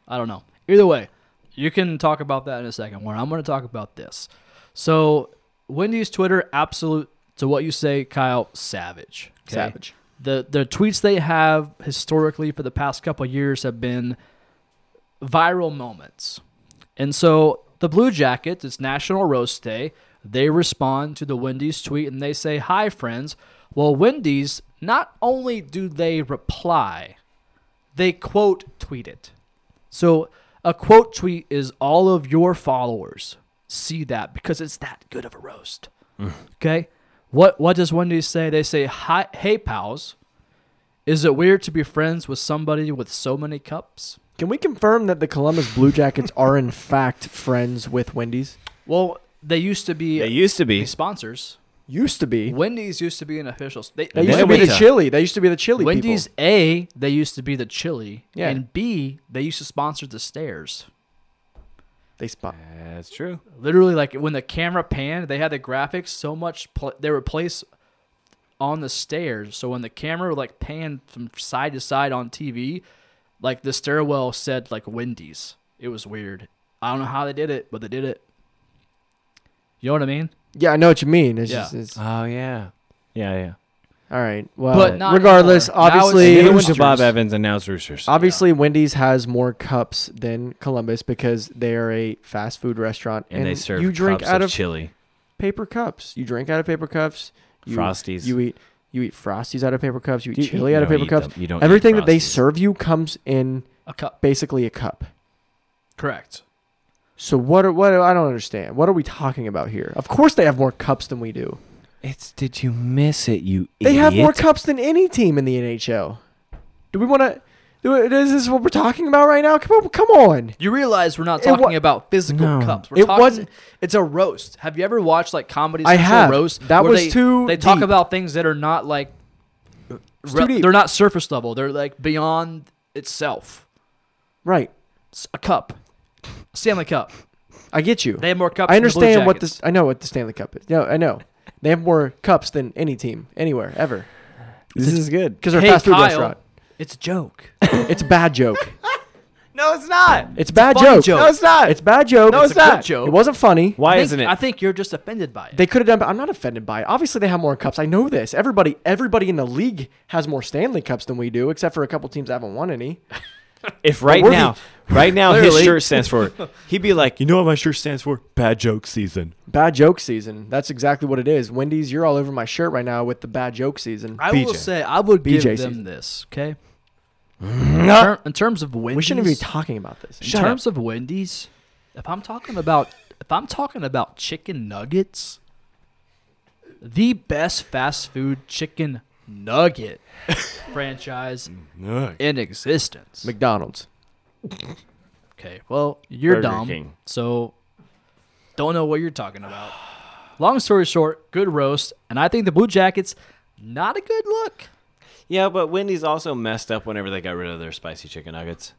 Speaker 6: I don't know. Either way, you can talk about that in a second. Where I'm going to talk about this. So Wendy's Twitter, absolute to what you say, Kyle, savage. okay?
Speaker 7: Savage.
Speaker 6: The the tweets they have historically for the past couple of years have been viral moments, and so the Blue Jackets. It's National Roast Day. They respond to the Wendy's tweet and they say, "Hi, friends." Well, Wendy's not only do they reply, they quote tweet it. So a quote tweet is all of your followers see that because it's that good of a roast.
Speaker 7: Mm.
Speaker 6: okay? What what does Wendy's say? They say, Hi, "Hey pals, is it weird to be friends with somebody with so many cups?"
Speaker 7: Can we confirm that the Columbus Blue Jackets are in fact friends with Wendy's?
Speaker 6: Well, they used to be
Speaker 8: They used to be.
Speaker 6: sponsors.
Speaker 7: Used to be.
Speaker 6: Wendy's used to be an official. They,
Speaker 7: They used
Speaker 8: Then
Speaker 7: to be
Speaker 8: we
Speaker 7: the
Speaker 8: ta-
Speaker 7: chili. They used to be the chili
Speaker 6: Wendy's
Speaker 7: people.
Speaker 6: A, they used to be the chili,
Speaker 7: Yeah.
Speaker 6: and B, they used to sponsor the stairs.
Speaker 7: They spot.
Speaker 8: That's true.
Speaker 6: literally like when the camera panned they had the graphics so much pl- they were placed on the stairs so when the camera like panned from side to side on tv like the stairwell said like wendy's it was weird i don't know how they did it but they did it you know what i mean
Speaker 7: Yeah, I know what you mean. It's
Speaker 6: Yeah.
Speaker 7: just, it's,
Speaker 8: Oh yeah. Yeah, yeah.
Speaker 7: all right. Well,
Speaker 6: But not
Speaker 7: regardless,
Speaker 6: anymore. Now it's
Speaker 7: obviously,
Speaker 6: the
Speaker 8: It went
Speaker 6: Roosters.
Speaker 8: to Bob Evans and now it's Roosters.
Speaker 7: obviously, Wendy's has more cups than Columbus because they are a fast food restaurant,
Speaker 8: and, they serve
Speaker 7: you drink
Speaker 8: cups
Speaker 7: out
Speaker 8: of
Speaker 7: of
Speaker 8: chili.
Speaker 7: paper cups. You drink out of paper cups. You,
Speaker 8: Frosties.
Speaker 7: You eat. You eat frosties out of paper cups. You eat
Speaker 8: You-
Speaker 7: chili
Speaker 8: you
Speaker 7: out of
Speaker 8: don't
Speaker 7: paper
Speaker 8: eat
Speaker 7: cups.
Speaker 8: them. You don't eat
Speaker 7: Everything that they
Speaker 8: Frosties.
Speaker 7: serve you comes in
Speaker 6: a cup
Speaker 7: basically a cup.
Speaker 6: correct
Speaker 7: So what? Are, what? I don't understand. What are we talking about here? Of course, they have more cups than we do.
Speaker 8: It's did you miss it, you
Speaker 7: They have more
Speaker 8: idiot?
Speaker 7: cups than any team in the NHL. Do we want to? Do it? Is this what we're talking about right now? Come on! Come on!
Speaker 6: you realize we're not
Speaker 7: It wa-
Speaker 6: talking about physical
Speaker 8: No.
Speaker 6: cups. We're
Speaker 7: It
Speaker 6: talking,
Speaker 7: wasn't-
Speaker 6: It's a roast. Have you ever watched like comedy?
Speaker 7: I
Speaker 6: Central
Speaker 7: have.
Speaker 6: Roast.
Speaker 7: That
Speaker 6: where
Speaker 7: was
Speaker 6: they,
Speaker 7: too
Speaker 6: They talk
Speaker 7: deep.
Speaker 6: about things that are not like. re-
Speaker 7: deep.
Speaker 6: they're not surface level. They're like beyond itself.
Speaker 7: Right.
Speaker 6: It's a cup. Stanley Cup.
Speaker 7: I get you.
Speaker 6: They have more cups.
Speaker 7: I
Speaker 6: than the Blue
Speaker 7: understand what
Speaker 6: Jackets.
Speaker 7: this. I know what the Stanley Cup is. No, I know. They have more cups than any team anywhere ever. This is good because they're
Speaker 6: Hey,
Speaker 7: a fast food
Speaker 6: Kyle,
Speaker 7: restaurant.
Speaker 6: It's a joke.
Speaker 7: it's a bad joke.
Speaker 8: No, it's not.
Speaker 7: It's a bad
Speaker 6: funny
Speaker 7: joke.
Speaker 6: joke.
Speaker 8: No, it's not.
Speaker 7: It's a bad joke.
Speaker 8: No, it's
Speaker 7: a good
Speaker 8: not.
Speaker 7: Joke. It wasn't funny.
Speaker 8: Why
Speaker 6: I think-
Speaker 8: isn't it?
Speaker 6: I think you're just offended by it.
Speaker 7: They could have done. But I'm not offended by it. Obviously, they have more cups. I know this. Everybody, everybody in the league has more Stanley Cups than we do, except for a couple teams that haven't won any.
Speaker 8: if right
Speaker 7: we're
Speaker 8: now, right now, his
Speaker 6: Clearly.
Speaker 8: shirt stands for, he'd be like, you know what my shirt stands for? Bad joke season.
Speaker 7: Bad joke season. That's exactly what it is. Wendy's, you're all over my shirt right now with the bad joke season.
Speaker 6: I will
Speaker 8: BJ.
Speaker 6: say I would give
Speaker 7: BJ
Speaker 6: them
Speaker 7: season.
Speaker 6: this. Okay. In, ter- in terms of Wendy's,
Speaker 7: we shouldn't even be talking about this.
Speaker 6: in terms of Wendy's, if I'm talking about if I'm talking about chicken nuggets, the best fast food chicken nugget franchise in existence.
Speaker 7: McDonald's.
Speaker 6: Okay, well you're
Speaker 8: Burger
Speaker 6: dumb,
Speaker 8: King.
Speaker 6: so don't know what you're talking about. Long story short, good roast, and I think the Blue Jackets not a good look.
Speaker 8: Yeah, but Wendy's also messed up whenever they got rid of their spicy chicken nuggets.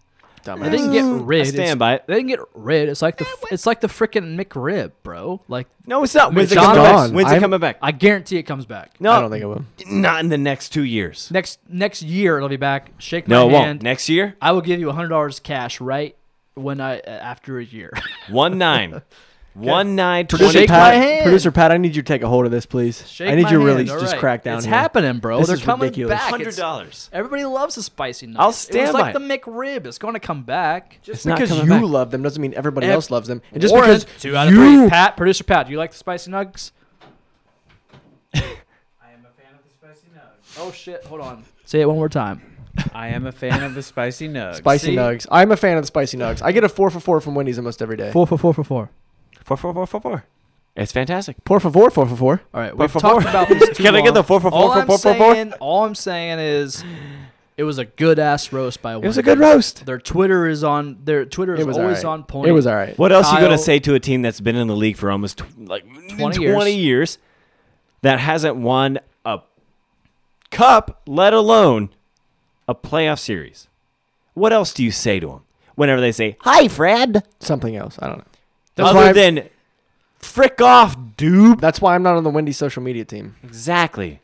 Speaker 6: They didn't get
Speaker 7: Mm.
Speaker 6: rid.
Speaker 8: stand
Speaker 6: It's-
Speaker 8: by it.
Speaker 6: They didn't get rid. It's
Speaker 8: Eh,
Speaker 6: like the it's like the freaking McRib, bro. Like
Speaker 8: No, it's not. When's it
Speaker 6: McDonald's.
Speaker 8: coming back?
Speaker 7: Gone.
Speaker 8: When's it
Speaker 7: I'm-
Speaker 8: coming back?
Speaker 6: I guarantee it comes back.
Speaker 8: No,
Speaker 7: I don't think it will.
Speaker 8: not in the next two years.
Speaker 6: Next next year it'll be back. Shake my
Speaker 8: No, it
Speaker 6: hand.
Speaker 8: won't. Next year,
Speaker 6: I will give you hundred dollars cash right when I uh, after a year.
Speaker 8: one nine, one nine
Speaker 6: Producer
Speaker 8: twenty.
Speaker 6: Shake
Speaker 7: Pat,
Speaker 6: my hand.
Speaker 7: Producer Pat, I need you to take a hold of this, please.
Speaker 6: Shake
Speaker 7: I need
Speaker 6: my
Speaker 7: you
Speaker 6: hand,
Speaker 7: really
Speaker 6: all
Speaker 7: just
Speaker 6: right.
Speaker 7: crack down.
Speaker 6: It's
Speaker 7: here.
Speaker 6: happening, bro.
Speaker 7: This
Speaker 6: They're
Speaker 7: is
Speaker 6: coming
Speaker 7: ridiculous.
Speaker 6: back.
Speaker 8: Hundred
Speaker 6: It's-
Speaker 8: dollars.
Speaker 6: Everybody loves a spicy nugget.
Speaker 8: I'll
Speaker 6: it was
Speaker 8: stand
Speaker 6: like
Speaker 8: by
Speaker 6: the McRib. It's going to come back.
Speaker 7: Just
Speaker 8: not
Speaker 7: because you
Speaker 8: coming back.
Speaker 7: love them doesn't mean everybody
Speaker 6: Ev-
Speaker 7: else loves them. And just
Speaker 6: Warren,
Speaker 7: because
Speaker 6: two out of
Speaker 7: you
Speaker 6: three. Pat, producer Pat, do you like the spicy nugs?
Speaker 11: I am a fan of the spicy nugs.
Speaker 6: Oh shit! Hold on. Say it one more time.
Speaker 11: I am a fan of the spicy nugs.
Speaker 7: spicy
Speaker 6: See?
Speaker 7: nugs, I'm a fan of the spicy nugs. I get a four for four from Wendy's almost every day.
Speaker 6: Four for four for four.
Speaker 8: Four four four four four. It's fantastic.
Speaker 7: Por favor, four for four.
Speaker 6: All right, we've
Speaker 8: for
Speaker 6: talked
Speaker 8: four.
Speaker 6: about this. Too
Speaker 8: Can I get
Speaker 6: long.
Speaker 8: the four for four
Speaker 6: all
Speaker 8: for
Speaker 6: I'm
Speaker 8: four for four?
Speaker 6: saying- All I'm saying is, it was a good ass roast by.
Speaker 8: It was a good roast.
Speaker 6: Their Twitter is on. Their Twitter is
Speaker 7: It was
Speaker 6: always
Speaker 7: alright.
Speaker 6: on point.
Speaker 7: It was all right.
Speaker 8: What else you gonna
Speaker 6: Kyle-
Speaker 8: say to a team that's been in the league for almost tw- like
Speaker 6: 20
Speaker 8: twenty
Speaker 6: years.
Speaker 8: years. that hasn't won a cup, let alone a playoff series? What else do you say to them whenever they say "Hi, Fred"?
Speaker 7: Something else. I don't know. why
Speaker 8: other
Speaker 7: I'm-
Speaker 8: than "Frick off, dude."
Speaker 7: That's why I'm not on the Wendy's social media team.
Speaker 8: Exactly.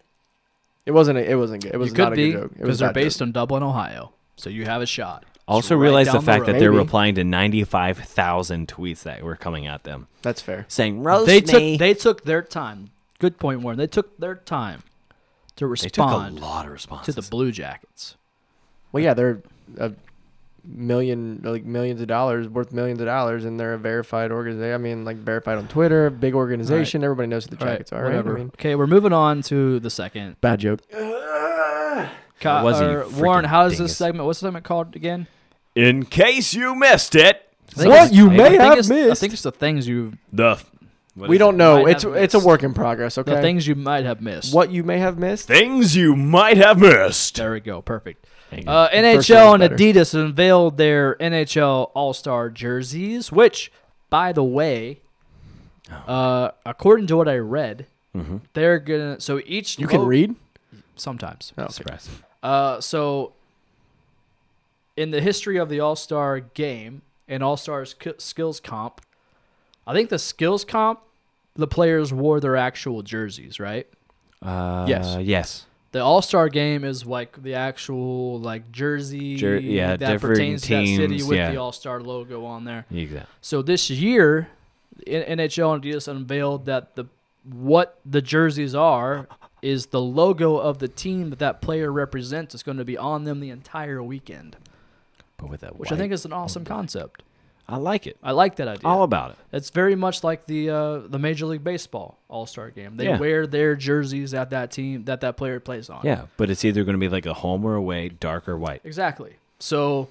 Speaker 7: It wasn't. A, it wasn't good. It was
Speaker 6: You
Speaker 7: not
Speaker 6: could
Speaker 7: a
Speaker 6: be
Speaker 7: good joke. It
Speaker 6: because
Speaker 7: was
Speaker 6: they're
Speaker 7: a bad
Speaker 6: based
Speaker 7: joke.
Speaker 6: on Dublin, Ohio. So you have a shot. It's
Speaker 8: Also
Speaker 6: right
Speaker 8: realize
Speaker 6: down
Speaker 8: the fact that
Speaker 6: road.
Speaker 8: they're
Speaker 7: Maybe.
Speaker 8: replying to 95,000 tweets that were coming at them
Speaker 7: That's fair.
Speaker 8: saying roast
Speaker 6: they
Speaker 8: me."
Speaker 6: took they took their time. Good point, Warren. They took their time to
Speaker 8: They took a
Speaker 6: respond
Speaker 8: lot of
Speaker 6: to
Speaker 8: responses.
Speaker 6: the Blue Jackets.
Speaker 7: Well, yeah, they're a million, like millions of dollars worth millions of dollars, and they're a verified organization. I mean, like verified on Twitter, big organization. Everybody knows who the
Speaker 6: All right,
Speaker 7: Jackets are. Right? I
Speaker 6: whatever.
Speaker 7: mean,
Speaker 6: Okay, we're moving on to the second.
Speaker 7: bad joke.
Speaker 6: Ca-
Speaker 8: wasn't, you
Speaker 6: or Warren,
Speaker 8: freaking
Speaker 6: how is this
Speaker 8: dingus.
Speaker 6: segment? What's the segment called again?
Speaker 10: In case you missed it,
Speaker 6: I think
Speaker 7: What
Speaker 6: it's-
Speaker 7: you
Speaker 6: I
Speaker 7: may
Speaker 6: think
Speaker 7: have
Speaker 6: it's- I
Speaker 7: missed.
Speaker 6: think it's the things you
Speaker 10: the
Speaker 7: we don't know.
Speaker 6: Might
Speaker 7: It's
Speaker 6: have
Speaker 7: it's a
Speaker 6: missed.
Speaker 7: work in progress. Okay.
Speaker 6: the things you might have missed.
Speaker 7: what you may have missed.
Speaker 10: things you might have missed.
Speaker 6: There we go. Perfect.
Speaker 8: Thank you.
Speaker 6: Uh,
Speaker 7: first one
Speaker 6: NHL and
Speaker 7: was better.
Speaker 6: Adidas unveiled their NHL All Star jerseys, which, by the way,
Speaker 8: Oh.
Speaker 6: uh, according to what I read,
Speaker 8: Mm-hmm.
Speaker 6: they're gonna. So each
Speaker 7: You can
Speaker 6: lo-
Speaker 7: read.
Speaker 6: sometimes.
Speaker 7: Oh, okay.
Speaker 8: Surprise.
Speaker 6: Uh, so in the history of the All Star game and All Star skills comp, I think the skills comp, the players wore their actual jerseys, right?
Speaker 8: Uh,
Speaker 6: Yes.
Speaker 8: Yes.
Speaker 6: The All Star game is like the actual like jersey
Speaker 8: Jer- yeah,
Speaker 6: that
Speaker 8: different
Speaker 6: pertains to that city
Speaker 8: teams,
Speaker 6: with
Speaker 8: yeah.
Speaker 6: the All Star logo on there.
Speaker 8: Exactly.
Speaker 6: So this year, N- NHL and Adidas unveiled that the what the jerseys are is the logo of the team that that player represents is going to be on them the entire weekend,
Speaker 8: But with that
Speaker 6: which I think is an awesome concept.
Speaker 8: I like it.
Speaker 6: I like that idea.
Speaker 8: All about it.
Speaker 6: it's very much like the uh, the Major League Baseball All Star Game. They
Speaker 8: Yeah.
Speaker 6: wear their jerseys at that team that that player plays on.
Speaker 8: Yeah, but it's either going to be like a home or away, dark or white.
Speaker 6: Exactly. So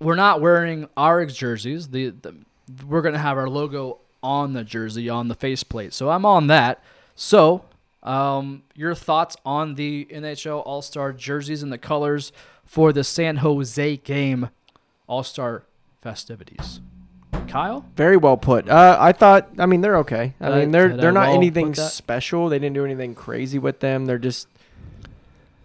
Speaker 6: we're not wearing our jerseys. The, the we're gonna have our logo on the jersey on the faceplate. So I'm on that. So um, your thoughts on the NHL All Star jerseys and the colors for the San Jose game All Star festivities? Kyle,
Speaker 7: Very well put. Uh, I thought. I mean, they're okay. I
Speaker 6: Did I-
Speaker 7: mean, they're
Speaker 6: did I
Speaker 7: they're not
Speaker 6: well
Speaker 7: anything
Speaker 6: put that?
Speaker 7: special. They didn't do anything crazy with them. They're just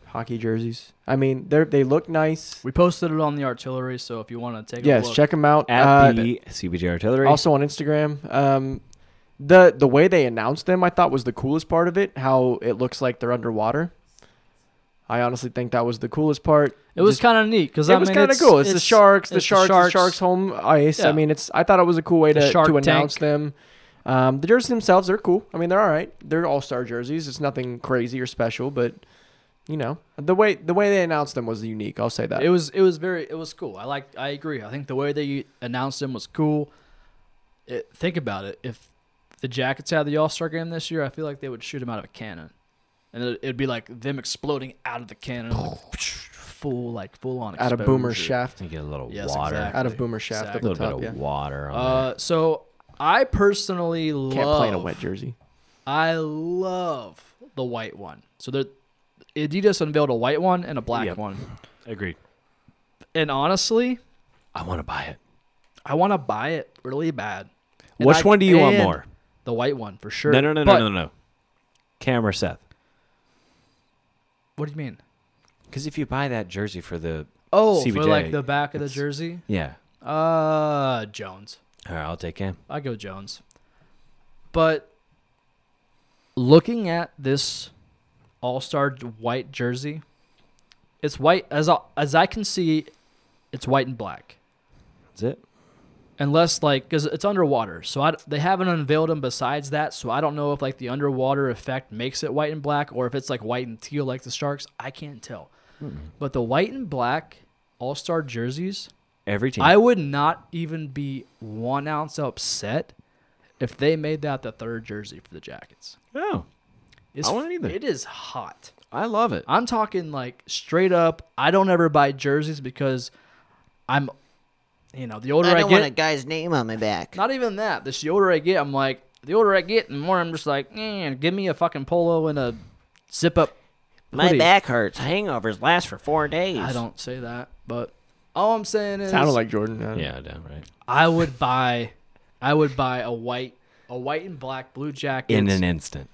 Speaker 7: hockey jerseys. I mean, they they look nice.
Speaker 6: We posted it on the artillery, so if you want to take a
Speaker 7: Yes,
Speaker 6: look.
Speaker 7: check them out
Speaker 8: At
Speaker 7: Uh,
Speaker 8: the CBJ Artillery.
Speaker 7: Also on Instagram. Um, the the way they announced them, I thought was the coolest part of it. How it looks like they're underwater. I honestly think that was the coolest part.
Speaker 6: It was
Speaker 7: Just-
Speaker 6: kind of neat because
Speaker 7: it
Speaker 6: I
Speaker 7: was
Speaker 6: mean,
Speaker 7: kind of
Speaker 6: it's-
Speaker 7: cool. It's, the
Speaker 6: it's-
Speaker 7: sharks, the
Speaker 6: it's
Speaker 7: sharks, the sharks, home ice.
Speaker 6: Yeah.
Speaker 7: I mean, it's. I thought it was a cool way
Speaker 6: The
Speaker 7: to,
Speaker 6: Shark
Speaker 7: to
Speaker 6: Tank.
Speaker 7: announce them. Um, the jerseys themselves, they're cool. I mean, they're all right. They're all star jerseys. It's nothing crazy or special, but you know the way the way they announced them was unique. I'll say that.
Speaker 6: It was it was very it was cool. I like I agree. I think the way they announced him was cool. It, think about it. If the Jackets had the All Star game this year, I feel like they would shoot him out of a cannon, and it, it'd be like them exploding out of the cannon, like, full like full on
Speaker 7: out of boomer
Speaker 6: exposure.
Speaker 7: shaft.
Speaker 8: You get a little
Speaker 6: Yes,
Speaker 8: water.
Speaker 6: exactly.
Speaker 7: Out of boomer shaft
Speaker 8: A
Speaker 7: at
Speaker 8: little
Speaker 7: the
Speaker 8: bit
Speaker 7: top.
Speaker 8: of
Speaker 7: yeah.
Speaker 8: water. On
Speaker 6: Uh, so I personally love.
Speaker 7: Can't play in a wet jersey.
Speaker 6: I love the white one. So there, Adidas unveiled a white one and a black
Speaker 8: Yep.
Speaker 6: one.
Speaker 8: there. Agreed.
Speaker 6: And honestly,
Speaker 8: I want to buy it.
Speaker 6: I want to buy it really bad. And
Speaker 8: Which
Speaker 6: I-
Speaker 8: one do you want
Speaker 6: and
Speaker 8: more?
Speaker 6: The white one for sure.
Speaker 8: No, no, no, no,
Speaker 6: But-
Speaker 8: no, no. Cam or Seth?
Speaker 6: What do you mean?
Speaker 8: Because if you buy that jersey for the
Speaker 6: Oh,
Speaker 8: CBJ,
Speaker 6: for like the back of the
Speaker 8: it's-
Speaker 6: jersey.
Speaker 8: yeah.
Speaker 6: Uh, Jones.
Speaker 8: All right, I'll take Cam.
Speaker 6: I go Jones. But looking at this All Star white jersey, it's white as I, as I can see. It's white and black,
Speaker 8: That's it.
Speaker 6: unless like because it's underwater. So I, d- they haven't unveiled them besides that. So I don't know if like the underwater effect makes it white and black, or if it's like white and teal like the Sharks. I can't tell.
Speaker 8: Hmm.
Speaker 6: But the white and black All Star jerseys,
Speaker 8: Every team.
Speaker 6: I would not even be one ounce upset if they made that the third jersey for the Jackets.
Speaker 8: oh,
Speaker 6: It's,
Speaker 8: I wouldn't either.
Speaker 6: It is hot.
Speaker 8: I love it.
Speaker 6: I'm talking like straight up. I don't ever buy jerseys because I'm, you know, the older I,
Speaker 9: I don't
Speaker 6: get,
Speaker 9: want a guy's name on my back.
Speaker 6: not even that. This the older I get, I'm like the older I get, the more I'm just like, man, give me a fucking polo and a zip up.
Speaker 9: My
Speaker 6: hoodie."
Speaker 9: back hurts. Hangovers last for four days.
Speaker 6: I don't say that, but all I'm saying is,
Speaker 7: Sounded like Jordan. I don't-
Speaker 8: Yeah, down right.
Speaker 6: I would buy, I would buy a white, a white and black blue jacket
Speaker 8: In an instant.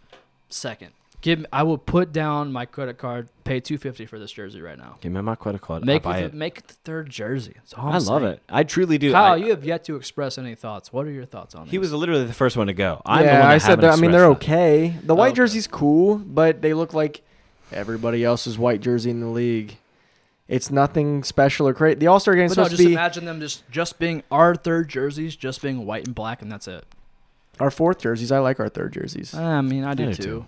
Speaker 6: second. Give me, I will put down my credit card, pay two fifty for this jersey right now.
Speaker 8: Give me my credit card. I'll
Speaker 6: Make
Speaker 8: buy
Speaker 6: it,
Speaker 8: it.
Speaker 6: make it the third jersey. That's all I'm
Speaker 8: I love
Speaker 6: saying.
Speaker 8: it. I truly do.
Speaker 6: Kyle,
Speaker 8: I-
Speaker 6: you have yet to express any thoughts. What are your thoughts on
Speaker 8: he
Speaker 6: these?
Speaker 8: was literally the first one to go. I'm the
Speaker 7: yeah,
Speaker 8: one
Speaker 7: I
Speaker 8: that
Speaker 7: said
Speaker 8: haven't
Speaker 7: that. I mean, they're
Speaker 8: expressed that.
Speaker 7: okay. The white
Speaker 6: Okay.
Speaker 7: jersey's cool, but they look like everybody else's white jersey in the league. It's nothing special or crazy. The All Star game
Speaker 6: But no,
Speaker 7: supposed
Speaker 6: just
Speaker 7: to be
Speaker 6: imagine them just just being our third jerseys, just being white and black, and that's it.
Speaker 7: our fourth jerseys. I like our third jerseys.
Speaker 6: I mean, I do
Speaker 8: do
Speaker 6: too.
Speaker 8: too.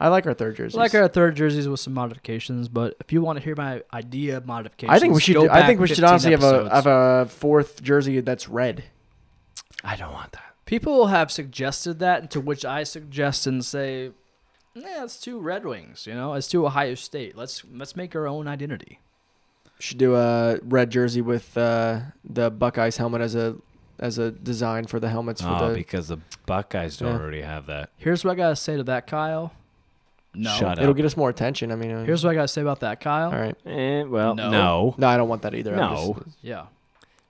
Speaker 7: I like our third jerseys.
Speaker 6: Like our third jerseys with some modifications, but if you want to hear my idea of modifications,
Speaker 7: I think we should.
Speaker 6: Go
Speaker 7: do- I
Speaker 6: back
Speaker 7: think we should
Speaker 6: 15
Speaker 7: honestly have a
Speaker 6: episodes.
Speaker 7: have a fourth jersey that's red.
Speaker 8: I don't want that.
Speaker 6: People have suggested that, to which I suggest and say, "Yeah, it's too Red Wings. You know, it's too Ohio State. Let's let's make our own identity."
Speaker 7: Should do a red jersey with uh, the Buckeyes helmet as a as a design for the helmets for
Speaker 8: Oh,
Speaker 7: the
Speaker 8: because the Buckeyes don't
Speaker 7: Yeah.
Speaker 8: already have that.
Speaker 6: Here's what I gotta say to that, Kyle. No.
Speaker 8: Shut
Speaker 7: It'll
Speaker 8: up.
Speaker 7: get us more attention. I mean, uh,
Speaker 6: Here's what I gotta say about that, Kyle.
Speaker 7: all right.
Speaker 8: Eh, well,
Speaker 6: No.
Speaker 8: no.
Speaker 7: No, I don't want that either. I'm
Speaker 8: No.
Speaker 7: just-
Speaker 6: Yeah.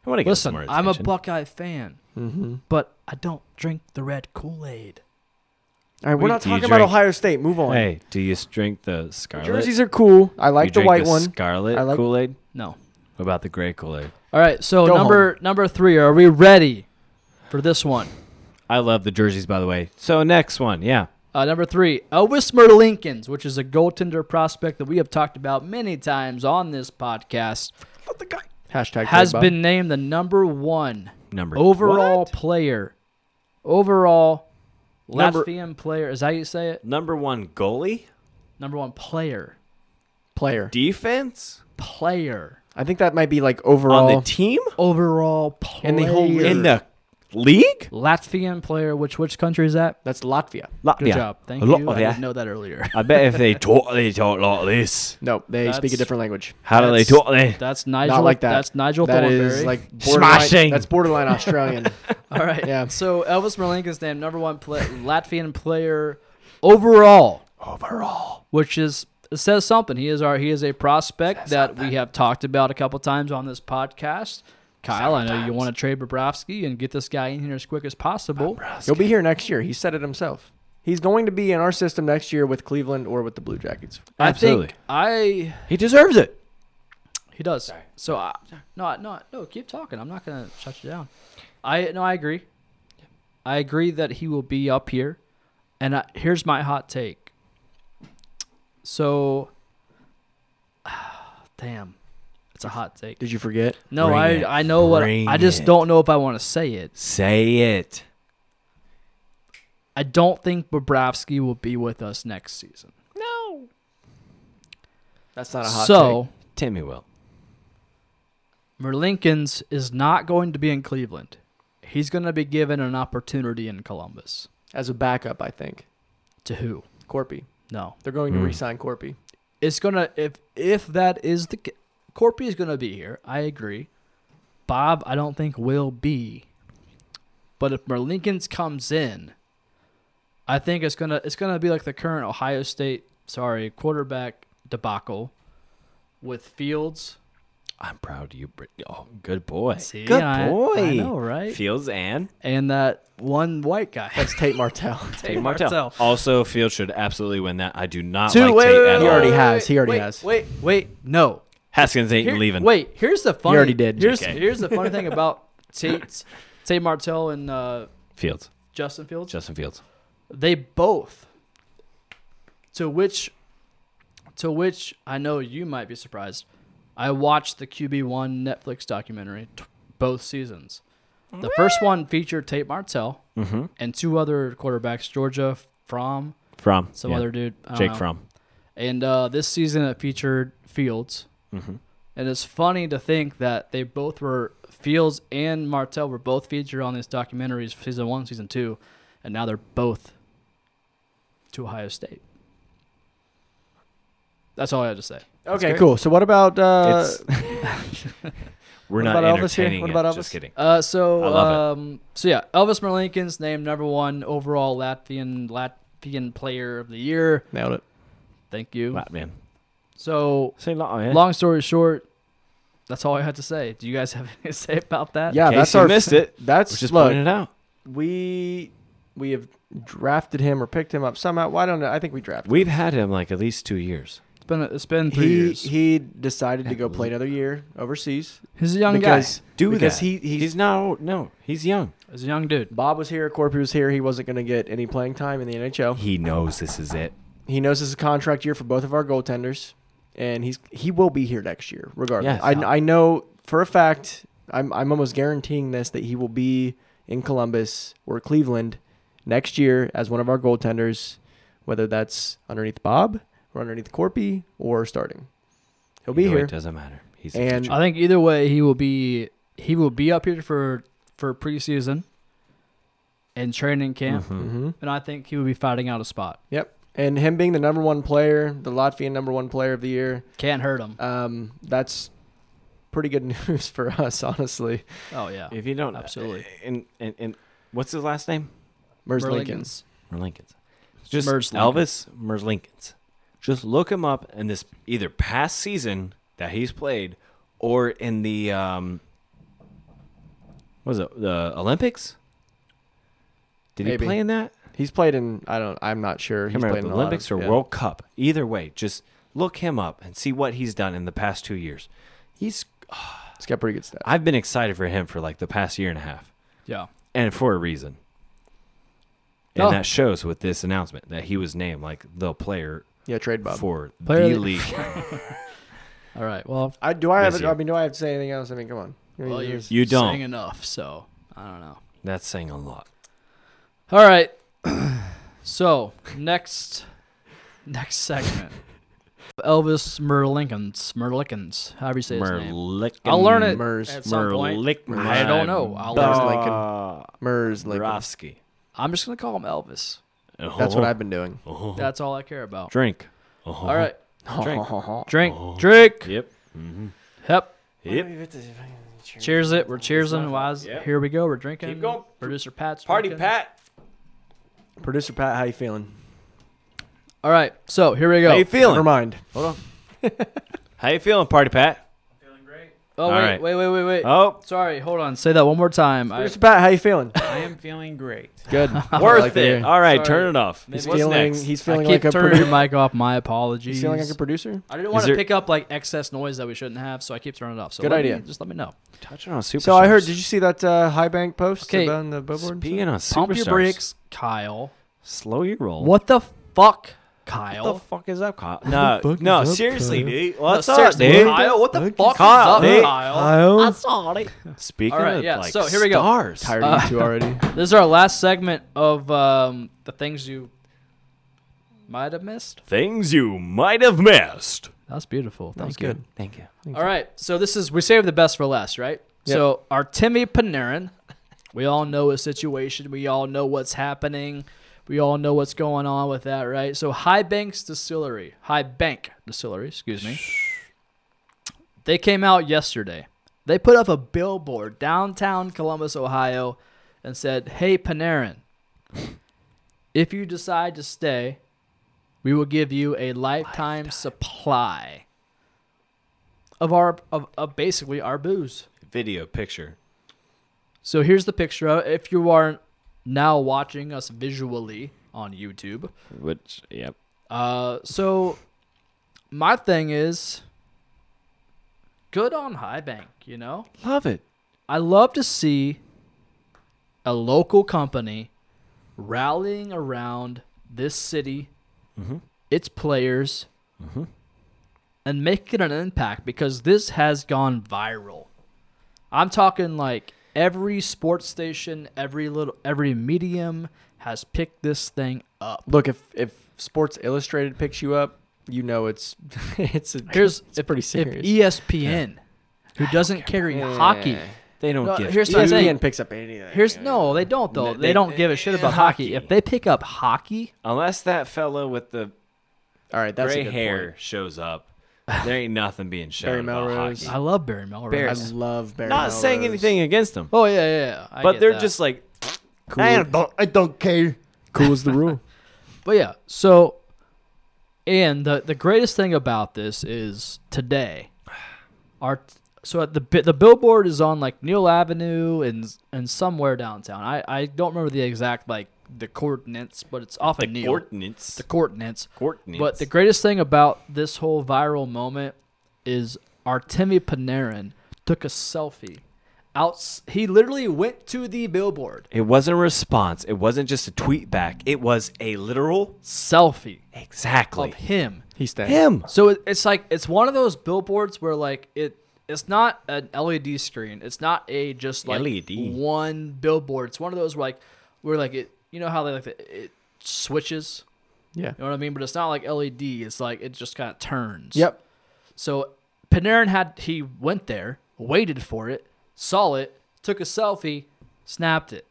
Speaker 8: I want to get
Speaker 6: Listen,
Speaker 8: some more
Speaker 6: I'm a
Speaker 8: attention.
Speaker 6: Buckeye fan,
Speaker 7: mm-hmm.
Speaker 6: but I don't drink the red Kool Aid.
Speaker 7: all right, we're
Speaker 8: We-
Speaker 7: not
Speaker 8: do you
Speaker 7: talking about
Speaker 8: drink-
Speaker 7: Ohio State. Move on.
Speaker 8: Hey, do you drink the scarlet?
Speaker 7: Jerseys are cool. I
Speaker 8: you
Speaker 7: like the
Speaker 8: drink
Speaker 7: white one.
Speaker 8: Scarlet
Speaker 7: I like-
Speaker 8: Kool Aid.
Speaker 6: No.
Speaker 8: What about the gray Kool Aid?
Speaker 6: All right. So
Speaker 7: Go
Speaker 6: number number three. Are we ready for this one?
Speaker 8: I love the jerseys, by the way. So next one, yeah.
Speaker 6: Uh, number three, Elvis Merlinkins, which is a goaltender prospect that we have talked about many times on this podcast,
Speaker 7: Hashtag
Speaker 6: has
Speaker 7: trade, Bob.
Speaker 6: been named the number one
Speaker 8: Number
Speaker 6: overall
Speaker 8: What?
Speaker 6: player, overall
Speaker 8: Number-
Speaker 6: Latvian E player. Is that how you say it?
Speaker 8: Number one goalie
Speaker 6: Number one player,
Speaker 7: player.
Speaker 8: defense
Speaker 6: player,
Speaker 7: I think that might be like overall.
Speaker 8: on the team
Speaker 6: overall player
Speaker 7: In the whole league.
Speaker 8: in the league.
Speaker 6: Latvian player. Which which country is that?
Speaker 7: that's Latvia.
Speaker 6: Good
Speaker 8: Latvia.
Speaker 6: job. Thank
Speaker 8: Latvia.
Speaker 6: you. I didn't know that earlier.
Speaker 8: I bet if they talk, they talk like this.
Speaker 7: No, they speak
Speaker 6: That's-
Speaker 7: a different language.
Speaker 8: How do they
Speaker 6: That's-
Speaker 8: talk? They
Speaker 6: That's Nigel.
Speaker 7: Not like that.
Speaker 6: That's Nigel
Speaker 7: That
Speaker 6: Thornberry.
Speaker 7: is like borderline,
Speaker 8: Smashing.
Speaker 7: That's borderline Australian.
Speaker 6: All right.
Speaker 7: Yeah.
Speaker 6: So Elvis Merlinka's named number one play, Latvian player overall. Overall. Which is it says something. He is our he is a prospect that we have talked about a couple times on this podcast. Kyle, I know you want to trade Bobrovsky and get this guy in here as quick as possible.
Speaker 7: He'll be here next year. He said it himself. He's going to be in our system next year with Cleveland or with the Blue Jackets.
Speaker 6: I think I
Speaker 8: He deserves it.
Speaker 6: He does. So I, no, no, no. Keep talking. I'm not gonna shut you down. I no, I agree. I agree that he will be up here, and I, here's my hot take. So, damn, it's a hot take.
Speaker 7: Did you forget?
Speaker 6: No,
Speaker 8: Bring
Speaker 6: I
Speaker 8: it.
Speaker 6: I know what
Speaker 8: Bring
Speaker 6: I just
Speaker 8: it.
Speaker 6: don't know if I want to say it.
Speaker 8: Say it.
Speaker 6: I don't think Bobrovsky will be with us next season.
Speaker 9: No.
Speaker 7: That's not a hot
Speaker 6: So-
Speaker 8: take. Timmy will.
Speaker 6: Merlinkins is not going to be in Cleveland. He's going to be given an opportunity in Columbus.
Speaker 7: As a backup, I think.
Speaker 6: To who?
Speaker 7: Corpy.
Speaker 6: No.
Speaker 7: They're going to
Speaker 8: Hmm.
Speaker 7: re-sign Corpy.
Speaker 6: It's going to if if that is the ca- Corpy is going to be here. I agree. Bob, I don't think will be. But if Merlinkins comes in, I think it's gonna it's gonna be like the current Ohio State sorry quarterback debacle with Fields.
Speaker 8: I'm proud of you. Brit- Oh, good boy.
Speaker 6: See,
Speaker 8: good
Speaker 6: I-
Speaker 8: boy.
Speaker 6: I know, right?
Speaker 8: Fields and
Speaker 6: and that one white guy.
Speaker 7: That's Tate Martell.
Speaker 8: Tate Martell. Also, Fields should absolutely win that. I do not
Speaker 6: Two-
Speaker 8: like
Speaker 6: wait,
Speaker 8: Tate
Speaker 6: wait,
Speaker 8: at
Speaker 6: wait,
Speaker 7: he
Speaker 8: all.
Speaker 7: already has. He already
Speaker 6: wait,
Speaker 7: has.
Speaker 6: Wait, wait, no.
Speaker 8: Haskins ain't
Speaker 6: Here-
Speaker 8: leaving.
Speaker 6: Wait, here's the funny.
Speaker 7: already did,
Speaker 6: Here's
Speaker 8: JK.
Speaker 6: here's the funny thing about Tate, Tate Martell and uh,
Speaker 8: Fields.
Speaker 6: Justin Fields.
Speaker 8: Justin Fields.
Speaker 6: They both. To which, to which I know you might be surprised. I watched the QB one Netflix documentary, t- both seasons. The first one featured Tate Martell
Speaker 8: Mm-hmm.
Speaker 6: and two other quarterbacks, Georgia Fromm,
Speaker 8: From
Speaker 6: some other dude, I don't
Speaker 8: Jake
Speaker 6: know.
Speaker 8: From.
Speaker 6: And uh, this season it featured Fields.
Speaker 8: Mm-hmm.
Speaker 6: And it's funny to think that they both were, Fields and Martell were both featured on these documentaries, season one, season two. And now they're both to Ohio State. That's all I had to say.
Speaker 7: Okay, cool. So what about uh,
Speaker 8: It's- We're
Speaker 7: what
Speaker 8: not
Speaker 7: about Elvis here?
Speaker 8: entertaining
Speaker 7: What about
Speaker 8: it. Just
Speaker 7: Elvis?
Speaker 8: kidding.
Speaker 6: Uh, so,
Speaker 8: I love
Speaker 6: um, so yeah, Elvis Merlinkins named number one overall Latvian Latvian player of the year.
Speaker 7: nailed it?
Speaker 6: Thank you.
Speaker 8: Wow, man.
Speaker 6: So,
Speaker 8: Say lot, man.
Speaker 6: long story short, that's all I had to say. Do you guys have anything to say about that?
Speaker 7: Yeah,
Speaker 8: In
Speaker 7: that's
Speaker 8: case you
Speaker 7: our
Speaker 8: missed it.
Speaker 7: That's
Speaker 8: We're just
Speaker 7: look,
Speaker 8: pointing it out.
Speaker 7: we we have drafted him or picked him up somehow. Well, I don't know. I think we drafted.
Speaker 8: We've had him like at least two years.
Speaker 6: It's been it's been
Speaker 7: him.
Speaker 6: three
Speaker 7: He
Speaker 6: years.
Speaker 7: he decided to go play another year overseas
Speaker 6: he's a young guy.
Speaker 7: because
Speaker 8: Do
Speaker 7: because
Speaker 8: that.
Speaker 7: he he's,
Speaker 8: he's not old. No, he's young.
Speaker 6: He's a young dude.
Speaker 7: Bob was here, Corpy was here. He wasn't going to get any playing time in the NHL.
Speaker 8: He knows this is it.
Speaker 7: He knows this is a contract year for both of our goaltenders, and he's he will be here next year regardless.
Speaker 8: Yes.
Speaker 7: I I know for a fact. I'm I'm almost guaranteeing this that he will be in Columbus or Cleveland next year as one of our goaltenders, whether that's underneath Bob or underneath Corpy or starting. He'll be
Speaker 8: Either way,
Speaker 7: here.
Speaker 8: It doesn't matter. He's the
Speaker 7: And
Speaker 8: future.
Speaker 6: I think either way, he will be he will be up here for for preseason and training camp,
Speaker 8: Mm-hmm.
Speaker 7: Mhm.
Speaker 6: and I think he will be fighting out a spot.
Speaker 7: yep. And him being the number one player, the Latvian number one player of the year,
Speaker 6: Can't hurt him.
Speaker 7: um, that's pretty good news for us, honestly.
Speaker 6: Oh yeah,
Speaker 8: if you don't uh,
Speaker 6: Absolutely.
Speaker 8: And and, and what's his last name?
Speaker 7: Merz
Speaker 6: Merlinkins.
Speaker 7: Lincolns.
Speaker 8: Merlinkins. Just
Speaker 6: Merz
Speaker 8: Elvis Merlinkins. Just look him up in this either past season that he's played or in the um what is it the Olympics? Did
Speaker 7: Maybe.
Speaker 8: he play in that?
Speaker 7: He's played in I don't I'm not sure.
Speaker 8: I
Speaker 7: He's
Speaker 8: can't remember
Speaker 7: played
Speaker 8: if
Speaker 7: in
Speaker 8: the
Speaker 7: a lot
Speaker 8: Olympics
Speaker 7: of-
Speaker 8: or
Speaker 7: yeah.
Speaker 8: World Cup. Either way, just look him up and see what he's done in the past two years. He's
Speaker 7: He's got pretty good stats.
Speaker 8: I've been excited for him for like the past year and a half.
Speaker 6: Yeah,
Speaker 8: and for a reason. And
Speaker 6: Oh.
Speaker 8: that shows with this announcement that he was named like the player
Speaker 7: Yeah, trade Bob.
Speaker 8: for
Speaker 6: Player-
Speaker 8: the league.
Speaker 6: all right. Well,
Speaker 7: I do I have
Speaker 8: This
Speaker 7: I
Speaker 8: year.
Speaker 7: mean do I have to say anything else? I mean, come on. I mean,
Speaker 6: well, you're
Speaker 7: there's-
Speaker 8: You don't.
Speaker 6: saying enough, so I don't know.
Speaker 8: That's saying a lot.
Speaker 6: All right. so next, next segment. Elvis Merlinkins, Merlinkins, however you say his name.
Speaker 8: Merlick.
Speaker 6: I'll learn it
Speaker 7: Merz-
Speaker 6: at some point.
Speaker 8: Merlick-
Speaker 6: I don't know. I'll
Speaker 7: Merz
Speaker 6: learn.
Speaker 7: Lincoln. Merz Lincoln.
Speaker 8: Brovsky.
Speaker 6: I'm just gonna call him Elvis.
Speaker 7: That's what I've been doing.
Speaker 8: Oh.
Speaker 6: That's all I care about.
Speaker 8: Drink. Uh-huh.
Speaker 6: All right,
Speaker 8: Drink.
Speaker 6: drink, drink. Mm-hmm.
Speaker 8: Yep.
Speaker 6: Yep.
Speaker 8: Yep.
Speaker 6: Cheers it. We're cheersing. Wise. Here we go. We're drinking.
Speaker 8: Keep going.
Speaker 6: Producer Pat's
Speaker 8: Party
Speaker 6: drinking.
Speaker 8: Pat.
Speaker 7: Producer Pat, how you feeling?
Speaker 6: All right. So here we go.
Speaker 8: How you
Speaker 7: Never
Speaker 8: feeling?
Speaker 7: mind.
Speaker 8: How you feeling, Party Pat?
Speaker 11: Feeling great.
Speaker 6: Oh
Speaker 8: All
Speaker 6: wait,
Speaker 8: right.
Speaker 6: wait, wait, wait, wait.
Speaker 8: Oh.
Speaker 6: sorry. Hold on. Say that one more time. I-
Speaker 7: Mr. Pat, how you feeling?
Speaker 11: I am feeling great.
Speaker 7: Good.
Speaker 8: Worth
Speaker 6: like to
Speaker 8: it.
Speaker 6: hear.
Speaker 8: All right,
Speaker 6: Sorry.
Speaker 8: turn it off.
Speaker 7: He's
Speaker 8: What's
Speaker 7: feeling.
Speaker 8: next?
Speaker 7: He's
Speaker 6: I
Speaker 7: feeling
Speaker 6: keep
Speaker 7: like a.
Speaker 6: turning
Speaker 7: Produ-
Speaker 6: your mic off. My apologies.
Speaker 7: he's feeling like a producer.
Speaker 6: I didn't want to
Speaker 8: there-
Speaker 6: pick up like excess noise that we shouldn't have, so I keep turning it off. So
Speaker 7: Good
Speaker 6: let
Speaker 7: idea.
Speaker 6: Me, just let me know.
Speaker 8: Touching on super.
Speaker 7: So I heard. Did you see that uh, high bank post
Speaker 6: Okay.
Speaker 7: about the billboard?
Speaker 8: Speaking on superstars,
Speaker 6: Pump your brakes, Kyle.
Speaker 8: Slow your roll.
Speaker 6: What the fuck,
Speaker 8: What
Speaker 6: Kyle?
Speaker 8: the fuck is up, Kyle? No,
Speaker 7: fuck
Speaker 8: Oh. no,
Speaker 7: is up,
Speaker 8: seriously,
Speaker 7: Kyle?
Speaker 8: dude.
Speaker 6: No,
Speaker 8: What's up,
Speaker 6: seriously,
Speaker 8: dude?
Speaker 6: Kyle, what the
Speaker 7: Look
Speaker 6: fuck
Speaker 8: Kyle,
Speaker 6: is up,
Speaker 8: dude.
Speaker 6: Kyle?
Speaker 7: Kyle,
Speaker 6: All
Speaker 8: Speaking
Speaker 6: right,
Speaker 8: of
Speaker 6: yeah,
Speaker 8: like
Speaker 6: so here we go.
Speaker 8: stars,
Speaker 7: tired of you two already.
Speaker 6: This is our last segment of um, the things you might have missed.
Speaker 10: Things you might have missed.
Speaker 6: That's beautiful. Thank
Speaker 7: was
Speaker 6: you.
Speaker 7: good.
Speaker 8: Thank you.
Speaker 6: All right, so this is we saved the best for last, right? So our Timmy Panarin, we all know his situation. We all know what's happening. We all know what's going on with that, right? So High Banks Distillery, High Bank Distillery, excuse me. They came out yesterday. They put up a billboard downtown Columbus, Ohio, and said, "Hey Panarin, if you decide to stay, we will give you a lifetime, supply." of our of, of basically our booze.
Speaker 8: Video picture.
Speaker 6: So here's the picture. of- If you are now watching us visually on YouTube,
Speaker 8: Which, yep.
Speaker 6: uh, so my thing is good on High Bank. You know,
Speaker 8: Love it.
Speaker 6: I love to see a local company rallying around this city,
Speaker 7: Mm-hmm.
Speaker 6: its players, and making an impact because this has gone viral. I'm talking like every sports station, every little, every medium has picked this thing up.
Speaker 7: Look, if if Sports Illustrated picks you up, you know it's it's a, E
Speaker 6: Here's
Speaker 7: it's pretty serious.
Speaker 6: If ESPN, who doesn't carry hockey,
Speaker 8: They don't
Speaker 6: No,
Speaker 8: give.
Speaker 6: here's the
Speaker 7: ESPN
Speaker 6: thing.
Speaker 7: picks up anything.
Speaker 6: Here's no, they don't though. they,
Speaker 8: they-
Speaker 6: don't give a shit about hockey. If they pick up hockey,
Speaker 8: Unless that fellow with the
Speaker 7: All right, that's a
Speaker 8: gray
Speaker 7: good
Speaker 8: hair shows up, there ain't nothing being
Speaker 7: Barry
Speaker 8: shouted about
Speaker 7: Melrose.
Speaker 8: hockey.
Speaker 6: I love Barry Melrose.
Speaker 8: Barry-
Speaker 7: Point. I love Barry.
Speaker 8: Not saying
Speaker 7: Melrose.
Speaker 8: anything against them,
Speaker 6: Oh yeah, yeah, yeah. I
Speaker 8: but
Speaker 6: get
Speaker 8: they're
Speaker 6: that.
Speaker 8: just like
Speaker 7: Cool. I don't, I don't care. Cool is the rule.
Speaker 6: But yeah, so and the the greatest thing about this is today, our so at the bi- the billboard is on like Neil Avenue and and somewhere downtown. I I don't remember the exact like the coordinates, but it's off of
Speaker 8: the
Speaker 6: Neil.
Speaker 8: coordinates.
Speaker 6: the coordinates.
Speaker 8: Coordinates.
Speaker 6: But the greatest thing about this whole viral moment is Artemi Panarin took a selfie. Out, he literally went to the billboard
Speaker 8: It wasn't a response. It wasn't just a tweet back. It was a literal
Speaker 6: selfie
Speaker 8: exactly
Speaker 6: of him.
Speaker 7: He's staying.
Speaker 8: him.
Speaker 6: So it, it's like it's one of those billboards where like it it's not an LED screen. It's not a just like
Speaker 8: LED.
Speaker 6: one billboard. It's one of those where like where like it you know how they like the, it switches.
Speaker 7: Yeah.
Speaker 6: You know what I mean? But it's not like LED. It's like it just kind of turns.
Speaker 7: Yep.
Speaker 6: So Panarin had he went there, waited for it, saw it, took a selfie, snapped it.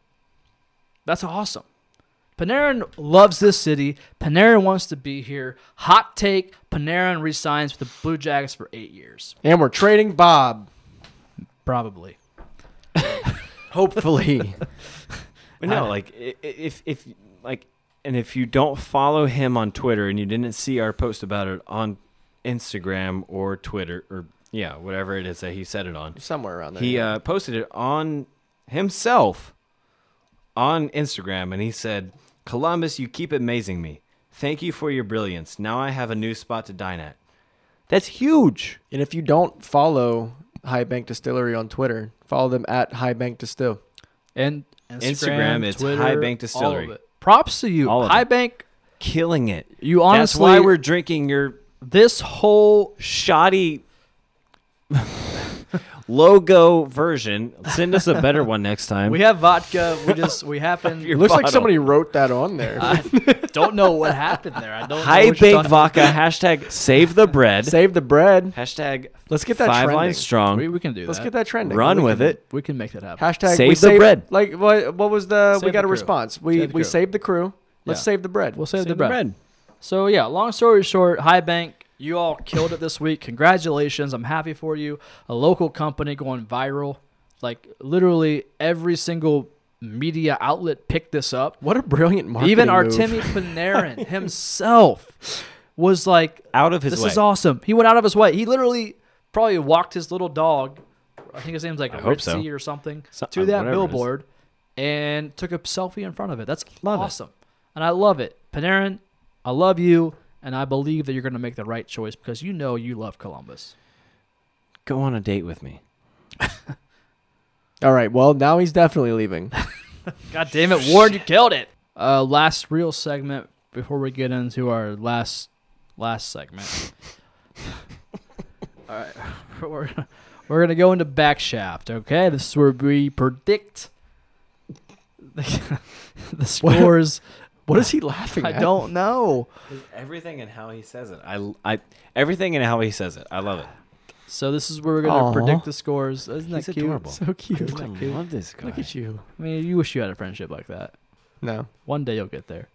Speaker 6: That's awesome. Panarin loves this city. Panarin wants to be here. Hot take: Panarin resigns with the Blue Jackets for eight years,
Speaker 7: And we're trading Bob.
Speaker 6: probably.
Speaker 7: Hopefully.
Speaker 8: But no, like i- i- if if like and if you don't follow him on Twitter and you didn't see our post about it on Instagram or Twitter or yeah, whatever it is that he said it on.
Speaker 7: Somewhere around there.
Speaker 8: He uh, posted it on himself on Instagram and he said, "Columbus, you keep amazing me. Thank you for your brilliance. Now I have a new spot to dine at." That's huge.
Speaker 7: and if you don't follow High Bank Distillery on Twitter, follow them at High Bank Distill.
Speaker 6: And Instagram,
Speaker 8: Instagram, it's
Speaker 6: Twitter,
Speaker 8: High Bank
Speaker 6: all
Speaker 8: Distillery.
Speaker 6: of it. Props to you,
Speaker 8: All of
Speaker 6: High
Speaker 8: it.
Speaker 6: Bank.
Speaker 8: Killing it.
Speaker 6: You
Speaker 8: That's
Speaker 6: honestly,
Speaker 8: why we're drinking your
Speaker 6: this whole
Speaker 8: shoddy logo version. Send us a better one next time.
Speaker 6: we have vodka. We just we happen.
Speaker 8: Your
Speaker 7: It looks like
Speaker 8: bottle.
Speaker 7: somebody wrote that on there.
Speaker 6: don't know what happened there. I don't. know
Speaker 8: high
Speaker 6: what you're
Speaker 8: baked
Speaker 6: talking
Speaker 8: vodka. Hashtag save the bread.
Speaker 7: Save the bread.
Speaker 8: hashtag
Speaker 7: Let's get that
Speaker 8: five
Speaker 7: trending.
Speaker 8: lines strong.
Speaker 6: We, we can do
Speaker 7: Let's
Speaker 6: that.
Speaker 7: get that trending.
Speaker 8: Run
Speaker 7: We
Speaker 8: with
Speaker 7: can-
Speaker 8: it.
Speaker 6: We can make that happen.
Speaker 7: Hashtag
Speaker 8: Save
Speaker 7: we
Speaker 8: the bread.
Speaker 7: Like what? What was the? we
Speaker 6: Save
Speaker 7: got
Speaker 6: the
Speaker 7: a
Speaker 6: crew.
Speaker 7: response. We
Speaker 6: Save the
Speaker 7: we
Speaker 6: crew.
Speaker 7: saved the crew. Let's
Speaker 6: Yeah.
Speaker 7: save the bread.
Speaker 6: We'll save, the, bread. So yeah, long story short, High Bank, you all killed it this week. Congratulations. I'm happy for you. A local company going viral. Like literally every single media outlet picked this up.
Speaker 7: What a brilliant marketing
Speaker 6: Even
Speaker 7: move.
Speaker 6: Artemi Panarin himself was like
Speaker 8: Out of his
Speaker 6: this
Speaker 8: way.
Speaker 6: is awesome. He went out of his way. He literally probably walked his little dog I think his name's like
Speaker 8: I hope
Speaker 6: Ritzy
Speaker 8: so.
Speaker 6: or something,
Speaker 8: So-
Speaker 6: to that
Speaker 8: whatever it is.
Speaker 6: billboard and took a selfie in front of it. That's awesome. And I love it. Panarin, I love you. And I believe that you're going to make the right choice because you know you love Columbus.
Speaker 8: Go on a date with me.
Speaker 7: All right. Well, now he's definitely leaving.
Speaker 6: God damn it, Ward, you killed it. Uh, last real segment before we get into our last last segment. All right, we're gonna, we're gonna go into backshaft. Okay, this is where we predict the, the scores.
Speaker 7: what is he laughing
Speaker 6: I
Speaker 7: at?
Speaker 6: don't know.
Speaker 8: Everything and how he says it. I, I, everything and how he says it. I love it.
Speaker 6: So this is where we're gonna
Speaker 7: Aw.
Speaker 6: predict the scores. Isn't that
Speaker 8: He's
Speaker 6: cute?
Speaker 8: adorable.
Speaker 7: So cute.
Speaker 8: I love this guy.
Speaker 7: Look at you.
Speaker 6: I mean, you wish you had a friendship like that.
Speaker 7: No.
Speaker 6: One day you'll get there.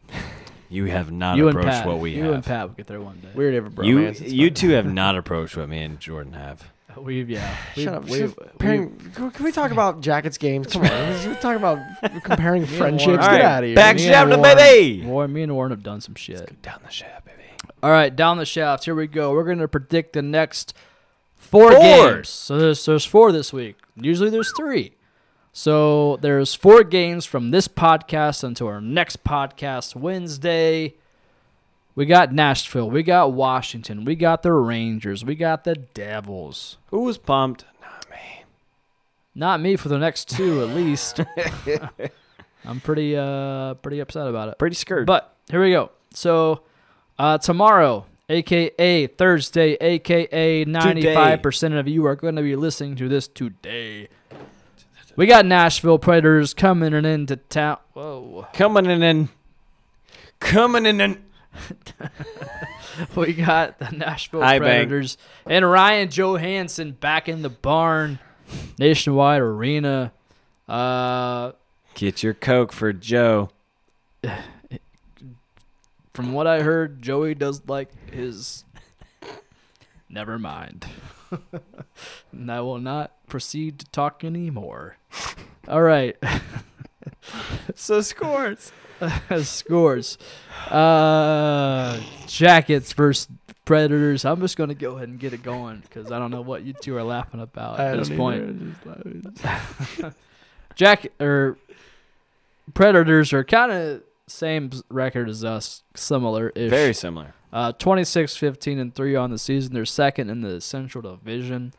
Speaker 8: You have not
Speaker 6: you and
Speaker 8: approached
Speaker 6: Pat,
Speaker 8: what we
Speaker 6: you
Speaker 8: have.
Speaker 6: and Pat will get there one day.
Speaker 7: Weird ever bromance.
Speaker 8: you,
Speaker 7: it's
Speaker 8: you
Speaker 7: fine.
Speaker 8: two have not approached what me and Jordan have.
Speaker 6: We've yeah. We've,
Speaker 7: Shut up.
Speaker 6: we've-
Speaker 7: Shut up. Comparing- can can we talk about jackets games? Come on. Let's just talk about comparing
Speaker 6: and
Speaker 7: friendships.
Speaker 6: Warren-
Speaker 7: Get
Speaker 6: All right,
Speaker 7: out of here.
Speaker 8: back
Speaker 6: Me and
Speaker 8: shaft,
Speaker 6: Warren-
Speaker 8: baby!
Speaker 6: Warren, me and Warren have done some shit.
Speaker 8: Down the shaft, baby.
Speaker 6: All right, down the shaft. Here we go. We're gonna predict the next four,
Speaker 8: Four.
Speaker 6: games. So there's there's four this week. Usually there's three. So there's four games from this podcast until our next podcast Wednesday. We got Nashville. We got Washington. We got the Rangers. We got the Devils.
Speaker 8: Who was pumped? Not me.
Speaker 6: Not me for the next two, at least. I'm pretty uh pretty upset about it.
Speaker 8: Pretty scared.
Speaker 6: But here we go. So uh, tomorrow, aka Thursday, aka ninety-five percent of you are going to be listening to this today. We got Nashville Predators coming and into town. Whoa,
Speaker 8: coming in and coming in and
Speaker 6: we got the Nashville
Speaker 8: Hi, Bang.
Speaker 6: Predators and Ryan Johansson back in the barn, Nationwide Arena. Uh,
Speaker 8: get your coke for Joe.
Speaker 6: from what I heard, Joey does like his. Never mind. and I will not proceed to talk anymore. All right.
Speaker 8: So scores.
Speaker 6: Scores. Uh, Jackets versus Predators. I'm just going to go ahead and get it going because I don't know what you two are laughing about
Speaker 7: I
Speaker 6: at
Speaker 7: don't
Speaker 6: this
Speaker 7: either.
Speaker 6: point.
Speaker 7: Just laughing.
Speaker 6: Jack or Predators are kind of same record as us, similar ish.
Speaker 8: Very similar.
Speaker 6: Uh, 26, 15, and 3 on the season. They're second in the Central Division.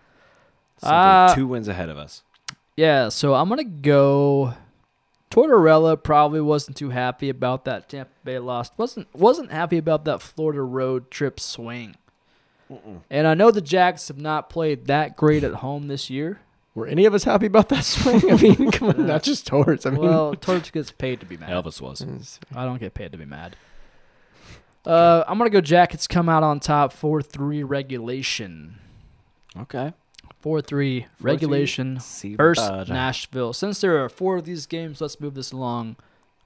Speaker 8: So they're
Speaker 6: Uh,
Speaker 8: two wins ahead of us.
Speaker 6: Yeah, so I'm going to go. Tortorella probably wasn't too happy about that Tampa Bay loss. wasn't wasn't happy about that Florida road trip swing. And I know the Jacks have not played that great at home this year.
Speaker 7: Were any of us happy about that swing? I mean, come on, not just towards. I mean,
Speaker 6: Well, Torch gets paid to be mad.
Speaker 8: Elvis was.
Speaker 6: I don't get paid to be mad. Uh, I'm gonna go Jackets come out on top four three regulation.
Speaker 8: Okay.
Speaker 6: Four three regulation
Speaker 8: See
Speaker 6: versus
Speaker 8: what-
Speaker 6: Nashville. Since there are four of these games, let's move this along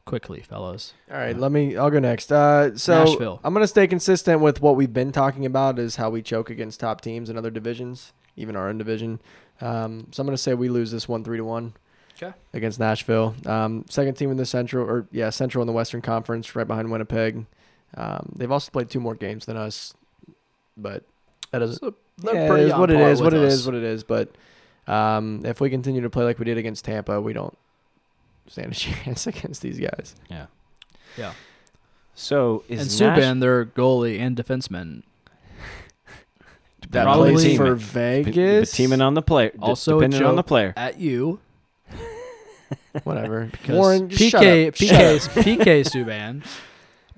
Speaker 6: quickly, fellas.
Speaker 7: all right. Let me. I'll go next. Uh, so
Speaker 6: Nashville.
Speaker 7: I'm gonna stay consistent with what we've been talking about is how we choke against top teams in other divisions, even our own division. Um, so I'm gonna say we lose this one three to one.
Speaker 6: 'Kay.
Speaker 7: Against Nashville, um, second team in the Central, or yeah, Central in the Western Conference, right behind Winnipeg. Um, they've also played two more games than us, but that doesn't yeah, it is
Speaker 6: on
Speaker 7: what it
Speaker 6: par
Speaker 7: is,
Speaker 6: with
Speaker 7: what it
Speaker 6: us.
Speaker 7: is, what it is. But um, if we continue to play like we did against Tampa, we don't stand a chance against these guys.
Speaker 8: So
Speaker 6: And
Speaker 8: is
Speaker 6: Subban,
Speaker 8: Nash-
Speaker 6: their goalie and defenseman,
Speaker 7: That
Speaker 6: Probably
Speaker 7: plays
Speaker 8: teaming.
Speaker 7: for
Speaker 8: Be- be
Speaker 7: Vegas.
Speaker 8: teaming on the player. d-
Speaker 6: Also a
Speaker 8: depending on the
Speaker 6: joke.
Speaker 8: player.
Speaker 6: at you.
Speaker 7: whatever.
Speaker 6: 'cause
Speaker 7: Warren, just shut
Speaker 6: PK
Speaker 7: up.
Speaker 6: PK PK Subban,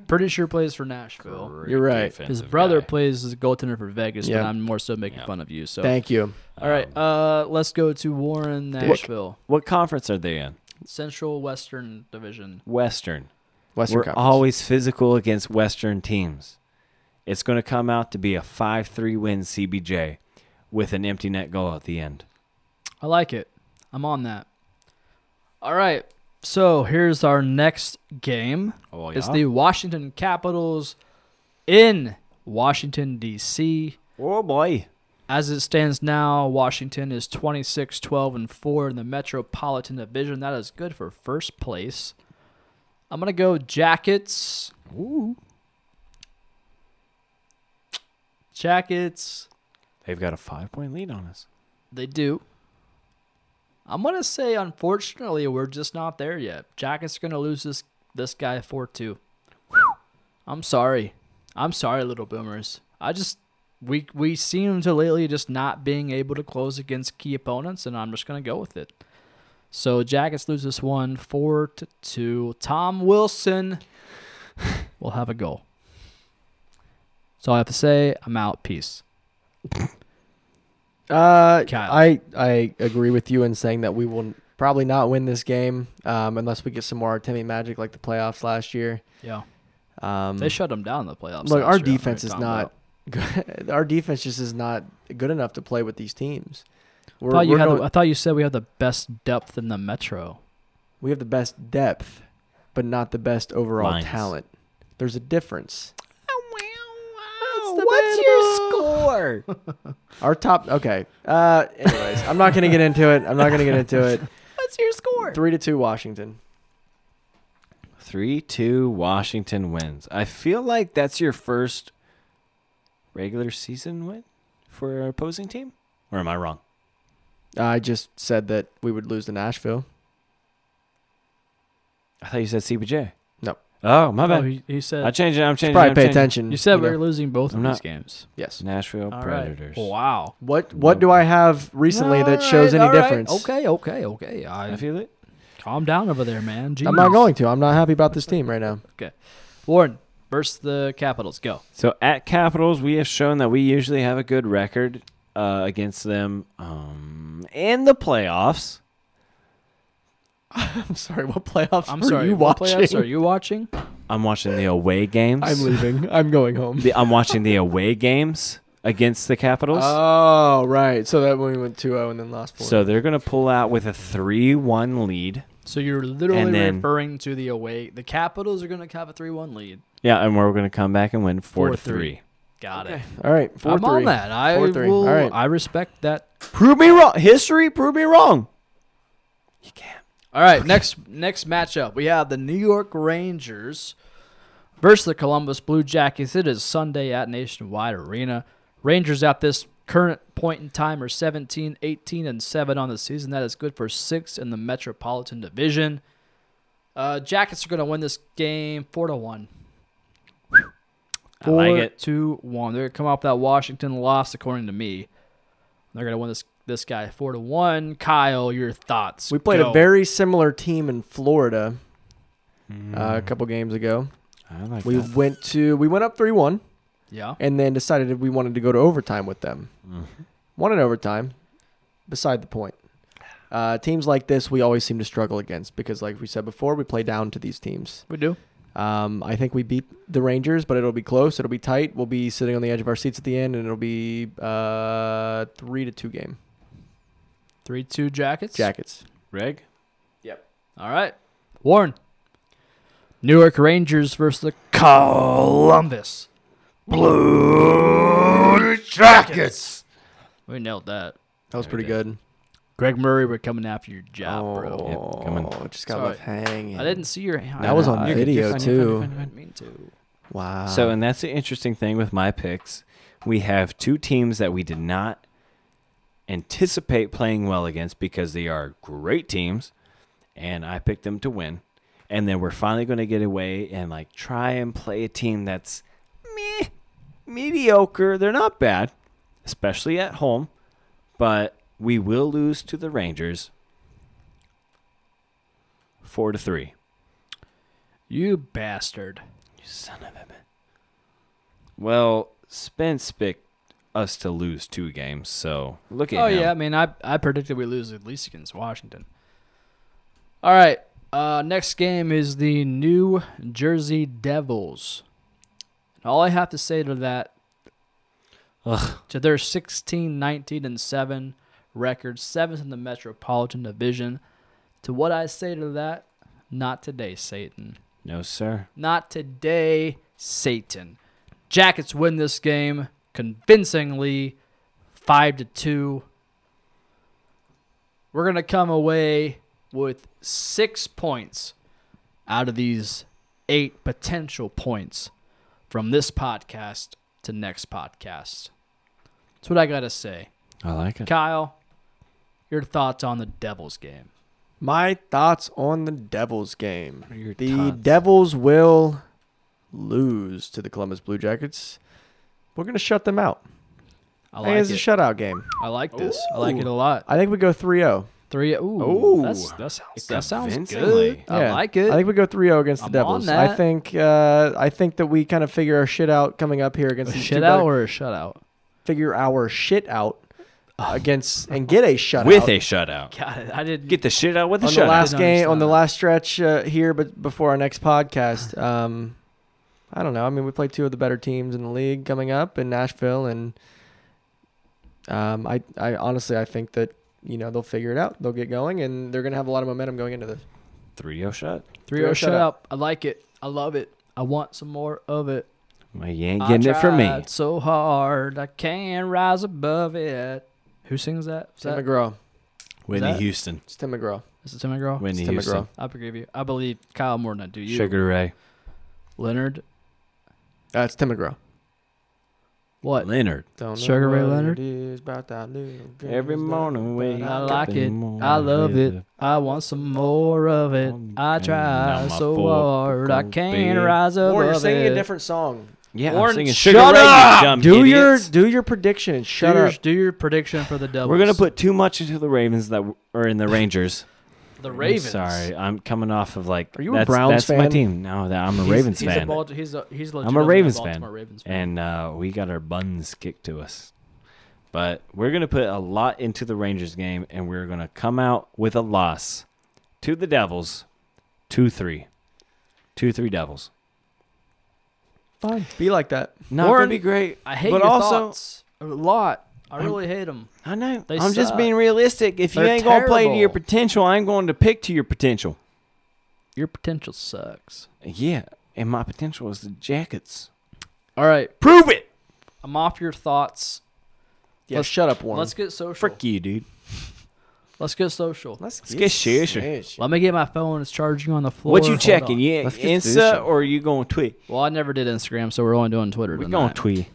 Speaker 6: pretty sure plays for Nashville.
Speaker 7: You're right.
Speaker 6: His
Speaker 8: Defensive
Speaker 6: brother
Speaker 8: guy.
Speaker 6: plays as a goaltender for Vegas,
Speaker 7: Yeah.
Speaker 6: but I'm more so making
Speaker 8: Yeah.
Speaker 6: fun of you. So
Speaker 7: Thank you.
Speaker 6: All right,
Speaker 8: Um,
Speaker 6: uh, let's go to Warren, Nashville,
Speaker 8: what conference are they in?
Speaker 6: Central Western Division.
Speaker 8: Western.
Speaker 7: Western
Speaker 8: We're
Speaker 7: Conference.
Speaker 8: always physical against Western teams. It's going to come out to be a 5 3 win CBJ with an empty net goal at the end.
Speaker 6: I like it. I'm on that. All right, so here's our next game.
Speaker 8: Oh,
Speaker 6: It's the Washington Capitals in Washington D.C.
Speaker 8: oh boy.
Speaker 6: As it stands now, Washington is 26, 12, and 4 in the Metropolitan Division. That is good for first place. I'm going to go Jackets. Ooh. Jackets.
Speaker 8: They've got a five point lead on us.
Speaker 6: They do. I'm gonna say, unfortunately, we're just not there yet. Jackets are gonna lose this this guy four two. I'm sorry, I'm sorry, little boomers. I just we we seem to lately just not being able to close against key opponents, and I'm just gonna go with it. So Jackets lose this one four to two. Tom Wilson will have a goal. So I have to say, I'm out. Peace.
Speaker 7: Uh, I I agree with you in saying that we will probably not win this game um, unless we get some more Artemi magic like the playoffs last year.
Speaker 6: Yeah.
Speaker 7: Um,
Speaker 6: They shut them down in the playoffs.
Speaker 7: Look,
Speaker 6: last
Speaker 7: our
Speaker 6: year, I know
Speaker 7: defense
Speaker 6: you're
Speaker 7: is
Speaker 6: talking
Speaker 7: not good. our defense just is not good enough to play with these teams. We're,
Speaker 6: thought you
Speaker 7: we're
Speaker 6: had the-
Speaker 7: going-
Speaker 6: I thought you said we have the best depth in the metro.
Speaker 7: we have the best depth, but not the best overall
Speaker 6: Lines.
Speaker 7: talent. There's a difference.
Speaker 9: What's your score?
Speaker 7: Our top. Okay. Uh. Anyways, I'm not gonna get into it. I'm not gonna get into it.
Speaker 9: What's your score?
Speaker 7: Three to two, Washington.
Speaker 8: Three two Washington wins. I feel like that's your first regular season win for an opposing team. Or am I wrong?
Speaker 7: I just said that we would lose to Nashville.
Speaker 8: I thought you said CBJ.
Speaker 7: No.
Speaker 8: Oh my
Speaker 6: No,
Speaker 8: bad.
Speaker 6: he- he said-
Speaker 8: I changed it. I'm
Speaker 7: Just
Speaker 8: changing.
Speaker 7: probably
Speaker 8: it, I'm
Speaker 7: pay
Speaker 8: changing it.
Speaker 7: attention.
Speaker 6: You said
Speaker 7: You
Speaker 6: we're
Speaker 7: know.
Speaker 6: losing both
Speaker 8: I'm
Speaker 6: of these
Speaker 8: not-
Speaker 6: games.
Speaker 7: Yes.
Speaker 8: Nashville
Speaker 6: All right.
Speaker 8: Predators.
Speaker 6: Wow.
Speaker 7: What What do I have recently that shows any
Speaker 6: All right, all right.
Speaker 7: difference?
Speaker 6: Okay, okay, okay. I,
Speaker 8: I feel it.
Speaker 6: calm down over there, man.
Speaker 7: I'm not
Speaker 6: Jeez.
Speaker 7: going to. I'm not happy about this team right now.
Speaker 6: Okay, Warren versus the Capitals. Go.
Speaker 8: So at Capitals, we have shown that we usually have a good record uh, against them um, in the playoffs.
Speaker 7: I'm sorry. What playoffs?
Speaker 6: I'm
Speaker 7: were
Speaker 6: sorry.
Speaker 7: You
Speaker 6: what
Speaker 7: watching?
Speaker 6: Playoffs are you watching?
Speaker 8: I'm watching the away games.
Speaker 7: I'm leaving. I'm going home.
Speaker 8: The- I'm watching the away games against the Capitals.
Speaker 7: Oh right. So that when we went 2-0 and then lost four.
Speaker 8: so they're going to pull out with a 3 1 lead.
Speaker 6: So you're literally
Speaker 8: And then-
Speaker 6: referring to the away. The Capitals are going to have a three-one lead.
Speaker 8: Yeah, and we're going to come back and win 4 to
Speaker 6: 4-3.
Speaker 8: 3.
Speaker 6: Got it.
Speaker 7: All right. Four
Speaker 6: I'm
Speaker 7: three.
Speaker 6: on that. I
Speaker 7: Four, three.
Speaker 6: will.
Speaker 7: All right.
Speaker 6: I respect that.
Speaker 8: Prove me wrong. History, prove me wrong.
Speaker 6: All right. Next next matchup, we have the New York Rangers versus the Columbus Blue Jackets. It is Sunday at Nationwide Arena. Rangers at this current point in time are 17, 18, and 7 on the season. That is good for sixth in the Metropolitan Division. Uh, Jackets are going to win this game 4 to 1.
Speaker 8: I like it.
Speaker 6: 2 1. They're going to come off that Washington loss, according to me. They're going to win this this guy 4 to 1. Kyle, your thoughts.
Speaker 7: We played
Speaker 6: Go.
Speaker 7: a very similar team in Florida uh, a couple games ago.
Speaker 8: Mm. I like
Speaker 7: We
Speaker 8: that.
Speaker 7: went to we went up three one,
Speaker 6: Yeah.
Speaker 7: and then decided if we wanted to go to overtime with them.
Speaker 8: Mm.
Speaker 7: Won in overtime. Beside the point. Uh, teams like this we always seem to struggle against because, like we said before, we play down to these teams.
Speaker 6: We do.
Speaker 7: Um, I think we beat the Rangers, but it'll be close. It'll be tight. We'll be sitting on the edge of our seats at the end, and it'll be uh, three to two game.
Speaker 6: Three two jackets.
Speaker 7: Jackets.
Speaker 8: Reg?
Speaker 6: All right. Warren. Newark Rangers versus the Columbus Blue Jackets. We nailed that.
Speaker 7: That was pretty good.
Speaker 6: Greg Murray, we're coming after your job, bro.
Speaker 8: Yep, come on.
Speaker 7: Oh, just got
Speaker 6: Sorry.
Speaker 7: left hanging.
Speaker 6: I didn't see your hand.
Speaker 7: That was
Speaker 8: No,
Speaker 7: on
Speaker 8: you're good.
Speaker 7: video
Speaker 8: You're fine, you're fine,
Speaker 7: too.
Speaker 8: you're fine, you're
Speaker 6: I
Speaker 8: fine.
Speaker 6: didn't mean to.
Speaker 7: Wow.
Speaker 6: uh,
Speaker 8: So, and that's the interesting thing with my picks. We have two teams that we did not anticipate playing well against because they are great teams, and I picked them to win. And then we're finally going to get away and like try and play a team that's meh, mediocre. They're not bad, especially at home, but we will lose to the Rangers four to three.
Speaker 6: You bastard.
Speaker 8: Son of a bitch. Well, Spence picked us to lose two games, so look at
Speaker 6: Oh
Speaker 8: him.
Speaker 6: yeah, I mean, I I predicted we lose at least against Washington. All right, uh, next game is the New Jersey Devils. And all I have to say to that, to their 16, 19, and seven record, seventh in the Metropolitan Division. To what I say to that, not today, Satan.
Speaker 8: No, sir.
Speaker 6: Not today, Satan. Jackets win this game convincingly, five to two. We're gonna come away with six points out of these eight potential points from this podcast to next podcast. That's what I gotta say.
Speaker 8: I like it.
Speaker 6: Kyle, Your thoughts on the Devils game?
Speaker 7: My thoughts on the Devils game.
Speaker 6: Your
Speaker 7: the
Speaker 6: thoughts.
Speaker 7: Devils will lose to the Columbus Blue Jackets. We're gonna shut them out.
Speaker 6: I
Speaker 7: I
Speaker 6: like
Speaker 7: think it's
Speaker 6: it.
Speaker 7: a shutout game.
Speaker 6: I like this. I like it a lot.
Speaker 7: I think we go oh. 3-0.
Speaker 6: Three. Ooh,
Speaker 7: Ooh.
Speaker 6: that's, that sounds that sounds
Speaker 7: Convincingly.
Speaker 6: good. I
Speaker 7: Yeah.
Speaker 6: like it.
Speaker 7: I think we go 3-0 against the
Speaker 6: I'm on
Speaker 7: Devils. I
Speaker 6: that.
Speaker 7: think uh, I think that we kind of figure our shit out coming up here against
Speaker 6: a
Speaker 7: these two
Speaker 6: shit
Speaker 7: better-
Speaker 6: out or a shutout.
Speaker 7: figure our shit out against and get a shutout
Speaker 8: With a shutout.
Speaker 6: God, I didn't
Speaker 8: Get the shit out with the
Speaker 7: on
Speaker 8: shutout.
Speaker 7: the last
Speaker 6: Didn't
Speaker 7: game on
Speaker 6: understand
Speaker 7: the
Speaker 6: that.
Speaker 7: last stretch uh, here, but before our next podcast. Um, I don't know. I mean, we play two of the better teams in the league coming up in Nashville, and um, I, I honestly, I think that you know they'll figure it out. They'll get going, and they're gonna have a lot of momentum going into this.
Speaker 8: 3-0 shot.
Speaker 6: 3 0
Speaker 7: Three-oh
Speaker 6: shut
Speaker 7: shutout.
Speaker 6: up. I like it. I love it. I want some more of it.
Speaker 8: Well, you ain't
Speaker 6: I
Speaker 8: getting it from me.
Speaker 6: tried So hard, I can't rise above it. Who sings that? Is
Speaker 7: Tim
Speaker 6: that
Speaker 7: McGraw.
Speaker 8: Whitney
Speaker 6: that-
Speaker 8: Houston.
Speaker 7: It's Tim McGraw.
Speaker 6: is it Tim McGraw?
Speaker 8: Whitney
Speaker 7: Tim
Speaker 8: Houston.
Speaker 7: McGraw.
Speaker 6: I forgive you. I believe Kyle more than I do you.
Speaker 8: Sugar Ray.
Speaker 6: Leonard.
Speaker 7: Uh, it's Tim McGraw.
Speaker 6: What?
Speaker 8: Leonard.
Speaker 7: Don't know
Speaker 6: Sugar Ray
Speaker 7: what
Speaker 6: Leonard?
Speaker 7: it is about that little girl
Speaker 8: Every
Speaker 7: who's
Speaker 8: morning
Speaker 7: nothing
Speaker 8: we
Speaker 7: but
Speaker 6: I
Speaker 7: a-
Speaker 8: got
Speaker 6: like
Speaker 8: the
Speaker 6: it.
Speaker 8: more
Speaker 6: I love it.
Speaker 8: rhythm.
Speaker 6: I want some more of it.
Speaker 8: Um,
Speaker 6: I
Speaker 8: and
Speaker 6: try
Speaker 8: now my
Speaker 6: so
Speaker 8: fork
Speaker 6: hard. I
Speaker 8: goes
Speaker 6: can't
Speaker 8: big.
Speaker 6: rise above
Speaker 7: Or you're
Speaker 6: it.
Speaker 7: singing a different song.
Speaker 8: Yeah,
Speaker 6: Warren,
Speaker 8: I'm singing Sugar
Speaker 6: shut
Speaker 8: Ray, you
Speaker 6: up!
Speaker 8: dumb
Speaker 7: do your
Speaker 8: idiots.
Speaker 7: do your prediction and
Speaker 6: do
Speaker 7: shut
Speaker 6: your,
Speaker 7: up.
Speaker 6: Do your prediction for the Devils.
Speaker 8: We're gonna put too much into the Ravens that w- are in the Rangers.
Speaker 6: the
Speaker 8: I'm
Speaker 6: Ravens.
Speaker 8: sorry, I'm coming off of like.
Speaker 7: Are you a
Speaker 8: that's,
Speaker 7: Browns
Speaker 8: That's my
Speaker 7: fan?
Speaker 8: team. No, that, I'm a
Speaker 6: He's-
Speaker 8: Ravens
Speaker 6: he's A
Speaker 8: fan.
Speaker 6: Balti- he's a, he's
Speaker 8: I'm a
Speaker 6: legitimately
Speaker 8: Ravens fan,
Speaker 6: Baltimore Ravens fan.
Speaker 8: and uh, we got our buns kicked to us. But we're gonna put a lot into the Rangers game, and we're gonna come out with a loss to the Devils, two three, two three Devils.
Speaker 7: Fine. Be like that.
Speaker 8: No,
Speaker 6: Warren,
Speaker 8: that'd be great.
Speaker 6: I hate
Speaker 8: but
Speaker 6: your
Speaker 8: also,
Speaker 6: thoughts a lot. I really hate them.
Speaker 8: I know.
Speaker 6: They
Speaker 8: I'm just
Speaker 6: suck.
Speaker 8: being realistic. If
Speaker 6: They're
Speaker 8: you ain't gonna play to your
Speaker 6: terrible.
Speaker 8: potential, I'm going to pick to your potential.
Speaker 6: Your potential sucks.
Speaker 8: Yeah, and my potential is the Jackets.
Speaker 6: All right,
Speaker 8: Prove it.
Speaker 6: I'm off your thoughts.
Speaker 7: Yeah,
Speaker 6: Let's-
Speaker 7: shut up, Warren.
Speaker 6: Let's get social.
Speaker 8: Frick you, dude.
Speaker 6: Let's get social.
Speaker 8: Let's get serious.
Speaker 6: Let me get my phone. It's charging on the floor.
Speaker 8: What you
Speaker 6: Hold
Speaker 8: checking?
Speaker 6: on.
Speaker 8: Yeah,
Speaker 7: Let's get
Speaker 8: Insta
Speaker 7: serious.
Speaker 8: or you going to tweet?
Speaker 6: Well, I never did Instagram, so we're only doing Twitter.
Speaker 8: We
Speaker 6: tonight.
Speaker 8: going tweet.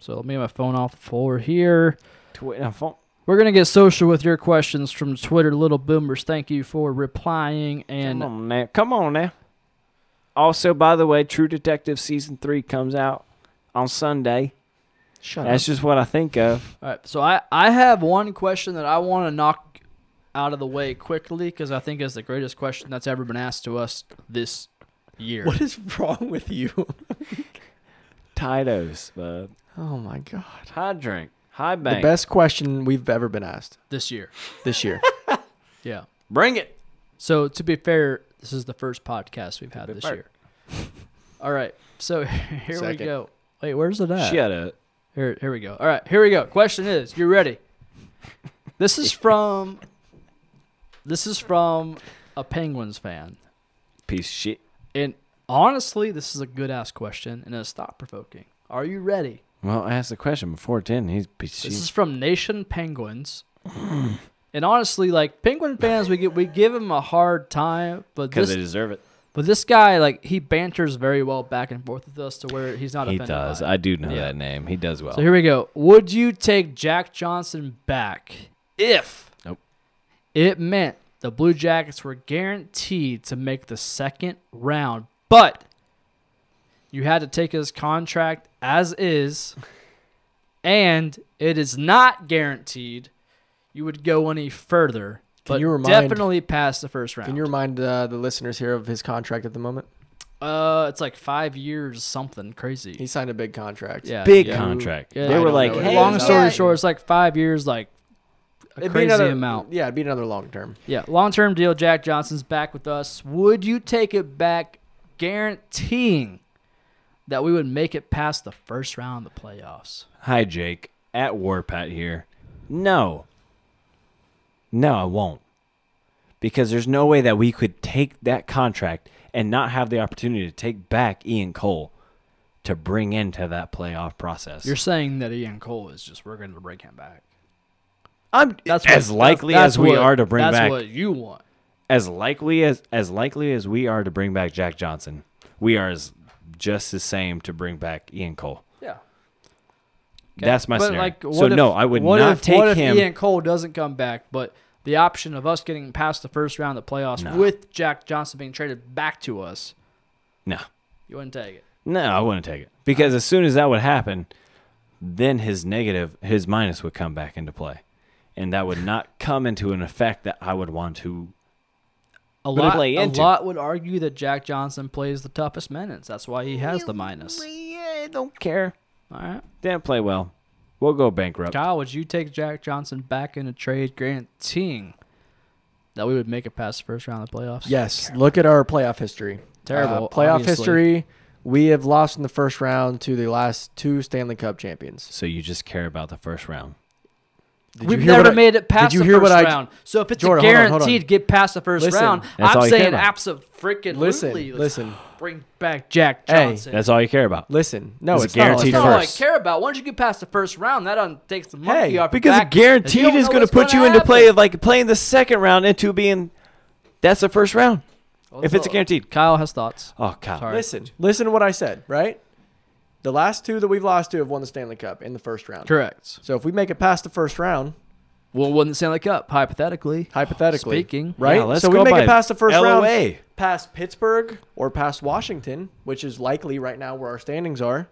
Speaker 6: So let me get my phone off the floor here.
Speaker 8: Tweet. I fo-
Speaker 6: We're gonna get social with your questions from Twitter, little boomers. Thank you for replying and
Speaker 8: Come on now. Come on now. Also, by the way, True Detective season three comes out on Sunday.
Speaker 7: Shut
Speaker 8: That's just what I think of.
Speaker 6: All right, uh, so I, I have one question that I want to knock out of the way quickly because I think it's the greatest question that's ever been asked to us this year.
Speaker 7: What is wrong with you?
Speaker 8: Titos, bud.
Speaker 7: oh my god.
Speaker 8: High drink. High
Speaker 7: The
Speaker 8: bank.
Speaker 7: best question we've ever been asked
Speaker 6: This year.
Speaker 7: this year.
Speaker 6: Yeah.
Speaker 8: Bring it.
Speaker 6: So, to be fair, this is the first podcast we've had
Speaker 8: be
Speaker 6: this
Speaker 8: fair.
Speaker 6: year. All right, so here we
Speaker 7: Second.
Speaker 6: go. Wait, where's it at?
Speaker 8: Shut up.
Speaker 6: Here, here we go. All right, here we go. Question is, you ready? This is from. This is from a Penguins fan.
Speaker 8: Piece of shit.
Speaker 6: And honestly, this is a good ass question and it's thought provoking. Are you ready?
Speaker 8: Well, I asked the question before ten. He's a piece of
Speaker 6: This is
Speaker 8: shit.
Speaker 6: from Nation Penguins. and honestly, like Penguin fans, we get we give him a hard time, but
Speaker 8: Because they
Speaker 6: this
Speaker 8: deserve it.
Speaker 6: but this guy like he banters very well back and forth with us to where he's not
Speaker 8: He
Speaker 6: offended.
Speaker 8: does.
Speaker 6: by it.
Speaker 8: I do know
Speaker 6: Yeah.
Speaker 8: that name. He does well.
Speaker 6: So here we go. Would you take Jack Johnson back if
Speaker 8: Nope.
Speaker 6: it meant the Blue Jackets were guaranteed to make the second round, but you had to take his contract as is, and it is not guaranteed you would go any further,
Speaker 7: Can
Speaker 6: but
Speaker 7: you remind-
Speaker 6: definitely past the first round.
Speaker 7: Can you remind uh, the listeners here of his contract at the moment?
Speaker 6: uh, it's like five years, something crazy.
Speaker 7: He signed a big contract.
Speaker 6: yeah,
Speaker 8: Big
Speaker 6: yeah.
Speaker 8: contract.
Speaker 6: Yeah,
Speaker 8: they
Speaker 6: I
Speaker 8: were
Speaker 6: don't
Speaker 8: like,
Speaker 7: know.
Speaker 8: hey,
Speaker 6: long story
Speaker 8: yeah.
Speaker 6: short, it's like five years, like a
Speaker 7: It'd be
Speaker 6: crazy
Speaker 7: another-
Speaker 6: amount.
Speaker 7: Yeah, it'd be another long term.
Speaker 6: Yeah, long term deal. Jack Johnson's back with us. Would you take it back, guaranteeing that we would make it past the first round of the playoffs?
Speaker 8: Hi, Jake. At Warpat here. No. No, I won't. Because there's no way that we could take that contract and not have the opportunity to take back Ian Cole to bring into that playoff process.
Speaker 6: You're saying that Ian Cole is just we're going to bring him back.
Speaker 8: I'm
Speaker 6: That's what,
Speaker 8: as likely
Speaker 6: that's
Speaker 8: as we
Speaker 6: what-
Speaker 8: are to bring
Speaker 6: That's
Speaker 8: back
Speaker 6: what you want.
Speaker 8: as likely as as likely as we are to bring back Jack Johnson. We are as just the same to bring back Ian Cole.
Speaker 6: Yeah. Okay?
Speaker 8: That's my
Speaker 6: but
Speaker 8: scenario.
Speaker 6: Like, what
Speaker 8: so
Speaker 6: if-
Speaker 8: no, I would
Speaker 6: what
Speaker 8: not
Speaker 6: if,
Speaker 8: take
Speaker 6: what if
Speaker 8: him.
Speaker 6: Ian Cole doesn't come back, but the option of us getting past the first round of the playoffs
Speaker 8: No.
Speaker 6: with Jack Johnson being traded back to us,
Speaker 8: no,
Speaker 6: you wouldn't take it.
Speaker 8: no, I wouldn't take it because as soon as that would happen, then his negative, his minus would come back into play, and that would not come into an effect that I would want to
Speaker 6: A lot,
Speaker 8: play
Speaker 6: a
Speaker 8: into.
Speaker 6: lot would argue that Jack Johnson plays the toughest minutes. That's why he has the minus.
Speaker 8: I don't care.
Speaker 6: All right.
Speaker 8: Didn't play well. We'll go bankrupt.
Speaker 6: Kyle, would you take Jack Johnson back in a trade, guaranteeing that we would make it past the first round of the playoffs?
Speaker 7: Yes, look at our playoff history. Uh,
Speaker 6: Terrible,
Speaker 7: playoff
Speaker 6: obviously.
Speaker 7: history. We have lost in the first round to the last two Stanley Cup champions.
Speaker 8: So you just care about the first round.
Speaker 7: Did
Speaker 6: We've
Speaker 7: you hear what
Speaker 6: never
Speaker 7: I-
Speaker 6: made it past
Speaker 7: did you
Speaker 6: the
Speaker 7: hear
Speaker 6: first
Speaker 7: what I-
Speaker 6: round. So if it's
Speaker 7: Jordan,
Speaker 6: a
Speaker 7: hold on,
Speaker 6: guaranteed
Speaker 7: hold on.
Speaker 6: get past the first
Speaker 7: Listen,
Speaker 6: round,
Speaker 8: that's all
Speaker 6: I'm
Speaker 8: you care
Speaker 6: saying
Speaker 8: about.
Speaker 6: absolutely freaking
Speaker 7: Listen,
Speaker 6: listen,
Speaker 7: listen.
Speaker 6: bring back Jack
Speaker 7: Hey,
Speaker 6: Johnson.
Speaker 8: That's all you care about.
Speaker 7: Listen, no,
Speaker 8: It's
Speaker 7: it's,
Speaker 8: guaranteed
Speaker 7: not.
Speaker 6: That's
Speaker 7: It's not.
Speaker 6: all I
Speaker 8: first.
Speaker 6: care about. Once you get past the first round, that un- takes the monkey
Speaker 7: Hey,
Speaker 6: off your
Speaker 8: Because
Speaker 6: back. You
Speaker 8: guaranteed
Speaker 6: don't
Speaker 8: is
Speaker 6: know
Speaker 8: going to
Speaker 6: what's
Speaker 8: put you
Speaker 6: gonna
Speaker 8: into play
Speaker 6: happen.
Speaker 8: of like playing the second round into being. That's the first round. if it's a
Speaker 6: Oh,
Speaker 8: guaranteed.
Speaker 6: Kyle has thoughts.
Speaker 8: Oh, Kyle.
Speaker 6: Sorry.
Speaker 7: Listen, listen to what I said. Right, the last two that we've lost to have won the Stanley Cup in the first round.
Speaker 6: Correct.
Speaker 7: So if we make it past the first round,
Speaker 6: We'll win the Stanley Cup hypothetically.
Speaker 7: hypothetically
Speaker 6: Speaking.
Speaker 7: right?
Speaker 8: Yeah, let's
Speaker 7: so we
Speaker 8: go
Speaker 7: make
Speaker 8: by
Speaker 7: it past the first
Speaker 8: LOA.
Speaker 7: round, past Pittsburgh or past Washington, which is likely right now where our standings are.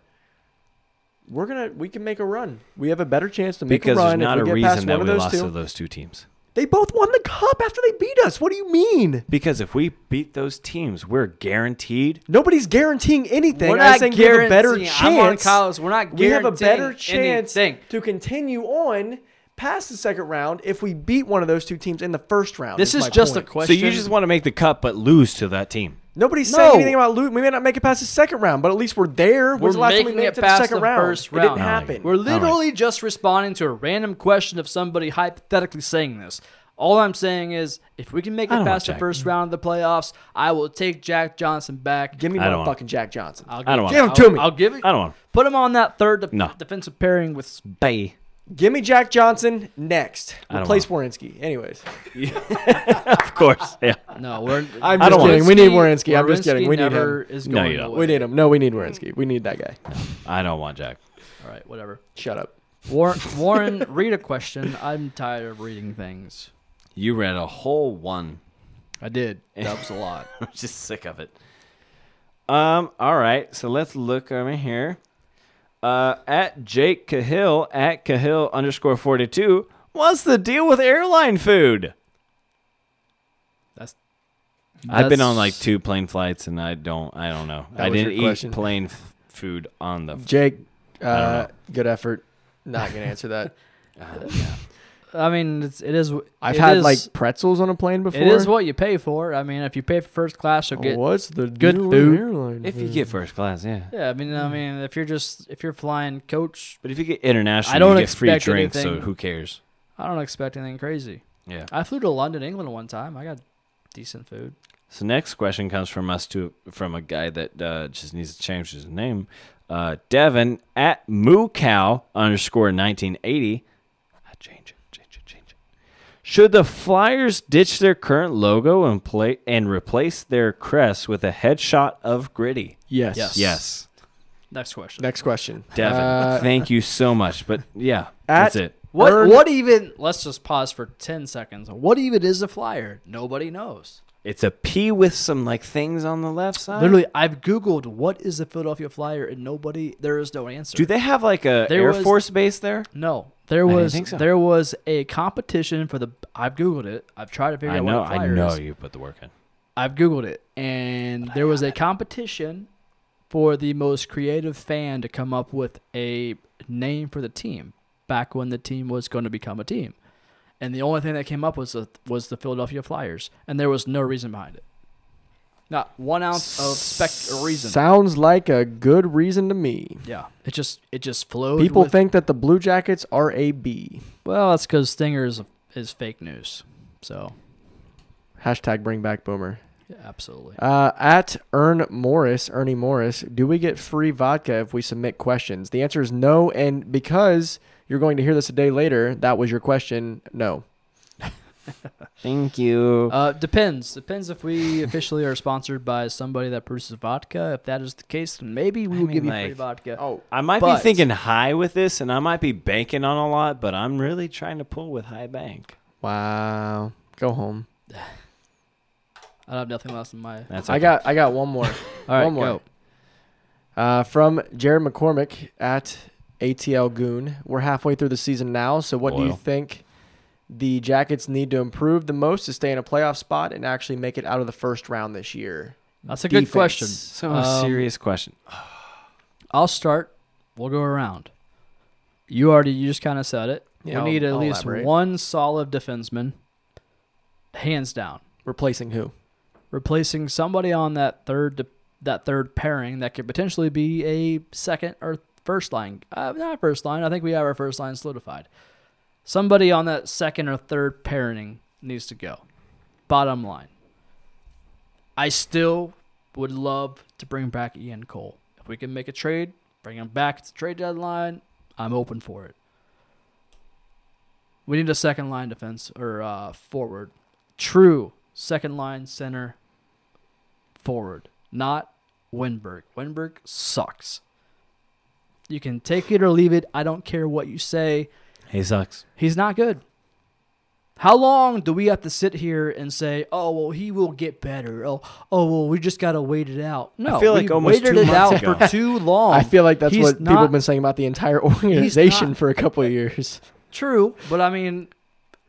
Speaker 7: We're gonna we can make a run. We have a better chance to make
Speaker 8: Because
Speaker 7: a
Speaker 8: there's
Speaker 7: run
Speaker 8: not a
Speaker 7: if we get past one
Speaker 8: reason that
Speaker 7: of
Speaker 8: we
Speaker 7: those
Speaker 8: lost
Speaker 7: two.
Speaker 8: to those two teams.
Speaker 7: They both won the cup after they beat us. What do you mean?
Speaker 8: Because if we beat those teams, we're guaranteed.
Speaker 7: Nobody's guaranteeing anything.
Speaker 6: We're
Speaker 7: I
Speaker 6: not
Speaker 7: think we have a better
Speaker 6: guaranteeing-
Speaker 7: chance.
Speaker 6: I'm on Kyle's. We're not
Speaker 7: We have a better
Speaker 6: guaranteeing
Speaker 7: chance
Speaker 6: anything.
Speaker 7: to continue on past the second round if we beat one of those two teams in the first round.
Speaker 6: This is
Speaker 7: my
Speaker 6: just
Speaker 7: point.
Speaker 6: a question.
Speaker 8: So you just want to make the cup but lose to that team.
Speaker 7: Nobody's
Speaker 6: No.
Speaker 7: saying anything about losing. We may not make it past the second round, but at least we're there. When's
Speaker 6: we're
Speaker 7: the last time
Speaker 6: making
Speaker 7: we made it
Speaker 6: it
Speaker 7: to
Speaker 6: past
Speaker 7: the second round?
Speaker 6: first
Speaker 7: It didn't
Speaker 6: round.
Speaker 7: happen.
Speaker 6: We're
Speaker 8: like it.
Speaker 6: literally just responding to a random question of somebody hypothetically saying this. All I'm saying is, if we can make
Speaker 8: I
Speaker 6: it
Speaker 8: don't want
Speaker 6: past the
Speaker 8: Jack.
Speaker 6: first round of the playoffs, I will take Jack Johnson back.
Speaker 7: Give me
Speaker 8: I don't
Speaker 7: my
Speaker 8: want-
Speaker 7: fucking Jack Johnson.
Speaker 6: I'll
Speaker 8: I don't want
Speaker 7: Give
Speaker 8: him.
Speaker 7: him
Speaker 6: I'll-
Speaker 7: to me.
Speaker 6: I'll give it.
Speaker 8: I don't want him.
Speaker 6: Put him on that third def-
Speaker 8: No.
Speaker 6: defensive pairing with.
Speaker 8: Bay.
Speaker 7: Give me Jack Johnson next.
Speaker 8: don't
Speaker 7: Replace Warinsky. Anyways,
Speaker 8: Of course. Yeah.
Speaker 6: No, we're.
Speaker 7: I'm
Speaker 8: I don't
Speaker 7: just
Speaker 8: want
Speaker 7: kidding.
Speaker 8: him.
Speaker 7: We need Warinsky. I'm just
Speaker 6: Werenski
Speaker 7: kidding. We need
Speaker 6: never
Speaker 7: him.
Speaker 6: Is
Speaker 8: No,
Speaker 6: going
Speaker 8: you don't.
Speaker 6: away.
Speaker 7: We need him. No, we need Warinsky. We need that guy.
Speaker 8: I don't want Jack.
Speaker 6: All right, whatever.
Speaker 7: Shut up.
Speaker 6: Warren, Warren, read a question. I'm tired of reading things.
Speaker 8: You read a whole one.
Speaker 6: I did. That was a lot.
Speaker 8: I'm just sick of it. Um. All right. So let's look over here. Uh, at Jake Cahill at Cahill underscore forty two. What's the deal with airline food?
Speaker 6: That's.
Speaker 8: I've been
Speaker 6: that's-
Speaker 8: on like two plane flights and I don't. I don't know.
Speaker 7: That
Speaker 8: I
Speaker 7: was
Speaker 8: didn't
Speaker 7: your
Speaker 8: eat
Speaker 7: question.
Speaker 8: plane f- food on the.
Speaker 7: Jake,
Speaker 8: know.
Speaker 7: uh, good effort. Not gonna answer that.
Speaker 8: uh,
Speaker 6: I mean, it's, it is.
Speaker 7: I've
Speaker 6: it
Speaker 7: had
Speaker 6: is-
Speaker 7: like pretzels on a plane before.
Speaker 6: It is what you pay for. I mean, if you pay for first class, you'll
Speaker 8: Oh,
Speaker 6: get.
Speaker 7: What's the
Speaker 6: good
Speaker 7: deal
Speaker 6: food.
Speaker 7: With airline
Speaker 8: If you
Speaker 7: food?
Speaker 6: Mm-hmm.
Speaker 8: get first class, yeah.
Speaker 6: Yeah, I mean,
Speaker 8: Hmm.
Speaker 6: I mean, if you're just if you're flying coach,
Speaker 8: But if you get international,
Speaker 6: I don't
Speaker 8: you get free
Speaker 6: expect
Speaker 8: drinks. So
Speaker 6: anything.
Speaker 8: who cares?
Speaker 6: I don't expect anything crazy.
Speaker 8: Yeah.
Speaker 6: I flew to London, England one time. I got decent food.
Speaker 8: So next question comes from us to from a guy that uh, just needs to change his name, uh, Devin at moocow underscore nineteen eighty. Change it, change it, change it. Should the Flyers ditch their current logo and play and replace their crest with a headshot of Gritty?
Speaker 7: yes.
Speaker 6: Yes.
Speaker 8: Yes,
Speaker 6: Next question.
Speaker 7: Next question.
Speaker 8: Devin.
Speaker 7: Uh,
Speaker 8: thank you so much. But yeah,
Speaker 7: at-
Speaker 8: that's it.
Speaker 6: What
Speaker 7: Earn-
Speaker 6: what even? Let's just pause for ten seconds. What even is a flyer? Nobody knows.
Speaker 8: It's a P with some like things on the left side.
Speaker 6: Literally, I've googled what is the Philadelphia Flyer, and nobody there is no answer.
Speaker 8: do they have like a
Speaker 6: There
Speaker 8: Air
Speaker 6: was-
Speaker 8: Force base there?
Speaker 6: No, there
Speaker 8: didn't
Speaker 6: was
Speaker 8: think so.
Speaker 6: there was a competition for the. I've googled it. I've tried to figure
Speaker 8: I
Speaker 6: out
Speaker 8: know,
Speaker 6: what a flyer
Speaker 8: I know
Speaker 6: is.
Speaker 8: you put the work in.
Speaker 6: I've googled it, and there was a competition for the most creative fan to come up with a name for the team back when the team was going to become a team, and the only thing that came up was the, was the Philadelphia Flyers, and there was no reason behind it. Not one ounce of spec or reason.
Speaker 7: Sounds like a good reason to me.
Speaker 6: yeah, it just it just flowed.
Speaker 7: People
Speaker 6: with-
Speaker 7: think that the Blue Jackets are a B.
Speaker 6: well, that's because Stinger is, is fake news. So
Speaker 7: Hashtag bring back Boomer.
Speaker 6: yeah, absolutely.
Speaker 7: Uh, at Earn Morris, Ernie Morris, do we get free vodka if we submit questions? The answer is no. And because you're going to hear this a day later, that was your question. No. Thank you.
Speaker 6: Uh, depends. Depends if we officially are sponsored by somebody that produces vodka. If that is the case, then maybe we will give you free
Speaker 8: like,
Speaker 6: vodka.
Speaker 7: Oh,
Speaker 8: I might
Speaker 6: But-
Speaker 8: be thinking high with this, and I might be banking on a lot, but I'm really trying to pull with high bank.
Speaker 7: Wow. Go home.
Speaker 6: I have nothing less in my.
Speaker 8: That's
Speaker 7: I
Speaker 8: okay.
Speaker 7: got I got one more.
Speaker 6: All right,
Speaker 7: one more. Uh, from Jared McCormick at ATL Goon. We're halfway through the season now, so what do you
Speaker 8: Oil.
Speaker 7: think the Jackets need to improve the most to stay in a playoff spot and actually make it out of the first round this year?
Speaker 6: That's a good question.
Speaker 7: Defense. uh,
Speaker 8: So
Speaker 6: Um,
Speaker 8: serious question.
Speaker 6: I'll start. We'll go around. You already. You just kind of said it.
Speaker 7: Yeah, I'll-
Speaker 6: we need at
Speaker 7: I'll
Speaker 6: least
Speaker 7: elaborate.
Speaker 6: one solid defenseman, hands down,
Speaker 7: Replacing who?
Speaker 6: replacing somebody on that third de- that third pairing that could potentially be a second or first line. Uh, not first line. I think we have our first line solidified. Somebody on that second or third pairing needs to go. Bottom line. I still would love to bring back Ian Cole. If we can make a trade, bring him back at the trade deadline, I'm open for it. We need a second line defense or uh, forward. True second line center forward, not Winberg. Winberg sucks. You can take it or leave it. I don't care what you say.
Speaker 8: He sucks.
Speaker 6: He's not good. How long do we have to sit here and say, "Oh well, he will get better"? Oh, oh well, we just gotta wait it out. No,
Speaker 8: feel
Speaker 6: we
Speaker 8: like almost
Speaker 6: waited
Speaker 8: two
Speaker 6: it out
Speaker 8: months ago.
Speaker 6: for too long.
Speaker 7: I feel like that's
Speaker 6: He's
Speaker 7: what people
Speaker 6: not
Speaker 7: have been saying about the entire organization
Speaker 6: not-
Speaker 7: for a couple of years.
Speaker 6: True, but I mean,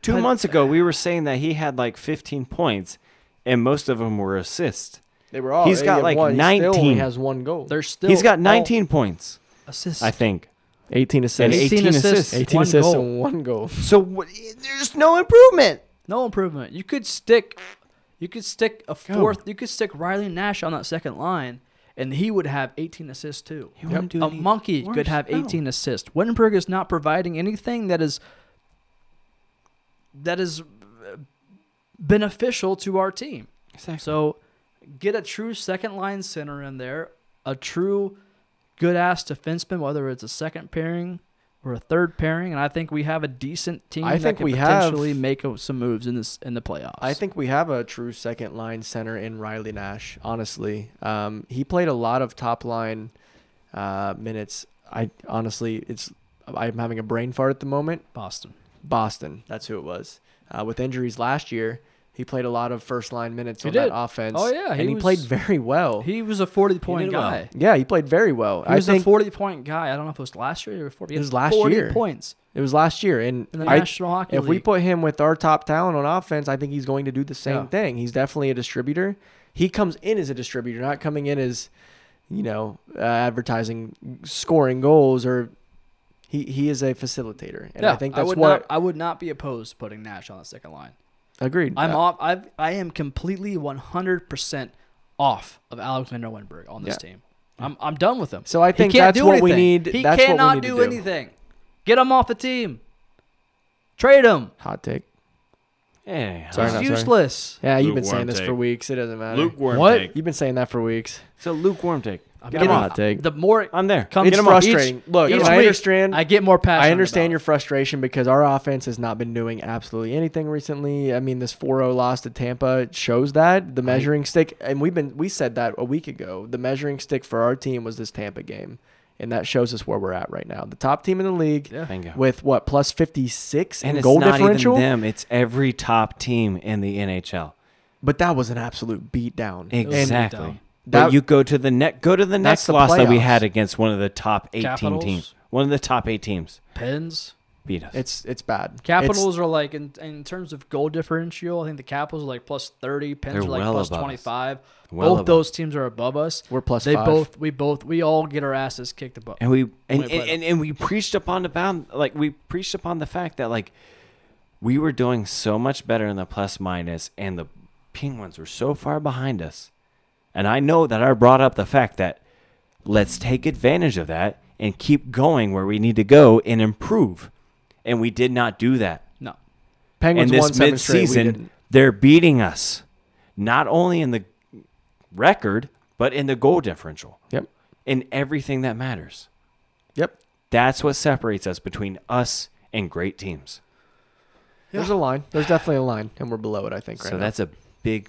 Speaker 8: Two
Speaker 6: But-
Speaker 8: months ago, we were saying that he had like 15 points, and most of them were assists.
Speaker 7: They were all.
Speaker 8: He's got
Speaker 7: he had
Speaker 8: like
Speaker 7: Oh, one, He still only
Speaker 8: 19.
Speaker 7: has one goal.
Speaker 6: there's still
Speaker 8: He's got 19 points,
Speaker 6: all assists.
Speaker 8: I think.
Speaker 7: 18
Speaker 8: And
Speaker 7: assists.
Speaker 8: 18,
Speaker 6: 18 assists.
Speaker 8: assists.
Speaker 7: 18
Speaker 6: one
Speaker 7: assists
Speaker 6: goal.
Speaker 7: and one goal.
Speaker 8: So what, there's no improvement.
Speaker 6: No improvement. You could stick, you could stick a fourth. You could stick Riley Nash on that second line, and he would have 18 assists too.
Speaker 8: wouldn't do
Speaker 6: a
Speaker 8: any
Speaker 6: monkey could
Speaker 8: worse.
Speaker 6: have
Speaker 8: No.
Speaker 6: 18 assists. Wittenberg is not providing anything that is that is uh, beneficial to our team. So get a true second line center in there, a true good ass defenseman, whether it's a second pairing or a third pairing, and I think we have a decent team
Speaker 7: I
Speaker 6: that
Speaker 7: think
Speaker 6: could
Speaker 7: we have-
Speaker 6: potentially make o- some moves in this in the playoffs.
Speaker 7: I think we have a true second line center in Riley Nash. Honestly, um, he played a lot of top line uh, minutes. I honestly, it's I'm having a brain fart at the moment.
Speaker 6: Boston.
Speaker 7: Boston, that's who it was. Uh, with injuries last year, he played a lot of first line minutes
Speaker 6: He
Speaker 7: on
Speaker 6: did.
Speaker 7: that offense.
Speaker 6: Oh, yeah, he
Speaker 7: and he
Speaker 6: was-
Speaker 7: played very well.
Speaker 6: He was a 40 point
Speaker 8: did well.
Speaker 6: guy.
Speaker 7: yeah, he played very well.
Speaker 6: He
Speaker 7: I
Speaker 6: was a
Speaker 7: think
Speaker 6: 40 point guy. I don't know if it was last year or 40. He
Speaker 7: It was
Speaker 6: had
Speaker 7: last
Speaker 6: 40
Speaker 7: year.
Speaker 6: points.
Speaker 7: it was last year, and
Speaker 6: In the
Speaker 7: I,
Speaker 6: National Hockey
Speaker 7: if we
Speaker 6: League.
Speaker 7: put him with our top talent on offense, I think he's going to do the same
Speaker 6: Yeah.
Speaker 7: thing. He's definitely a distributor. He comes in as a distributor, not coming in as, you know, uh, advertising scoring goals or he he is a facilitator. And I think that's
Speaker 6: would
Speaker 7: what
Speaker 6: not, I would not be opposed to putting Nash on the second line.
Speaker 7: agreed.
Speaker 6: I'm
Speaker 7: Uh,
Speaker 6: off. I've, I am completely 100% off of Alexander Wenberg on this
Speaker 7: Yeah.
Speaker 6: team. I'm, I'm done with him.
Speaker 7: So I
Speaker 6: He
Speaker 7: think
Speaker 6: can't
Speaker 7: that's
Speaker 6: do
Speaker 7: what we
Speaker 6: anything.
Speaker 7: need-
Speaker 6: He
Speaker 7: that's what we
Speaker 6: cannot
Speaker 7: need to
Speaker 6: do,
Speaker 7: do.
Speaker 6: anything. Get him off the team. Trade him.
Speaker 7: hot take.
Speaker 8: Yeah.
Speaker 7: Sorry,
Speaker 6: He's
Speaker 7: not sorry.
Speaker 6: useless.
Speaker 7: Yeah, you've been
Speaker 10: Lukewarm
Speaker 7: saying this for
Speaker 10: take.
Speaker 7: weeks. It doesn't matter.
Speaker 10: Lukewarm
Speaker 6: What?
Speaker 10: take.
Speaker 7: You've been saying that for weeks.
Speaker 8: It's a lukewarm take.
Speaker 6: I'm
Speaker 7: Get him
Speaker 6: getting-
Speaker 7: hot take.
Speaker 6: The more it
Speaker 8: I'm there.
Speaker 6: comes
Speaker 7: It's
Speaker 6: from each-
Speaker 7: frustrating. Look,
Speaker 6: each
Speaker 7: and I
Speaker 6: week,
Speaker 7: understand.
Speaker 6: I get more passionate.
Speaker 7: I understand
Speaker 6: about
Speaker 7: your frustration because our offense has not been doing absolutely anything recently. I mean, this 4-0 loss to Tampa shows that the measuring stick, and we've been we said that a week ago. The measuring stick for our team was this Tampa game, and that shows us where we're at right now. The top team in the league
Speaker 8: Bingo.
Speaker 7: with what plus 56
Speaker 8: and
Speaker 7: in
Speaker 8: it's
Speaker 7: goal
Speaker 8: not
Speaker 7: differential,
Speaker 8: even them. It's every top team in the NHL.
Speaker 7: but that was an absolute beatdown. And
Speaker 8: Exactly.
Speaker 6: dumb.
Speaker 7: That-
Speaker 8: but you go to the next go to the next
Speaker 7: the
Speaker 8: loss that we
Speaker 7: playoffs.
Speaker 8: had against one of the top 18
Speaker 6: Capitals?
Speaker 8: teams. One of the top 8 teams
Speaker 6: it. Pens.
Speaker 8: beat us.
Speaker 7: it's it's bad.
Speaker 6: Capitals are like in, in terms of goal differential. I think the Capitals are like plus thirty. Pens
Speaker 8: They're
Speaker 6: are like
Speaker 8: well
Speaker 6: plus
Speaker 8: above us.
Speaker 6: twenty five.
Speaker 8: Well
Speaker 6: both
Speaker 8: above
Speaker 6: those teams are above us.
Speaker 7: We're plus
Speaker 6: They
Speaker 7: five.
Speaker 6: both we both we all get our asses kicked above.
Speaker 8: and we and and,
Speaker 6: we played
Speaker 8: and, and we preached upon the bound like we preached upon the fact that like we were doing so much better in the plus minus and the penguins were so far behind us and i know that i brought up the fact that let's take advantage of that and keep going where we need to go and improve and we did not do that
Speaker 6: no,
Speaker 7: Penguins
Speaker 8: and
Speaker 7: won
Speaker 8: this
Speaker 7: seven straight. We
Speaker 8: midseason
Speaker 7: didn't.
Speaker 8: they're beating us not only in the record but in the goal differential
Speaker 7: Yep.
Speaker 8: in everything that matters
Speaker 7: Yep.
Speaker 8: that's what separates us between us and great teams.
Speaker 7: There's a line. There's definitely a line, and we're below it. I think. Right
Speaker 8: So
Speaker 7: now.
Speaker 8: that's a big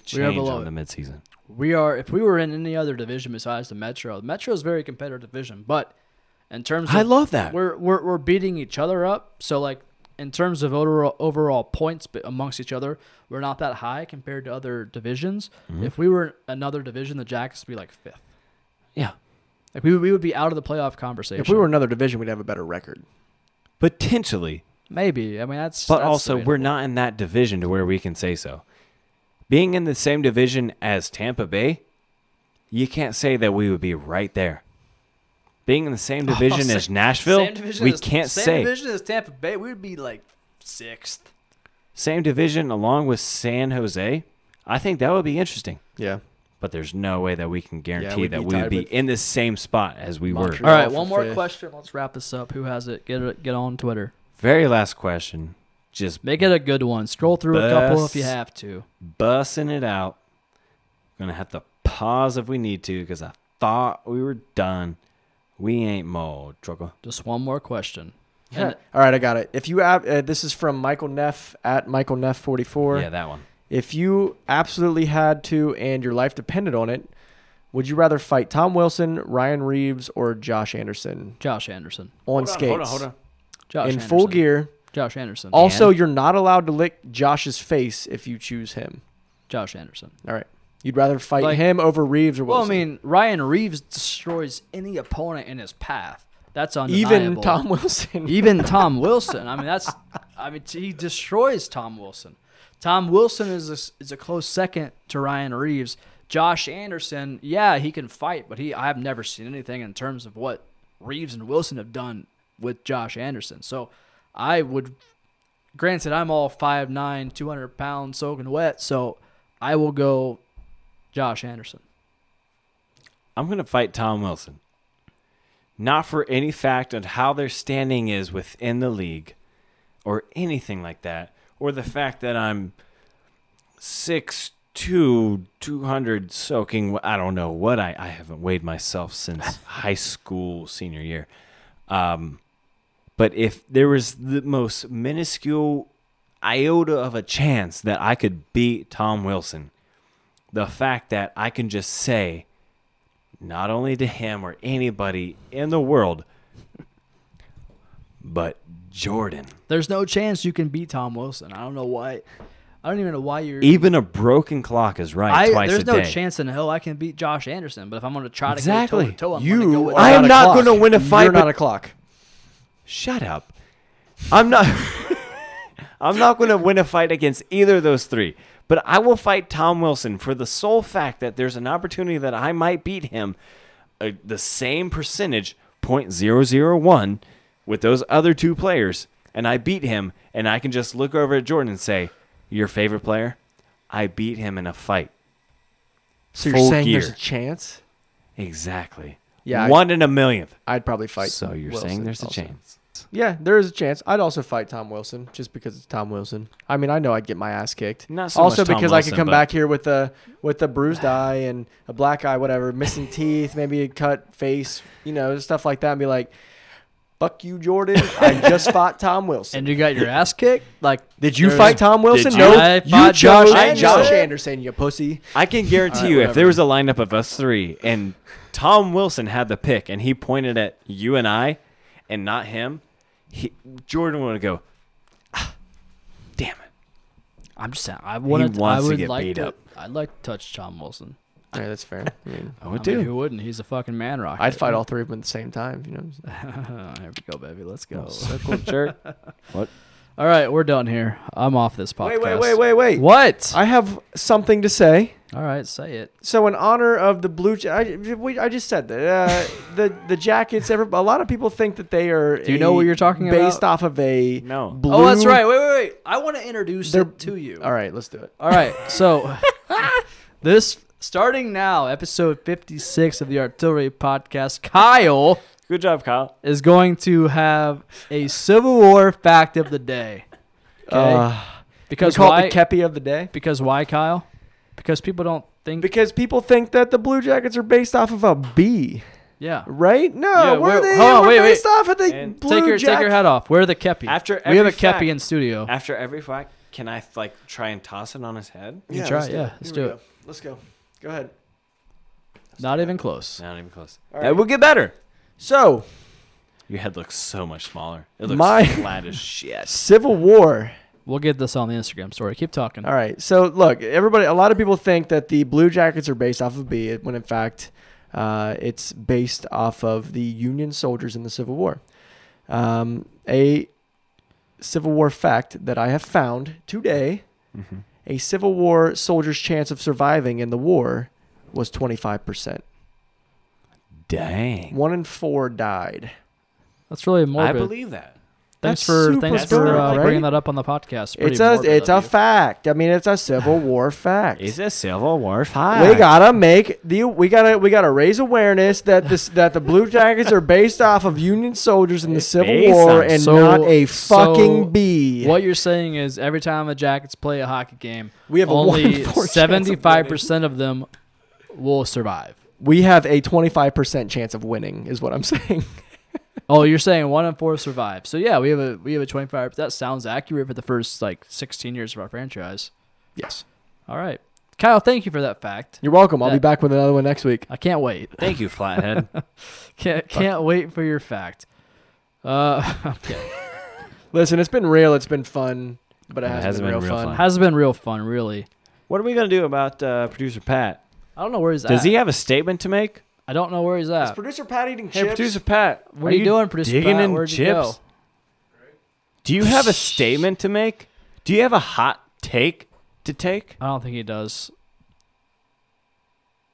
Speaker 6: We are
Speaker 8: change
Speaker 6: below
Speaker 8: on the
Speaker 6: it.
Speaker 8: midseason.
Speaker 6: We are. If we were in any other division besides the Metro, the Metro is a very competitive division. But in terms, of,
Speaker 8: I love that.
Speaker 6: we're we're we're beating each other up. So like in terms of overall overall points but amongst each other, we're not that high compared to other divisions.
Speaker 8: Mhm.
Speaker 6: If we were in another division, the Jackets would be like fifth.
Speaker 8: Yeah.
Speaker 6: Like we would, we would be out of the playoff conversation.
Speaker 7: if we were another division, we'd have a better record.
Speaker 8: Potentially,
Speaker 6: maybe. I mean that's.
Speaker 8: but
Speaker 6: that's
Speaker 8: also we're
Speaker 6: debatable.
Speaker 8: not in that division to where we can say so. Being in the same division as Tampa Bay, you can't say that we would be right there. Being in the same division
Speaker 6: Oh, same-
Speaker 8: as Nashville,
Speaker 6: same division
Speaker 8: we
Speaker 6: as-
Speaker 8: can't
Speaker 6: same
Speaker 8: say
Speaker 6: division as Tampa Bay. We would be like sixth.
Speaker 8: same division along with San Jose. I think that would be interesting.
Speaker 7: Yeah.
Speaker 8: But there's no way that we can guarantee
Speaker 7: we'd
Speaker 8: that
Speaker 7: be
Speaker 8: we would
Speaker 7: tied
Speaker 8: be
Speaker 7: with
Speaker 8: in the same spot as we were.
Speaker 7: Montreal.
Speaker 6: All right,
Speaker 7: for
Speaker 6: one more
Speaker 7: fifth.
Speaker 6: question. Let's wrap this up. Who has it? Get it, get on Twitter.
Speaker 8: Very last question. Just
Speaker 6: Make it a good one. Scroll through a couple if you
Speaker 8: Best-
Speaker 6: have to.
Speaker 8: bussing it out. Gonna have to pause if we need to because I thought we were done. We ain't mold, Trucker.
Speaker 6: Just one more question.
Speaker 7: Yeah.
Speaker 6: And
Speaker 7: All right, I got it. If you ab- uh, this is from Michael Neff at Michael Neff forty four.
Speaker 8: Yeah, that one.
Speaker 7: If you absolutely had to and your life depended on it, would you rather fight Tom Wilson, Ryan Reeves, or Josh Anderson
Speaker 6: Josh Anderson.
Speaker 7: on skates?
Speaker 6: Josh
Speaker 7: In
Speaker 6: Anderson.
Speaker 7: full gear.
Speaker 6: Josh Anderson.
Speaker 7: Also, you're not allowed to lick Josh's face if you choose him.
Speaker 6: Josh Anderson.
Speaker 7: All right. You'd rather fight
Speaker 6: Like-
Speaker 7: him over Reeves or
Speaker 6: Well, I
Speaker 7: Wilson?
Speaker 6: mean, Ryan Reeves destroys any opponent in his path. That's undeniable.
Speaker 7: even Tom Wilson.
Speaker 6: Even Tom Wilson. I mean, that's. I mean, he destroys Tom Wilson. Tom Wilson is a, is a close second to Ryan Reeves. Josh Anderson, yeah, he can fight, but he I have never seen anything in terms of what Reeves and Wilson have done with Josh Anderson. So I would. Granted, I'm all 5'9", 200 pounds, soaking wet, so I will go Josh Anderson.
Speaker 8: I'm gonna fight Tom Wilson. Not for any fact on how their standing is within the league, or anything like that, or the fact that I'm six two, two hundred soaking. wet. I don't know what I. I haven't weighed myself since high school senior year. Um, but if there was the most minuscule iota of a chance that I could beat Tom Wilson, the fact that I can just say, not only to him or anybody in the world, but Jordan.
Speaker 6: There's no chance you can beat Tom Wilson. I don't know why. I don't even know why you're.
Speaker 8: Even a broken clock is right
Speaker 6: I,
Speaker 8: twice
Speaker 6: there's
Speaker 8: a
Speaker 6: no
Speaker 8: day.
Speaker 6: chance in hell I can beat Josh Anderson. But if I'm going to try to
Speaker 8: Exactly.
Speaker 6: go toe to toe, I'm going
Speaker 7: you
Speaker 6: to go with.
Speaker 7: are
Speaker 8: I am
Speaker 7: a
Speaker 8: not
Speaker 7: clock.
Speaker 8: gonna win a fight,
Speaker 7: You're
Speaker 8: but-
Speaker 7: not a clock.
Speaker 8: Shut up. I'm not. I'm not going to win a fight against either of those three, but I will fight Tom Wilson for the sole fact that there's an opportunity that I might beat him uh, the same percentage, 0.001, with those other two players, and I beat him, and I can just look over at Jordan and say, Your favorite player? I beat him in a fight.
Speaker 7: So you're
Speaker 8: Full
Speaker 7: saying there's
Speaker 8: gear.
Speaker 7: a chance?
Speaker 8: Exactly.
Speaker 7: Yeah, I-
Speaker 8: One in a millionth.
Speaker 7: I'd probably fight.
Speaker 8: So you're
Speaker 7: Wilson
Speaker 8: saying there's a
Speaker 7: also.
Speaker 8: chance.
Speaker 7: Yeah, there is a chance. I'd also fight Tom Wilson just because it's Tom Wilson. I mean, I know I'd get my ass kicked.
Speaker 8: Not so
Speaker 7: also
Speaker 8: much Tom
Speaker 7: because I
Speaker 8: Wilson,
Speaker 7: could come
Speaker 8: but-
Speaker 7: back here with a with a bruised eye and a black eye, whatever, missing teeth, maybe a cut face, you know, stuff like that, and be like, "Fuck you, Jordan! I just fought Tom Wilson."
Speaker 6: And you got your ass kicked. Like
Speaker 7: Did you
Speaker 6: there's-
Speaker 7: fight Tom Wilson?
Speaker 6: you?
Speaker 7: No,
Speaker 6: I
Speaker 7: you
Speaker 6: fought
Speaker 7: chose
Speaker 6: Josh
Speaker 7: Josh
Speaker 6: Anderson.
Speaker 7: Anderson. you pussy.
Speaker 8: I can guarantee you, if there was a lineup of us three and Tom Wilson had the pick and he pointed at you and I, and not him, he, Jordan would go, "Ah, "Damn it!"
Speaker 6: I'm just saying. I wanted.
Speaker 8: wants
Speaker 6: I
Speaker 8: to
Speaker 6: would
Speaker 8: get
Speaker 6: like
Speaker 8: beat
Speaker 6: to,
Speaker 8: up.
Speaker 6: I'd like to touch Tom Wilson.
Speaker 7: Yeah, that's fair. I mean,
Speaker 8: I would
Speaker 6: I
Speaker 8: do.
Speaker 6: mean, who wouldn't? He's a fucking man rocket.
Speaker 7: I'd fight all three of them at the same time. You know,
Speaker 6: Here we go, baby. Let's go.
Speaker 8: Circle jerk. What?
Speaker 6: all right, we're done here. I'm off this podcast.
Speaker 7: wait.
Speaker 6: What?
Speaker 7: I have something to say.
Speaker 6: all right, say it.
Speaker 7: So in honor of the blue, Ja- I, we, I just said that uh, the the jackets. Every, a lot of people think that they are.
Speaker 6: Do you know what you're talking
Speaker 7: based Based
Speaker 6: about?
Speaker 7: off of a
Speaker 8: No.
Speaker 7: Blue,
Speaker 6: oh, that's right. Wait, wait, wait. I want to introduce
Speaker 7: They're-
Speaker 6: it to you.
Speaker 7: All right, let's do it.
Speaker 6: All right, so this starting now, episode fifty-six of the Artillery Podcast. Kyle
Speaker 8: Good job, Kyle.
Speaker 6: is going to have a Civil War fact of the day. Okay,
Speaker 7: Uh, we
Speaker 6: because
Speaker 7: call
Speaker 6: why?
Speaker 7: it the Kepi of the day
Speaker 6: because why, Kyle? Because people don't think.
Speaker 7: because people think that the blue jackets are based off of a bee,
Speaker 6: yeah.
Speaker 7: right? No,
Speaker 6: Yeah,
Speaker 7: were
Speaker 6: we're-
Speaker 7: they
Speaker 6: hold on,
Speaker 7: were
Speaker 6: wait, wait.
Speaker 7: based off of the
Speaker 8: And
Speaker 7: blue
Speaker 6: take your
Speaker 7: jack-
Speaker 6: take your hat off. Where are the kepi?
Speaker 8: After
Speaker 6: we have
Speaker 8: every
Speaker 6: a kepi
Speaker 8: fact-
Speaker 6: in studio.
Speaker 8: After every fact, Can I like try and toss it on his head?
Speaker 6: You Yeah, try let's it, do yeah, it. let's Here we do it.
Speaker 7: Let's go. Go ahead.
Speaker 6: Not even close.
Speaker 8: Not even close.
Speaker 7: All
Speaker 8: That
Speaker 7: right.
Speaker 8: will get better.
Speaker 7: So
Speaker 8: Your head looks so much smaller. It looks
Speaker 7: My-
Speaker 8: flat as shit.
Speaker 7: Civil War.
Speaker 6: We'll get this on the Instagram story. Keep talking.
Speaker 7: All right. So look, everybody. A lot of people think that the Blue Jackets are based off of B, when in fact, uh, it's based off of the Union soldiers in the Civil War. Um, a Civil War fact that I have found today:
Speaker 6: Mm-hmm.
Speaker 7: a Civil War soldier's chance of surviving in the war was twenty-five percent.
Speaker 8: Dang.
Speaker 7: One in four died.
Speaker 6: That's really morbid.
Speaker 8: I believe that.
Speaker 6: Thanks
Speaker 7: That's
Speaker 6: for
Speaker 7: super
Speaker 6: thanks
Speaker 7: dark,
Speaker 6: for uh,
Speaker 7: right?
Speaker 6: bringing that up on the podcast. Pretty
Speaker 7: It's a
Speaker 6: morbid
Speaker 7: it's a
Speaker 6: of you.
Speaker 7: fact. I mean, it's a Civil War fact.
Speaker 8: It's a Civil War fight.
Speaker 7: We gotta make the we gotta we gotta raise awareness that this that the Blue Jackets are based off of Union soldiers in the Civil
Speaker 8: Based
Speaker 7: War
Speaker 8: on-
Speaker 7: and
Speaker 6: So-
Speaker 7: not a
Speaker 6: so
Speaker 7: fucking bee.
Speaker 6: What you're saying is every time the Jackets play a hockey game,
Speaker 7: We have a one in
Speaker 6: only
Speaker 7: four chance of
Speaker 6: seventy five percent of them will survive.
Speaker 7: We have a twenty five percent chance of winning, is what I'm saying.
Speaker 6: Oh, you're saying one in four survive. So yeah, we have a we have a twenty five. That sounds accurate for the first like sixteen years of our franchise.
Speaker 7: yes,
Speaker 6: All right, Kyle, thank you for that fact.
Speaker 7: you're welcome. I'll be
Speaker 6: That-
Speaker 7: back with another one next week.
Speaker 6: I can't wait.
Speaker 8: Thank you, Flathead.
Speaker 6: Can't can't wait for your fact. Uh, okay.
Speaker 7: Listen, it's been real. It's been fun, but it
Speaker 8: It
Speaker 7: hasn't,
Speaker 8: hasn't
Speaker 7: been,
Speaker 8: been
Speaker 7: real
Speaker 8: real
Speaker 7: fun.
Speaker 8: fun.
Speaker 6: has been real fun, really.
Speaker 8: what are we gonna do about uh, producer Pat?
Speaker 6: I don't know where he's at.
Speaker 8: Does he have a statement to make?
Speaker 6: I don't know where he's at.
Speaker 7: Is producer Pat eating
Speaker 8: Hey,
Speaker 7: chips?
Speaker 8: producer Pat,
Speaker 6: What are you doing, producer
Speaker 8: digging
Speaker 6: Pat?
Speaker 8: in
Speaker 6: Where'd you
Speaker 8: chips?
Speaker 6: go?
Speaker 8: Do you have a statement to make? Do you have a hot take to take?
Speaker 6: I don't think he does.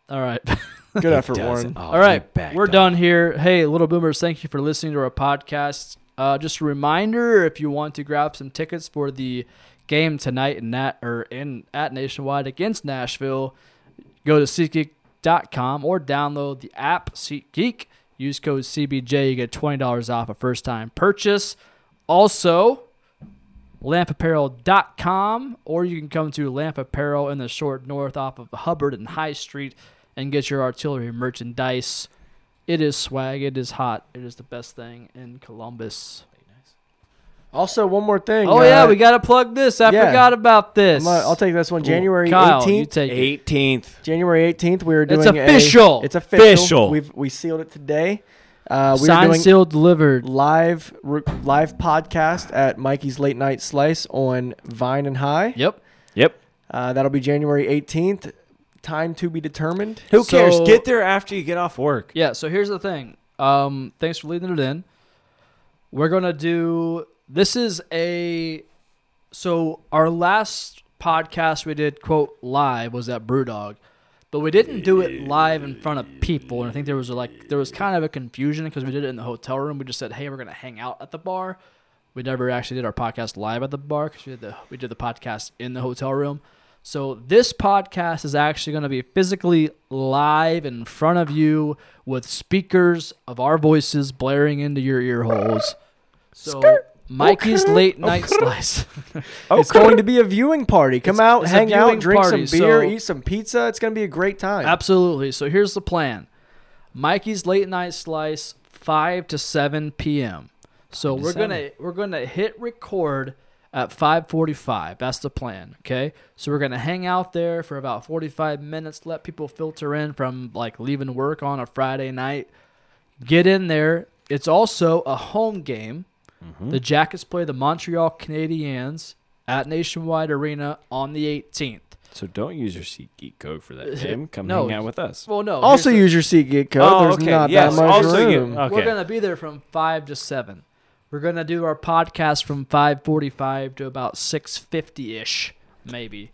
Speaker 6: All right.
Speaker 7: Good effort,
Speaker 8: Does it?
Speaker 7: Warren.
Speaker 8: Oh,
Speaker 6: All right.
Speaker 8: you backed
Speaker 6: We're
Speaker 8: up.
Speaker 6: done here. Hey, Little Boomers, thank you for listening to our podcast. Uh, just a reminder if you want to grab some tickets for the game tonight in Nat, or in at Nationwide against Nashville, go to SeatGeek.com or download the app SeatGeek. Use code CBJ. You get $20 off a first time purchase. Also, lampapparel.com or you can come to Lamp Apparel in the short north off of Hubbard and High Street and get your artillery merchandise. It is swag. It is hot. It is the best thing in Columbus.
Speaker 7: Also, one more thing.
Speaker 6: Oh,
Speaker 7: uh,
Speaker 6: yeah. We got to plug this. I
Speaker 7: yeah.
Speaker 6: forgot about this.
Speaker 7: I'm gonna- I'll take this one.
Speaker 6: Ooh,
Speaker 7: January
Speaker 6: Kyle, You
Speaker 7: 18th.
Speaker 6: take it.
Speaker 8: 18th.
Speaker 7: January 18th, we were doing
Speaker 6: It's
Speaker 7: a-
Speaker 6: official.
Speaker 7: it's official.
Speaker 8: Official.
Speaker 7: We've we sealed it today. Uh, we
Speaker 6: Signed,
Speaker 7: are doing
Speaker 6: sealed, delivered.
Speaker 7: live re- live podcast at Mikey's Late Night Slice on Vine and High.
Speaker 6: Yep.
Speaker 8: Yep.
Speaker 7: Uh, that'll be January 18th. Time to be determined.
Speaker 8: Who
Speaker 6: So-
Speaker 8: cares? Get there after you get off work.
Speaker 6: Yeah, so here's the thing. Um, thanks for leading it in. We're gonna do this is a so our last podcast we did quote live was at Brewdog, but we didn't do it live in front of people, and I think there was like there was kind of a confusion because we did it in the hotel room. We just said, hey, we're gonna hang out at the bar. We never actually did our podcast live at the bar because we did the we did the podcast in the hotel room. So this podcast is actually going to be physically live in front of you with speakers of our voices blaring into your ear holes. So Mikey's late night slice.
Speaker 8: Oh,
Speaker 7: It's going to be a viewing party. Come out,
Speaker 6: it's a
Speaker 7: hang
Speaker 6: viewing
Speaker 7: out, drink
Speaker 6: party,
Speaker 7: some beer,
Speaker 6: so-
Speaker 7: eat some pizza. It's going to be a great time.
Speaker 6: Absolutely. So here's the plan. Mikey's late night slice, five to seven p.m. So we're gonna we're gonna hit record at five forty-five. That's the plan. Okay. So we're gonna hang out there for about forty-five minutes. Let people filter in from like leaving work on a Friday night. Get in there. It's also a home game.
Speaker 8: Mm-hmm.
Speaker 6: The Jackets play the Montreal Canadiens at Nationwide Arena on the 18th.
Speaker 8: So don't use your SeatGeek code for that, Tim. Come
Speaker 6: No.
Speaker 8: hang out with us.
Speaker 6: Well, no.
Speaker 7: also,
Speaker 6: here's the-
Speaker 7: use your SeatGeek code.
Speaker 8: Oh,
Speaker 7: There's
Speaker 8: okay,
Speaker 7: not
Speaker 8: yes.
Speaker 7: that much
Speaker 8: Also, you-
Speaker 7: room.
Speaker 8: okay.
Speaker 6: We're gonna be there from five to seven. We're gonna do our podcast from five forty-five to about six fifty ish, maybe.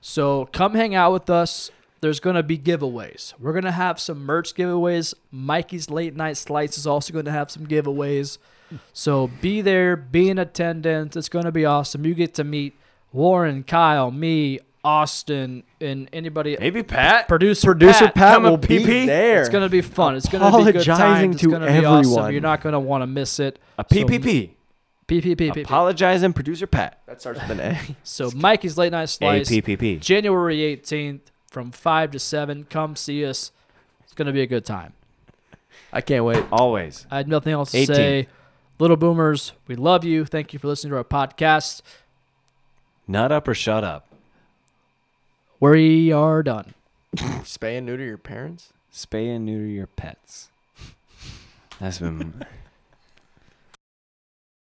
Speaker 6: So come hang out with us. There's gonna be giveaways. We're gonna have some merch giveaways. Mikey's late night slice is also gonna have some giveaways. So be there, be in attendance. It's gonna be awesome. You get to meet Warren, Kyle, me, Austin, and anybody.
Speaker 8: Maybe Pat.
Speaker 6: Producer
Speaker 7: Producer Pat,
Speaker 8: come
Speaker 7: will
Speaker 8: a PP.
Speaker 7: be there.
Speaker 6: it's gonna be fun. It's gonna be good
Speaker 7: Apologizing
Speaker 6: times. It's
Speaker 7: to
Speaker 6: gonna be awesome.
Speaker 7: everyone.
Speaker 6: You're not gonna want to miss it.
Speaker 8: A PPP.
Speaker 6: So, PPP.
Speaker 8: Apologizing, producer Pat.
Speaker 7: that starts with an A.
Speaker 6: so Mikey's late night slice,
Speaker 8: APPP.
Speaker 6: January 18th from five to seven. Come see us. It's gonna be a good time.
Speaker 7: I can't wait.
Speaker 8: Always.
Speaker 6: I had nothing else to
Speaker 8: 18th.
Speaker 6: say. Little boomers, we love you. Thank you for listening to our podcast.
Speaker 8: Nut up or shut up.
Speaker 6: We are done.
Speaker 7: Spay and neuter your parents?
Speaker 8: Spay and neuter your pets. That's been